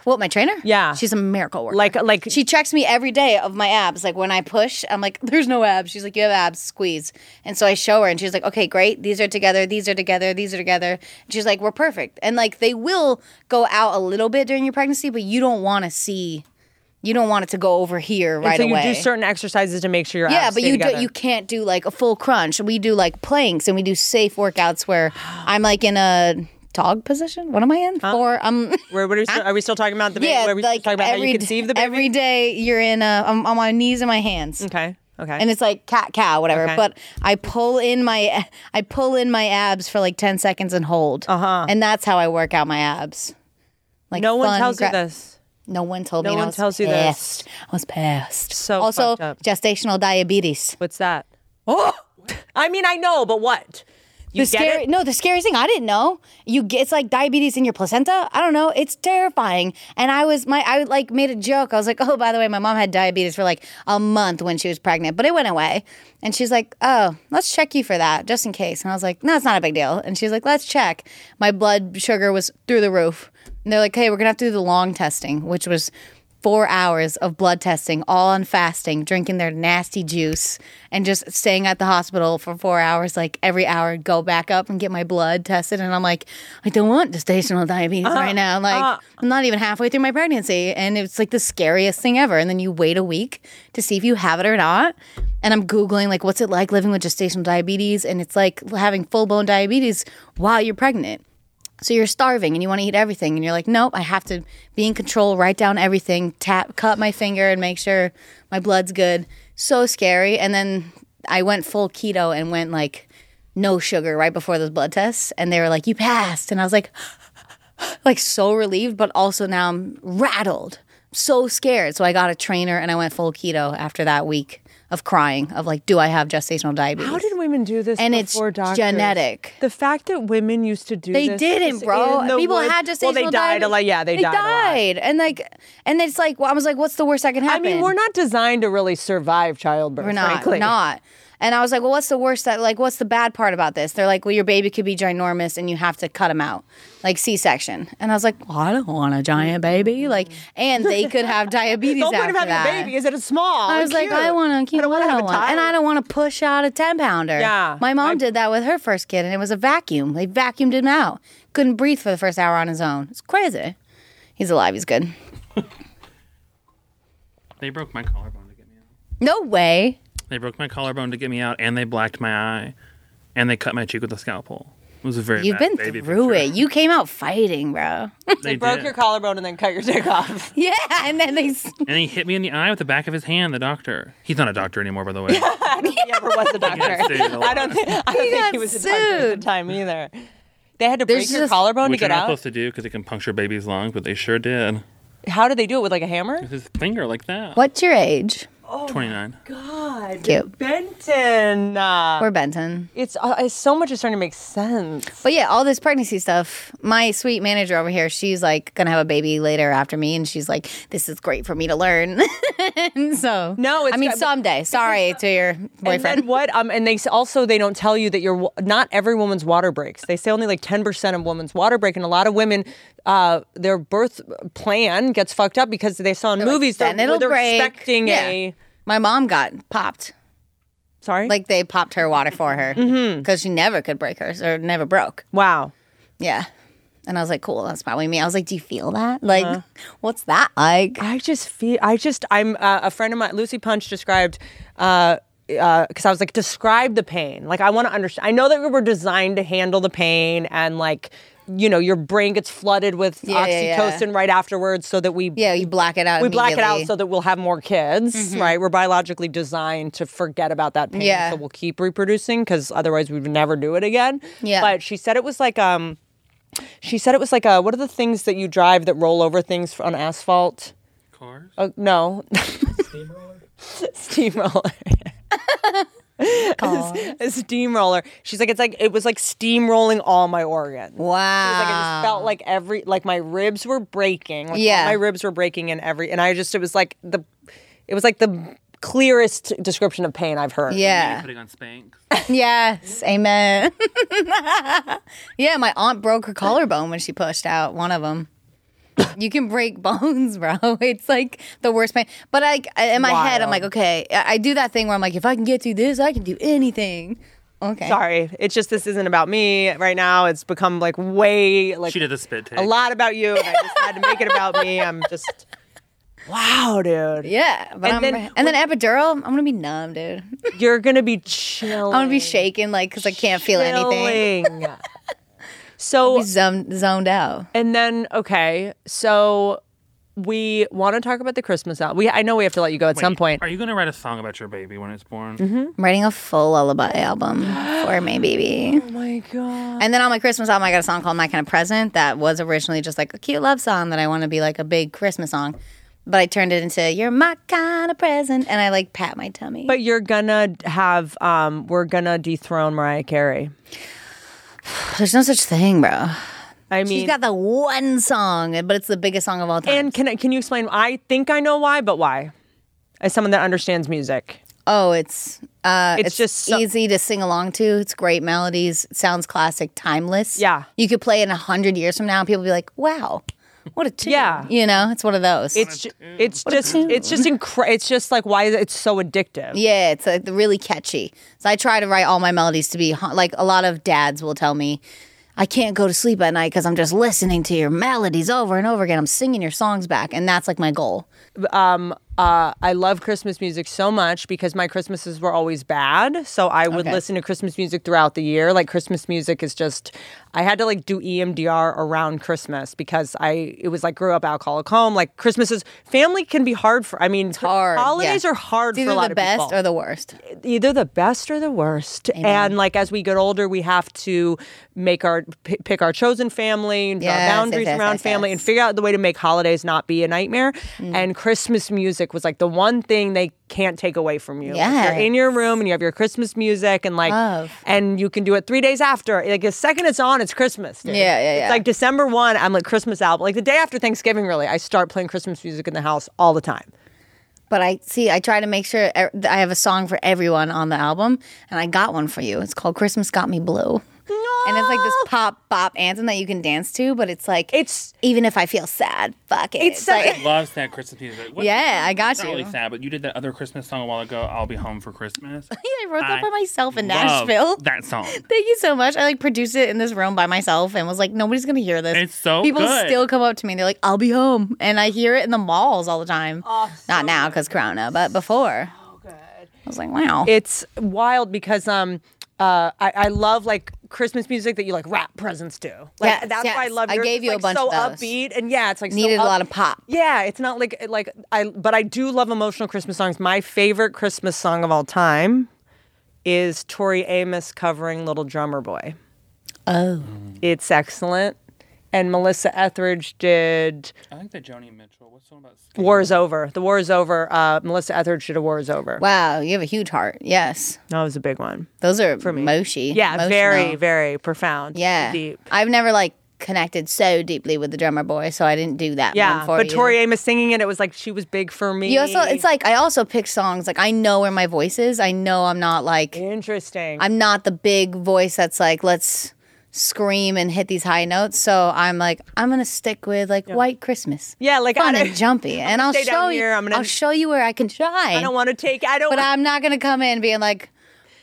what my trainer? Yeah. she's a miracle worker. Like, like she checks me every day of my abs. Like when I push, I'm like, "There's no abs." She's like, "You have abs, squeeze." And so I show her, and she's like, "Okay, great. These are together. These are together. These are together." And she's like, "We're perfect." And like they will go out a little bit during your pregnancy, but you don't want to see, you don't want it to go over here right so away. you do certain exercises to make sure your Yeah, abs but stay you do, together. you can't do like a full crunch. We do like planks and we do safe workouts where I'm like in a dog position. What am I in? Four. I'm Where, what are, we still, are we still talking about the baby? yeah, Are we still like talking about how every you conceive the baby? every day you're in a I'm on my knees and my hands. okay, okay. And it's like cat cow whatever, Okay. but I pull in my I pull in my abs for like 10 seconds and hold. Uh-huh. And that's how I work out my abs. Like no one fun tells you gra- this. No one told No me. and I one was tells you this. pissed. I was pissed. So also fucked up. gestational diabetes. What's that? Oh, I mean, I know, but what? You The get scary, it? no, the scariest thing I didn't know. You get it's like diabetes in your placenta. I don't know. It's terrifying. And I was my I like made a joke. I was like, oh, by the way, my mom had diabetes for like a month when she was pregnant, but it went away. And she's like, oh, let's check you for that just in case. And I was like, no, it's not a big deal. And she's like, let's check. My blood sugar was through the roof. And they're like, hey, we're gonna have to do the long testing, which was four hours of blood testing, all on fasting, drinking their nasty juice, and just staying at the hospital for four hours. Like every hour, I'd go back up and get my blood tested. And I'm like, I don't want gestational diabetes right now. Like, I'm not even halfway through my pregnancy. And it's like the scariest thing ever. And then you wait a week to see if you have it or not. And I'm Googling, like, what's it like living with gestational diabetes? And it's like having full blown diabetes while you're pregnant. So you're starving and you want to eat everything, and you're like, nope, I have to be in control, write down everything, tap, cut my finger, and make sure my blood's good. so scary. And then I went full keto and went like no sugar right before those blood tests, and they were like, "You passed," and I was like, like so relieved, but also now I'm rattled, so scared. So I got a trainer and I went full keto after that week of crying of like, "Do I have gestational diabetes?" How did women do this? and it's before doctors? genetic. The fact that women used to do They this didn't, is bro. in the People woods- had gestational Well, they died a diabetes. lot. Yeah, they, they died. A lot. died, and like, and it's like well, I was like, "What's the worst that can I happen?" mean, we're not designed to really survive childbirth. We're not. Frankly. We're not. And I was like, well, what's the worst that, like, what's the bad part about this? They're like, well, your baby could be ginormous and you have to cut him out, like C section. And I was like, well, I don't want a giant baby. Like, and they could have diabetes The whole point after of having that. a baby is that it's small. I and was like, Oh, cute. I want to keep I don't one, want to have a one. child. and I don't want to push out a ten pounder. Yeah. my mom did that with her first kid, and it was a vacuum. They vacuumed him out. Couldn't breathe for the first hour on his own. It's crazy. He's alive. He's good. They broke my collarbone to get me out. No way. They broke my collarbone to get me out, and they blacked my eye, and they cut my cheek with a scalpel. It was a very You've bad been baby through picture. it. You came out fighting, bro. They, Broke did. your collarbone and then cut your dick off. yeah, and then they. and he hit me in the eye with the back of his hand. The doctor. He's not a doctor anymore, by the way. he ever was a doctor. He stayed alive. I don't think I don't think got he was a doctor at sued. the time either. They had to There's break your just- collarbone to Which you're get not out. supposed to do because it can puncture babies' lungs, but they sure did. How did they do it with like a hammer? With his finger like that. What's your age? Oh Twenty nine. God, Cute. Benton. Uh, Or Benton. it's, uh, it's so much is starting to make sense. But yeah, all this pregnancy stuff. My sweet manager over here, she's like gonna have a baby later after me, and she's like, "This is great for me to learn." And so No, it's I mean got- someday. Sorry to your And then boyfriend. what? Um, and they s- also they don't tell you that your wa- not every woman's water breaks. They say only like ten percent of women's water break, and a lot of women, uh, their birth plan gets fucked up because they saw in movies that then it'll they're break. expecting Yeah. a My mom got popped. sorry. Like they popped her water for her because Mm-hmm. she never could break hers or never broke. wow, Yeah. And I was like, cool, that's probably me. I was like, do you feel that? Like, Uh-huh. what's that like? I just feel. I just. I'm uh, a friend of mine. Lucy Punch described. Because uh, uh 'cause I was like, describe the pain. Like, I want to understand. I know that we were designed to handle the pain, and like, you know, your brain gets flooded with Yeah, yeah, yeah. oxytocin right afterwards, so that we Yeah, you black it out. we black it out immediately. Mm-hmm. so that we'll have more kids, right? We're biologically designed to forget about that pain, Yeah. so we'll keep reproducing because otherwise we'd never do it again. Yeah. But she said it was like um, she said it was like uh, what are the things that you drive that roll over things on asphalt? Cars. Oh, Uh, no, steamroller. A steamroller. She's like, it's like it was like steamrolling all my organs. It was like I Wow. just felt like every like my ribs were breaking. Like Ah. Yeah. all my ribs were breaking and every and I just it was like the it was like the clearest description of pain I've heard. yeah. Putting on spanks. Yes, amen. yeah, my aunt broke her collarbone when she pushed out one of them. You can break bones, bro. It's like the worst pain. But I, in my head, I'm Wild. like, okay, I I do that thing where I'm like, if I can get through this, I can do anything. Okay. Sorry. It's just this isn't about me right now. It's become like way like She did the spit take. a lot about you and I just had to make it about me. I'm just Wow, dude. Yeah, And but I'm, then- and then epidural. I'm gonna be numb, dude. You're gonna be chilling. I'm gonna be shaking, like, cause I can't feel anything. Chilling. so Be zoned, zoned out. And then okay, so we want to talk about the Christmas album. We I know we have to let you go at some point. Are you gonna write a song about your baby when it's born? I'm writing a full lullaby album for my baby. Oh my god. And then on my Christmas album, I got a song called My Kind of Present that was originally just like a cute love song that I want to be like a big Christmas song. But I turned it into You're My Kind of Present. And I like pat my tummy. But you're gonna have um we're gonna dethrone Mariah Carey. there's no such thing, bro. I mean She's got the one song, but it's the biggest song of all time. And can I can you explain I think I know why, but why? As someone that understands music. oh, it's uh, It's it's, just just so- easy to sing along to. It's great melodies. It sounds classic, timeless. Yeah. You could play it in a hundred years from now and people be like, wow, what a tune. Yeah. You know, it's one of those. It's ju- it's just it's just incre- it's just like why it's so addictive. Yeah, it's like really catchy. So I try to write all my melodies to be hum- like a lot of dads will tell me, I can't go to sleep at night because I'm just listening to your melodies over and over again. I'm singing your songs back, and that's like my goal. Uh, I love Christmas music so much because my Christmases were always bad. So I would Okay. listen to Christmas music throughout the year. Like Christmas music is just, I had to like do E EMDR around Christmas because I, it was like grew up alcoholic home. Like Christmases, family can be hard for, I mean, hard. holidays yeah. are hard for It's a either lot the of best people or the worst. either the best or the worst. And like as we get older, we have to make our p- pick our chosen family, and draw Yes, yes, boundaries yes, around yes, family, and yes. Mm. figure out the way to make holidays not be a nightmare. And Christmas music was like the one thing they can't take away from you. Like, you're in your room and you have your Christmas music, and like, Love. and you can do it three days after. Like the second it's on, it's Christmas. dude. Yeah, yeah, yeah. It's like December one. I'm like Christmas album. Like the day after Thanksgiving, really, I start playing Christmas music in the house all the time. But I see. I try to make sure e- that I have a song for everyone on the album, and I got one for you. It's called "Christmas Got Me Blue," and it's like this pop bop anthem that you can dance to. But it's like It's even if I feel sad, fuck it. It's It's like, Loves that Christmas music. What- yeah, I got It's not you. really sad, but you did that other Christmas song a while ago. I'll be home for Christmas. I wrote that I by myself in Love Nashville. That song. Thank you so much. I like produced it in this room by myself and was like, nobody's gonna hear this. It's so people good. still come up to me and they're like, I'll be home, and I hear it in the malls all the time. Not now because Corona, but before. I was like, wow. it's wild because um uh I, I love like Christmas music that you like wrap presents to. Like Yes, that's why I yes. love I yours. gave It's, you a like, bunch so of those. upbeat and yeah, it's like so Needed a lot up- of pop. Yeah, it's not like like I but I do love emotional Christmas songs. My favorite Christmas song of all time is Tori Amos covering Little Drummer Boy. Oh, It's excellent. And Melissa Etheridge did I like that Joni Mitchell. What's the one about? skating? War is Over. The War is Over. Uh, Melissa Etheridge did a War is Over. wow. You have a huge heart. Yes, That was a big one. those are for moshi. Yeah, emotional. very, very profound. Yeah, Deep. I've never like connected so deeply with the drummer boy, so I didn't do that. Yeah, one for but you. Tori Amos singing it, it was like she was big for me. You also, it's like I also pick songs. Like I know where my voice is. I know I'm not like interesting. I'm not the big voice that's like, let's scream and hit these high notes. So I'm like, I'm gonna stick with like White Christmas. Yeah, like, fun I- and jumpy, and I'll stay show down you. here. I'm gonna- I'll show you where I can try. I don't want to take. I don't. but I, I'm not gonna come in being like,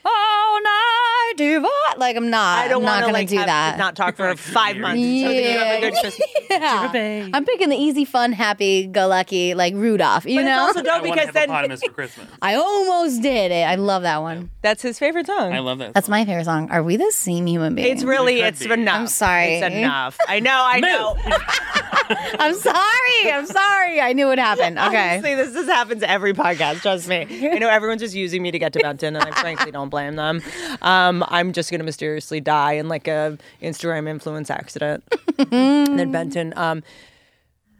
oh night divine. Like I'm not. I don't am not want gonna like, do have to that. Not talk for five months. So that you have a yeah. good Christmas. yeah. I'm picking the easy, fun, happy, go lucky, like Rudolph. You But know, it's also I dope want a because then hippopotamus for Christmas. I almost did it. I love that one. that's his favorite song. I love that. That's song. my favorite song. Are we the same human beings? it's really. It could It's be. enough. I'm sorry. It's enough. I know. I know. I'm sorry. I'm sorry. I knew it happened. Okay. Honestly, this this happens every podcast. Trust me. I know everyone's just using me to get to Benton, and I frankly don't blame them. Um, I'm just gonna mysteriously die in like a Instagram influence accident. Mm-hmm. and then Benton. Um,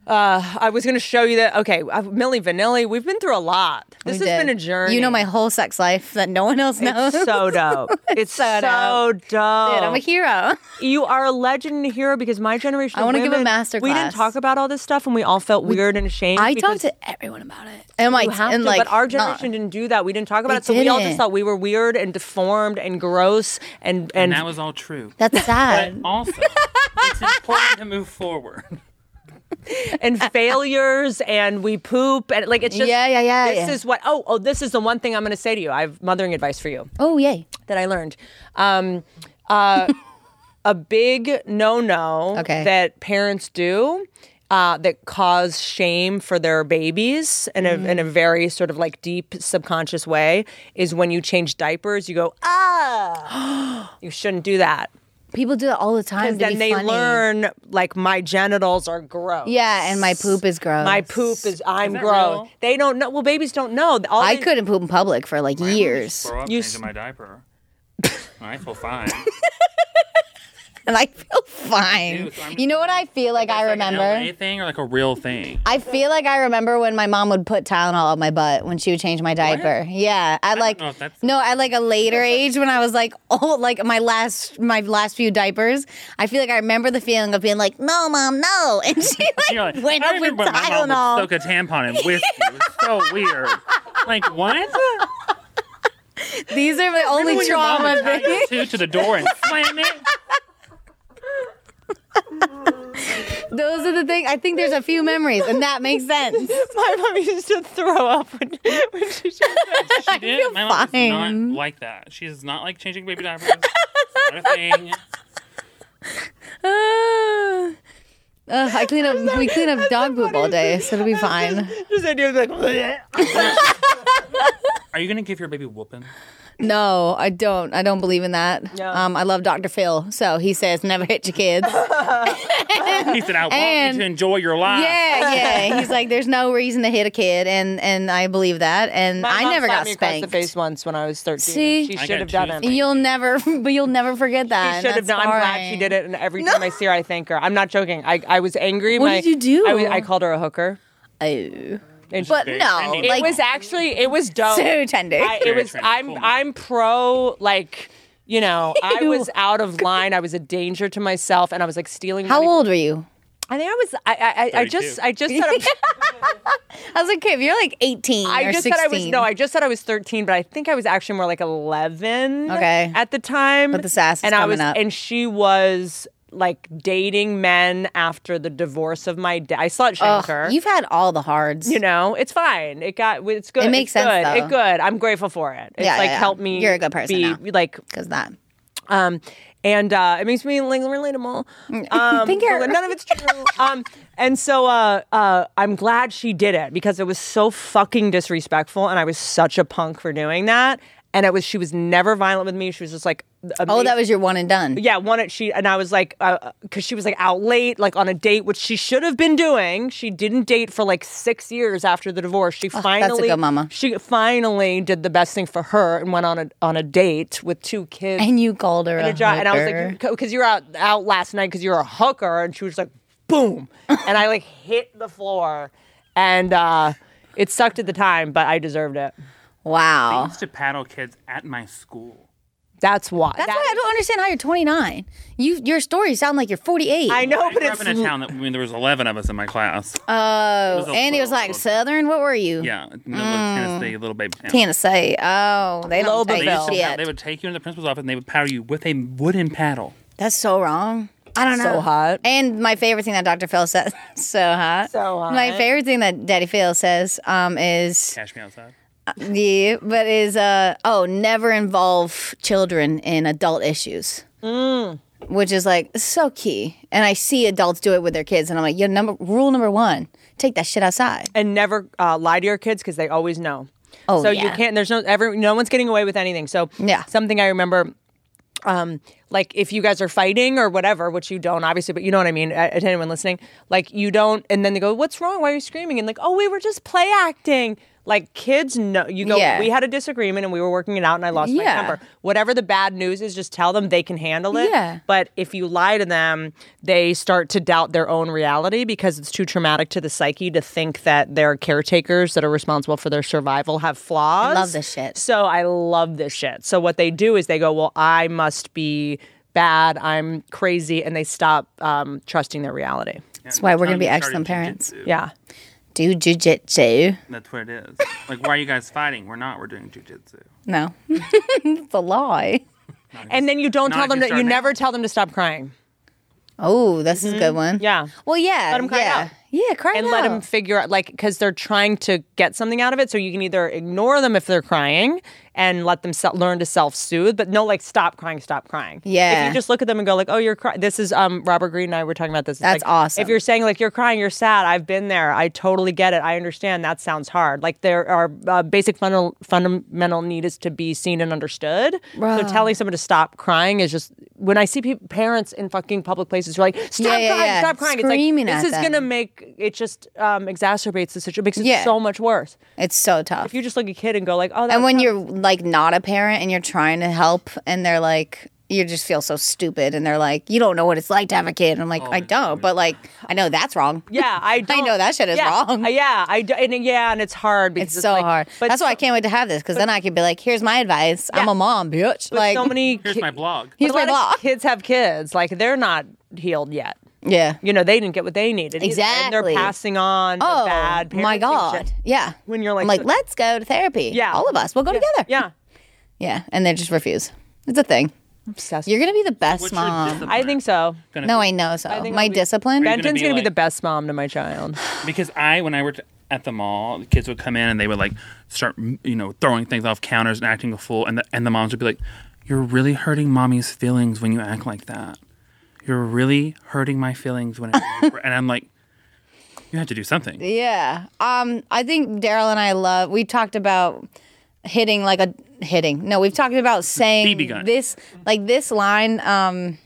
uh, I was gonna show you that. Okay, uh, Millie Vanilli. We've been through a lot. This We has did. been a journey. You know my whole sex life that no one else knows. It's so dope. It's so, dope. Dude, I'm a hero. You are a legend and a hero because my generation. I want wanna to give a We didn't masterclass. talk about all this stuff, and we all felt weird and ashamed. I because- talked to everyone about it. And like, you have and to, like but our not- generation didn't do that. We didn't talk about They it, so we all just didn't. thought we were weird and deformed and gross and and, And that was all true. That's But sad. also, it's important to move forward. and failures and we poop and like it's just Yeah, yeah, yeah, This yeah. is what oh oh this is the one thing I'm going to say to you. I have mothering advice for you oh yay. that I learned. Um, uh, a big no no Okay. that parents do. Uh, that cause shame for their babies in a, Mm. in a very sort of like deep subconscious way is when you change diapers, you go, ah, you shouldn't do that. People do that all the Because time. to then be they funny. learn, like, my genitals are gross. Yeah, and my poop is gross. My poop is, I'm that gross. real? They don't know. Well, babies don't know. All I they- couldn't poop in public for like years, Throw up You changing s- my diaper. I feel fine. and I feel fine. do, so I'm you know what I feel like I remember? Anything or like a real thing? I feel like I remember when my mom would put Tylenol on my butt when she would change my diaper. Yeah, at like know if that's- no, at like a later age when I was like oh, like my last my last few diapers. I feel like I remember the feeling of being like, no, mom, no, and she You're like, like, went I up with remember my mom Tylenol. would soak a tampon in whiskey. It was so weird. Like Oh, what? These are my only When your mom trauma. would tie your tube to the door and slam it. Those are the things. I think there's a few memories, and that makes sense. My mom used to throw up when, when she She did. My mom is fine. not like that. She is not like changing baby diapers. It's not a thing. Ah. Ugh, I clean up. We clean up dog poop all day, so it'll be fine. Just idea of like, Are you gonna give your baby whooping? No, I don't. I don't believe in that. No. Um, I love Dr. Phil, so he says never hit your kids. He said, "I want And- you to enjoy your life." yeah, yeah. He's like, there's no reason to hit a kid, and and I believe that. And My I mom never slapped got me across spanked. the face once when I was 13. See? She I should got have done cheese. it. You'll never, but you'll never forget that. She should have That's done. I'm glad she scarring. did it. And every time I see her, I thank her. I'm not joking. I, I was angry. What My- did you do? I, was- I called her a hooker. Oh. And she- But very no, trendy. it like was actually it was dope. so tender. Oh, I, it Very was. trendy. I'm Cool. I'm pro like. You know, I Ew. was out of line. I was a danger to myself, and I was like stealing. How money. old were you? I think I was. I I, I, I just. 32. I just said. I'm, I was like, Kim, you're like 18 I or just 16. said I was. No, I just said I was 13, but I think I was actually more like 11. Okay. At the time, But the sass is and I coming was, up. and she was like dating men after the divorce of my dad. I slut shamed her. Ugh, you've had all the hards. you know, it's fine. It got. It's good. It makes it's sense, Good. though. It good. I'm grateful for it. It's Yeah, like yeah, yeah. helped me. You're a good person Be now. like because that. um, and uh, it makes me like relatable. Um, Thank you. but None of it's true. um, and so uh, uh, I'm glad she did it because it was so fucking disrespectful, and I was such a punk for doing that. And it was she was never violent with me. She was just like, Oh, amazing- that was your one and done. yeah, one at she and I was like, because she was like out late, like on a date, which she should have been doing. She didn't date for like six years after the divorce. She a finally, good mama. She finally did the best thing for her and went on a on a date with two kids And you called her. in a a job, and I hooker. was like, because you were out out last night because you were a hooker, and she was like, boom, and I like hit the floor, and uh, it sucked at the time, but I deserved it. wow. used to paddle kids at my school. That's why. That's That- why I don't understand how you're 29. You your stories sound like you're 48. I know, but I grew it's up in a town that I mean, there was eleven of us in my class. Oh, was a and he was little- like Mm. Southern. What were you? yeah, in the middle of Tennessee, little baby town. Tennessee. Oh, they don't They, take used to pa- shit. they would take you into the principal's office and they would paddle you with a wooden paddle. That's so wrong. I don't know. so hot. And my favorite thing that Dr. Phil says, so hot. So hot. My favorite thing that Daddy Phil says um, is, Cash me outside. yeah, but is, uh, oh, never involve children in adult issues. Mm. Which is like so key. And I see adults do it with their kids, and I'm like, yeah, number rule number one, take that shit outside. and never uh, lie to your kids because they always know. Oh, so you yeah. can't. There's no every. No one's getting away with anything. So Yeah. something I remember. Um, like if you guys are fighting or whatever, which you don't obviously, but you know what I mean. uh, To anyone listening, like you don't, and then they go, "What's wrong? Why are you screaming?" And like, "Oh, we were just play acting." Like kids know. You go, Yeah. "We had a disagreement and we were working it out, and I lost my Yeah. temper." Whatever the bad news is, just tell them they can handle it. Yeah. But if you lie to them, they start to doubt their own reality because it's too traumatic to the psyche to think that their caretakers that are responsible for their survival have flaws. love this shit. So I love this shit. So what they do is they go, well, I must be bad. I'm crazy, and they stop um, trusting their reality. That's why we're Tell gonna them be you started excellent parents. jujitsu. Yeah. Do jujitsu. That's what it is. Like, why are you guys fighting? We're not. We're doing jujitsu. No, it's a lie. And then you don't Not tell if them you that start you now. never tell them to stop crying. Oh, this is a good one. Mm-hmm. Yeah. Well, yeah. Let 'em cry it yeah. out. Yeah, cry it and let out. them figure out like because they're trying to get something out of it so you can either ignore them if they're crying and let them se- learn to self-soothe but no like stop crying stop crying if Yeah. you just look at them and go like oh you're crying this is um robert green and i were talking about this It's That's like, awesome. if you're saying like you're crying you're sad i've been there i totally get it i understand that sounds hard like there are uh, basic fundamental fundamental need is to be seen and understood so Bruh. telling someone to stop crying is just when i see pe- parents in fucking public places who are like stop Yeah, yeah, crying yeah. stop crying Screaming it's at like this is them. gonna make it just um, exacerbates the situation makes it Yeah. so much worse It's so tough. if you just look at a kid and go like oh that and when you're like not a parent and you're trying to help and they're like, you just feel so stupid and they're like, you don't know what it's like to have a kid. And I'm Oh, like, I don't, but like, I know that's wrong. yeah i don't, know that shit is yeah, wrong. uh, yeah i do, and yeah and it's hard because It's so like- hard. but that's why I so- can't wait to have this because then I could be like, here's my advice. I'm a mom, bitch. but Like, so many Here's ki- my blog. but here's a lot my law. of kids have kids like they're not healed yet Yeah. you know they didn't get what they needed either, and Exactly. they're passing on the Oh, bad my parenting God. shit. Yeah. When you're I'm like- like, let's go to therapy. Yeah. All of us. We'll go together. yeah Yeah. And they just refuse. It's a thing. obsessed You're going to be the best What's your mom. discipline i think so gonna No, be? I know so. think My I'll be- discipline. gonna benton's be gonna be like- the best mom to my child because I when I worked at the mall, the kids would come in and they would like start you know throwing things off counters and acting a fool, and the and the moms would be like, "You're really hurting mommy's feelings when you act like that. you're really hurting my feelings when it, and I'm like, you have to do something. Yeah. Um, I think Daryl and I love. We talked about hitting like a hitting. No, we've talked about saying BB gun. this like this line. Um,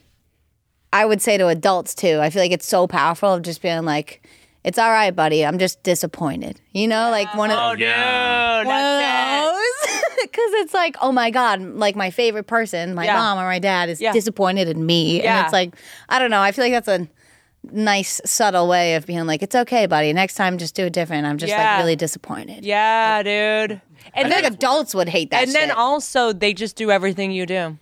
I would say to adults too. I feel like it's so powerful of just being like, "It's all right, buddy. I'm just disappointed." You know, like one of Oh, Yeah. one of those. Because it's like, oh my God, like my favorite person, my Yeah. mom or my dad, is Yeah. disappointed in me. Yeah. And it's like, I don't know. I feel like that's a nice, subtle way of being like, it's okay, buddy. Next time, just do it different. I'm just Yeah. like really disappointed. Yeah, dude. I And feel then, like adults would hate that and then shit. also they just do everything you do.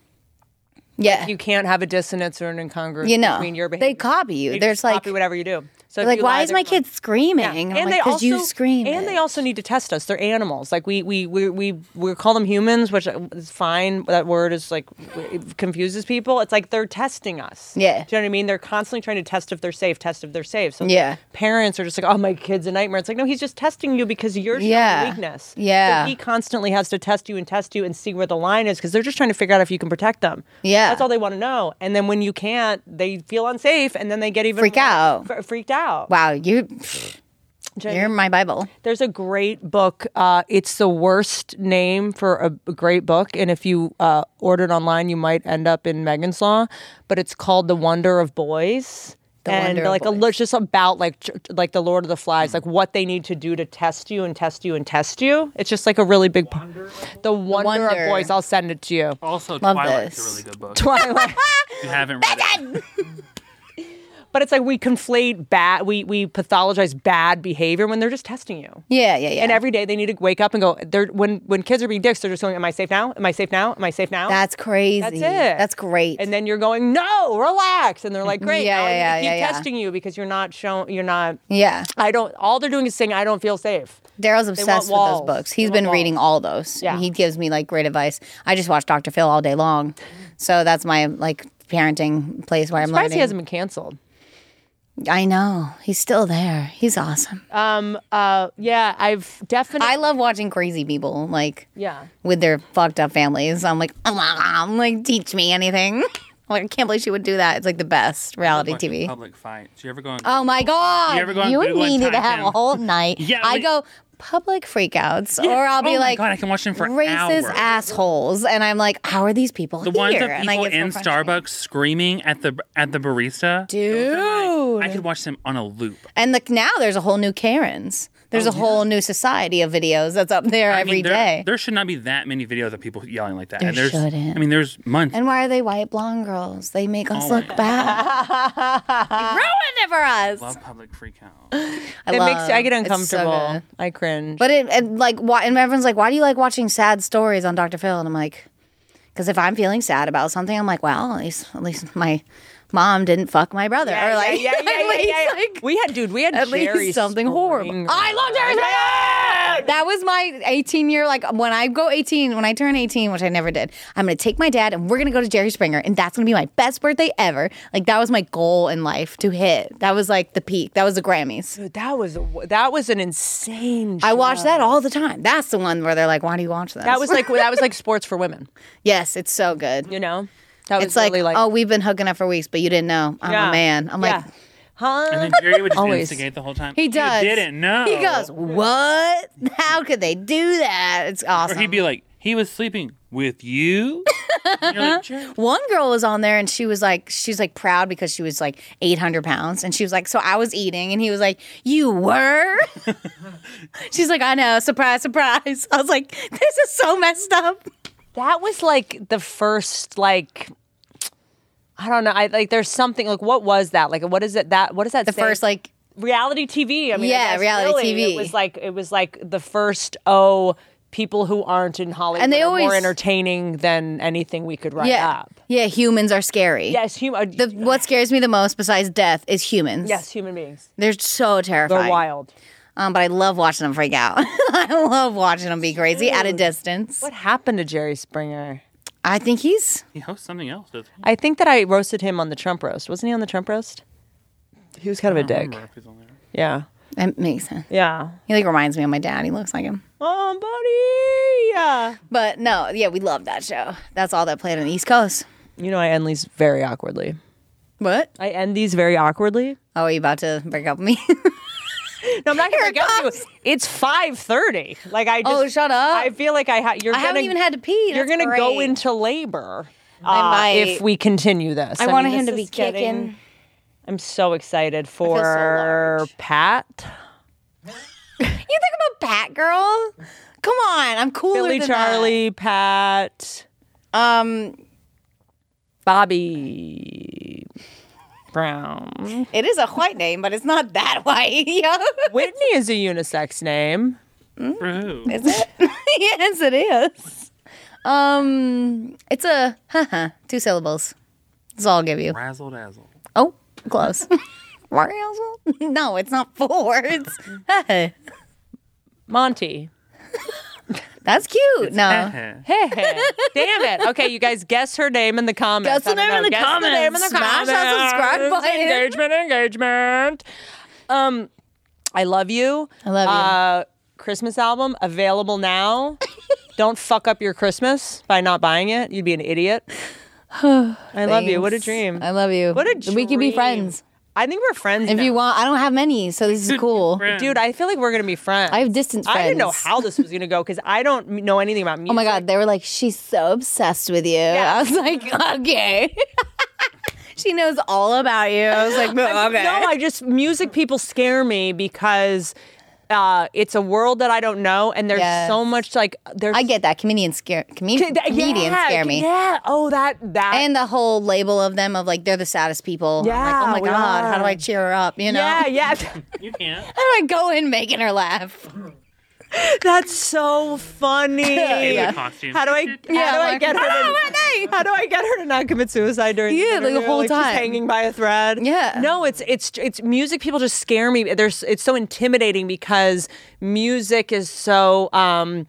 yeah. You You, can't have a dissonance or an incongruence know, between your they behavior. copy you. There's just like, copy whatever you do. So if like you why lie, is they're my gonna- kid screaming? Yeah. And, I'm like, because you scream. and they it." also need to test us. They're animals. Like we we we we, we call them humans, which is fine. That word is like it confuses people. It's like they're testing us. do you Yeah. know what I mean? They're constantly trying to test if they're safe, test if they're safe. So Yeah. parents are just like, oh, my kid's a nightmare. It's like no, he's just testing you because you're showing Yeah. weakness. Yeah. so he constantly has to test you and test you and see where the line is because they're just trying to figure out if you can protect them. Yeah. that's all they want to know. And then when you can't, they feel unsafe, and then they get even Freak more out. fre- freaked out. wow, Do you you, know what I mean? you're my Bible. There's a great book. Uh, it's the worst name for a, a great book, and if you uh, order it online, you might end up in Megan's Law. But it's called The Wonder of Boys. The and Wonder of like a Boys. Hmm. li- it's just about like ch- like the Lord of the Flies, like what they need to do to test you and test you and test you. It's just like a really big, the wonder, Wonder. of boys. I'll send it to you. Also, Love Twilight's this. a really good book. Twilight. If you haven't read it. but it's like we conflate bad, we we pathologize bad behavior when they're just testing you. Yeah, yeah, yeah. And every day they need to wake up and go. They're when when kids are being dicks, they're just going, "Am I safe now? Am I safe now? Am I safe now?" That's crazy. it. That's great. and then you're going, "No, relax." And they're like, "Great, Mm-hmm. Yeah, now I need yeah, to keep yeah, yeah. testing you because you're not showing, you're not. yeah. I don't. All they're doing is saying, "I don't feel safe." Daryl's obsessed with those walls. books. They He's want been reading walls. all those. Yeah. And he gives me like great advice. I just watch Dr. Phil all day long. So that's my like parenting place where I'm, Surprised learning. he hasn't been canceled. I know. He's still there. He's awesome. Um. Uh. Yeah. I've definitely. I love watching crazy people like yeah. with their fucked up families. I'm like, "Ah, I'm like, teach me anything. I'm like, I can't believe she would do that. It's like the best reality Watching TV. Public fights. You ever go on? Oh my god! You ever go on and Google me and need to type have a in- whole night. Yeah, I like- go public freakouts, or I'll oh be my like, God, I can watch them for racist hours. assholes, and I'm like, how are these people the here? ones of and I people get so in frustrated. Starbucks screaming at the at the barista. dude. I could watch them on a loop. And like now, there's a whole new Karens. There's a whole new society of videos that's up there Oh, I every day. mean, there, There should not be that many videos of people yelling like that. There and there's, shouldn't. I mean, there's months. and why are they white blonde girls? They make Oh us look bad. they ruined it for us. love public freak out. I It makes. love I get It's so uncomfortable. good. I cringe. But it, it like why and everyone's like, why do you like watching sad stories on Dr. Phil? And I'm like, because if I'm feeling sad about something, I'm like, well, at least at least my mom didn't fuck my brother, or like, yeah, yeah, yeah, at yeah, least, yeah, yeah. like, we had, dude. We had at least Jerry something screaming. horrible. I love Jerry. Springer! That was my 18 year like when I go 18, when I turn 18, which I never did. I'm gonna take my dad and we're gonna go to Jerry Springer, and that's gonna be my best birthday ever. Like that was my goal in life to hit. That was like the peak. That was the Grammys. Dude, Oh, that was that was an insane. I watch that all the time. That's the one where they're like, "Why do you watch this?" That was like that was like sports for women. yes, it's so good. You know, that was It's like, really like oh, we've been hooking up for weeks, but you didn't know. I'm yeah, a man. I'm yeah. like, huh? And then Jerry would just Always. instigate the whole time. he does. You didn't know. Oh, He goes, what? How could they do that? It's Or awesome. he'd be like, he was sleeping with you. And you're like, Jerry, One girl was on there and she was like, she's like proud because she was like 800 pounds. And she was like, so I was eating. And he was like, you were? she's like, I know. Surprise, surprise. I was like, this is so messed up. That was like the first like I don't know. I like there's something like what was that? Like what is it that what is that The say? first, like, reality TV. I mean, I Yeah, guess reality really, TV. It was like it was like the first oh people who aren't in Hollywood And they are more always- entertaining than anything we could write yeah. up. Yeah, humans are scary. Yes, human. The, what scares me the most besides death is humans. yes, human beings. They're so They're terrifying. wild. Um, but I love watching them freak out. I love watching them be crazy at a distance. What happened to Jerry Springer? I think he's he hosts something else. Doesn't he? I think that I roasted him on the Trump roast. Wasn't he on the Trump roast? He was kind of a dick. Remember if he's on there. Yeah. that makes sense. Yeah. He like reminds me of my dad. He looks like him. Oh, buddy. Yeah. But no, yeah, we love that show. That's all that played on the East Coast. You know, I end these very awkwardly. What? I end these very awkwardly. Oh, are you about to break up with me? No, I'm not gonna it get you. comes. It's five thirty. Like I just. Oh, shut up. I feel like I ha- you're I gonna, haven't even had to pee. You're That's gonna go great. into labor uh, I might. if we continue this. I, want mean, him this to be is getting- kicking. I'm so excited so for large. Pat, You think about Pat, girl? Come on, I'm cooler Billy, than Charlie, Pat, that. Um, Bobby Brown. it is a white name, but it's not that white. yeah. Whitney is a unisex name. True. Is it? yes, it is. Um, it's a haha, two syllables. That's all I'll give you. Razzle dazzle. Oh, close. Razzle? No, it's not four. It's haha. Monty. That's cute. No. Hey, hey. Damn it. Okay, you guys guess her name in the comments. Guess the I don't name in know. the guess comments. The name in the Smash that comments. subscribe button. Engagement, engagement. Um, I love you. I love you. Uh, Christmas album available now. Don't fuck up your Christmas by not buying it. You'd be an idiot. I love you. What a Thanks. dream. I love you. What a We could be dream. friends. I think we're friends. If now. you want, I don't have many, so this is cool. dude, I feel like we're gonna be friends. I have distance friends. I didn't know how this was gonna go because I don't know anything about music. Oh my god, they were like, she's so obsessed with you. I was like, okay. she knows all about you. I was like, okay. No, I just music people scare me because uh, it's a world that I don't know, and there's Yes. so much like there's I get that. Comedians scare comed- comedians yeah, scare me. Yeah. Oh, that that. And the whole label of them of like they're the saddest people. I'm Yeah, like, oh we my god, how do are. I cheer her up? You know? yeah, How yeah. You can't. do I go in making her laugh? That's so funny. Yeah. Costume. How do I? Yeah, how do I like, get her? "Ah, To, how do I get her to not commit suicide during? Yeah, the, like, the interview? whole she's time. hanging by a thread. Yeah. No, it's it's it's music. People just scare me. There's it's so intimidating because music is so. um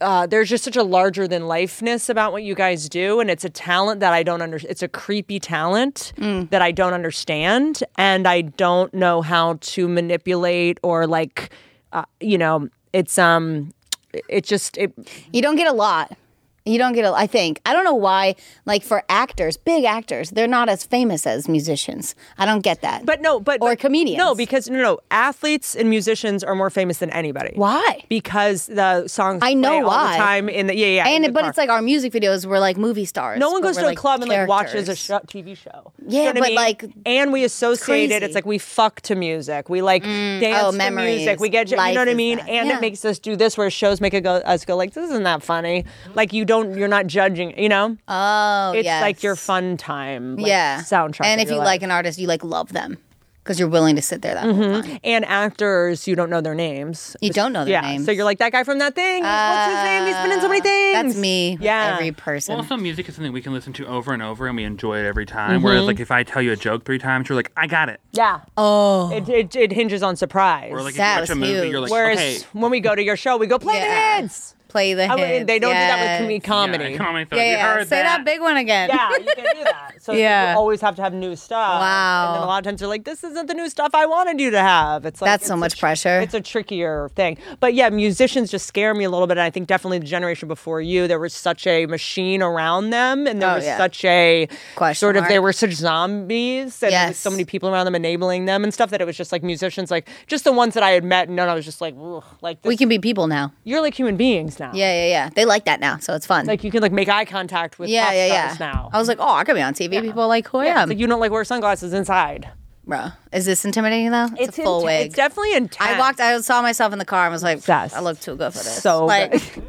uh, there's just such a larger than lifeness about what you guys do, and it's a talent that I don't understand. It's a creepy talent Mm. that I don't understand, and I don't know how to manipulate or like, uh, you know, it's um, it- it just it You don't get a lot. You don't get a I think. I don't know why, like for actors, big actors, they're not as famous as musicians. I don't get that. But no, but Or but- comedians. No, because no, no, athletes and musicians are more famous than anybody. why? Because the songs I know play all why. the time in the yeah yeah. and in the but car. it's like our music videos were like movie stars. no one but goes we're, to a like, club and like watches a characters. sh- TV show. You know Yeah, what I but, mean? like, and we associate it. crazy. It's like we fuck to music. We like dance oh, to memories. music. We get you Life know what I is mean. that. And Yeah. it makes us do this where shows make it go, us go like this isn't that funny. Like you don't you're not judging. You know. Oh, it's yes. like your fun time. Like, yeah Soundtrack. And of if your you life. Mm-hmm. like an artist, you like love them because you're willing to sit there that whole time. and actors, you don't know their names. You don't know their yeah. names. Uh, So you're like that guy from that thing. What's his name? He's been in so many things. That's me. with Yeah. every person. Also, music is something we can listen to over and over, and we enjoy it every time. Whereas, like, if I tell you a joke three times, you're like, "I got it." Yeah. oh, It, it, it hinges on surprise. Or like, That if was you watch a movie, huge. you're like, Whereas "Okay." when we go to your show, we go play Yeah. the hits. play the I hits. mean, they don't yes. do that with com- Yeah, comedy. come on, Yeah, you yeah. heard Say that. big one again. Yeah, you can do that. So it's like Yeah. you always have to have new stuff. Wow. And then a lot of times they're like, this isn't the new stuff I wanted you to have. It's like That's it's so a much tr- pressure. It's a trickier thing. But yeah, musicians just scare me a little bit. And I think definitely the generation before you, there was such a machine around them and there Oh, was yeah. such a Question sort of they mark. were such zombies and there was so Yes. many people around them enabling them and stuff that it was just like musicians, like just the ones that I had met and none I was just like, "Ugh," like this, we can be people now. you're like human beings now. Yeah, yeah, yeah. They like that now, so it's fun. Like you can like make eye contact with yeah, pop yeah, yeah. stars now. I was like, oh, I could be on TV. People like who I am. It's like you don't like wear sunglasses inside. Bro, is this intimidating though? It's, a full int- wig. It's definitely intense. I walked. I saw myself in the car and was like, Obsessed. I look too good for this. So like, good.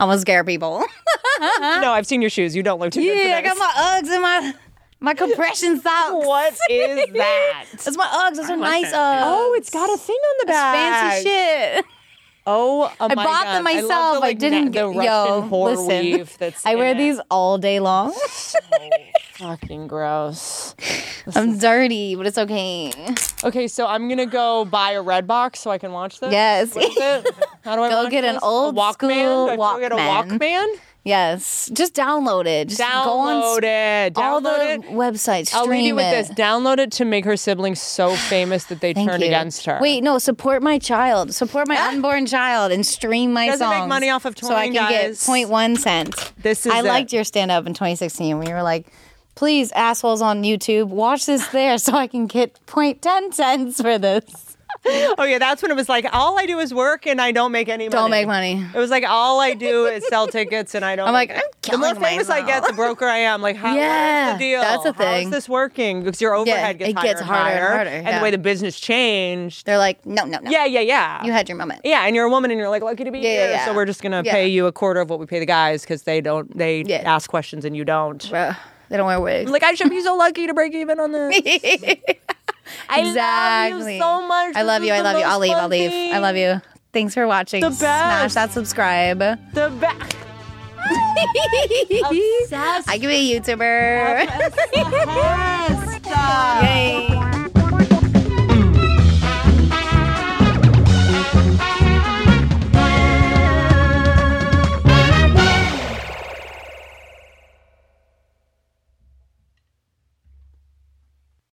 I'm gonna scare people. No, I've seen your shoes. You don't look too good. for yeah, I got this. my Uggs and my my compression socks. What is that? It's my Uggs. Those are like nice that, too. Uggs. Oh, it's got a thing on the back. fancy shit. Oh, oh I my bought God. them I love myself. the, I, like, na- didn't the get Russian yo. horror listen, weave that's I in wear it. these all day long. Fucking gross. I'm dirty, but it's okay. Okay, so I'm gonna go buy a red box so I can watch this. Yes. What is it? How do I Go watch get an this? old a Walkman? school Do I go get a Walkman. Walkman? Yes, just download it. Just go on Download it. Download all the it. websites. I'll leave you stream with it. this. Download it to make her siblings so famous that they Thank turn you. against her. Wait, no, support my child. Support my unborn child and stream my Doesn't make songs money off of So I touring, can guys. get 0.1 cent. This is I it. liked your stand up in 2016 when you were like, please, assholes on YouTube, watch this there so I can get point ten cents for this. Oh yeah, that's when it was like all I do is work and I don't make any money. Don't make money. It was like all I do is sell tickets and I don't. I'm like, make- I'm the more killing my famous I get, the broker I am. Like, how, yeah, Yeah, the deal? that's a How's thing. this working? Because your overhead gets Yeah, it higher gets and harder and higher, harder, and yeah. the way the business changed. They're like, no, no, no. Yeah, yeah, yeah. You had your moment. yeah, and you're a woman, and you're like lucky to be Yeah, yeah, here. yeah. So we're just gonna Yeah. pay you a quarter of what we pay the guys because they don't. They Yeah. ask questions and you don't. Bruh, they don't wear wigs. I'm like I should be so lucky to break even on this. I love exactly. you so much. I This love is you. I the love you. most I'll leave. fun I'll leave. I thing. love you. Thanks for watching. The Smash best. that subscribe. The back. I can be a YouTuber. Yay.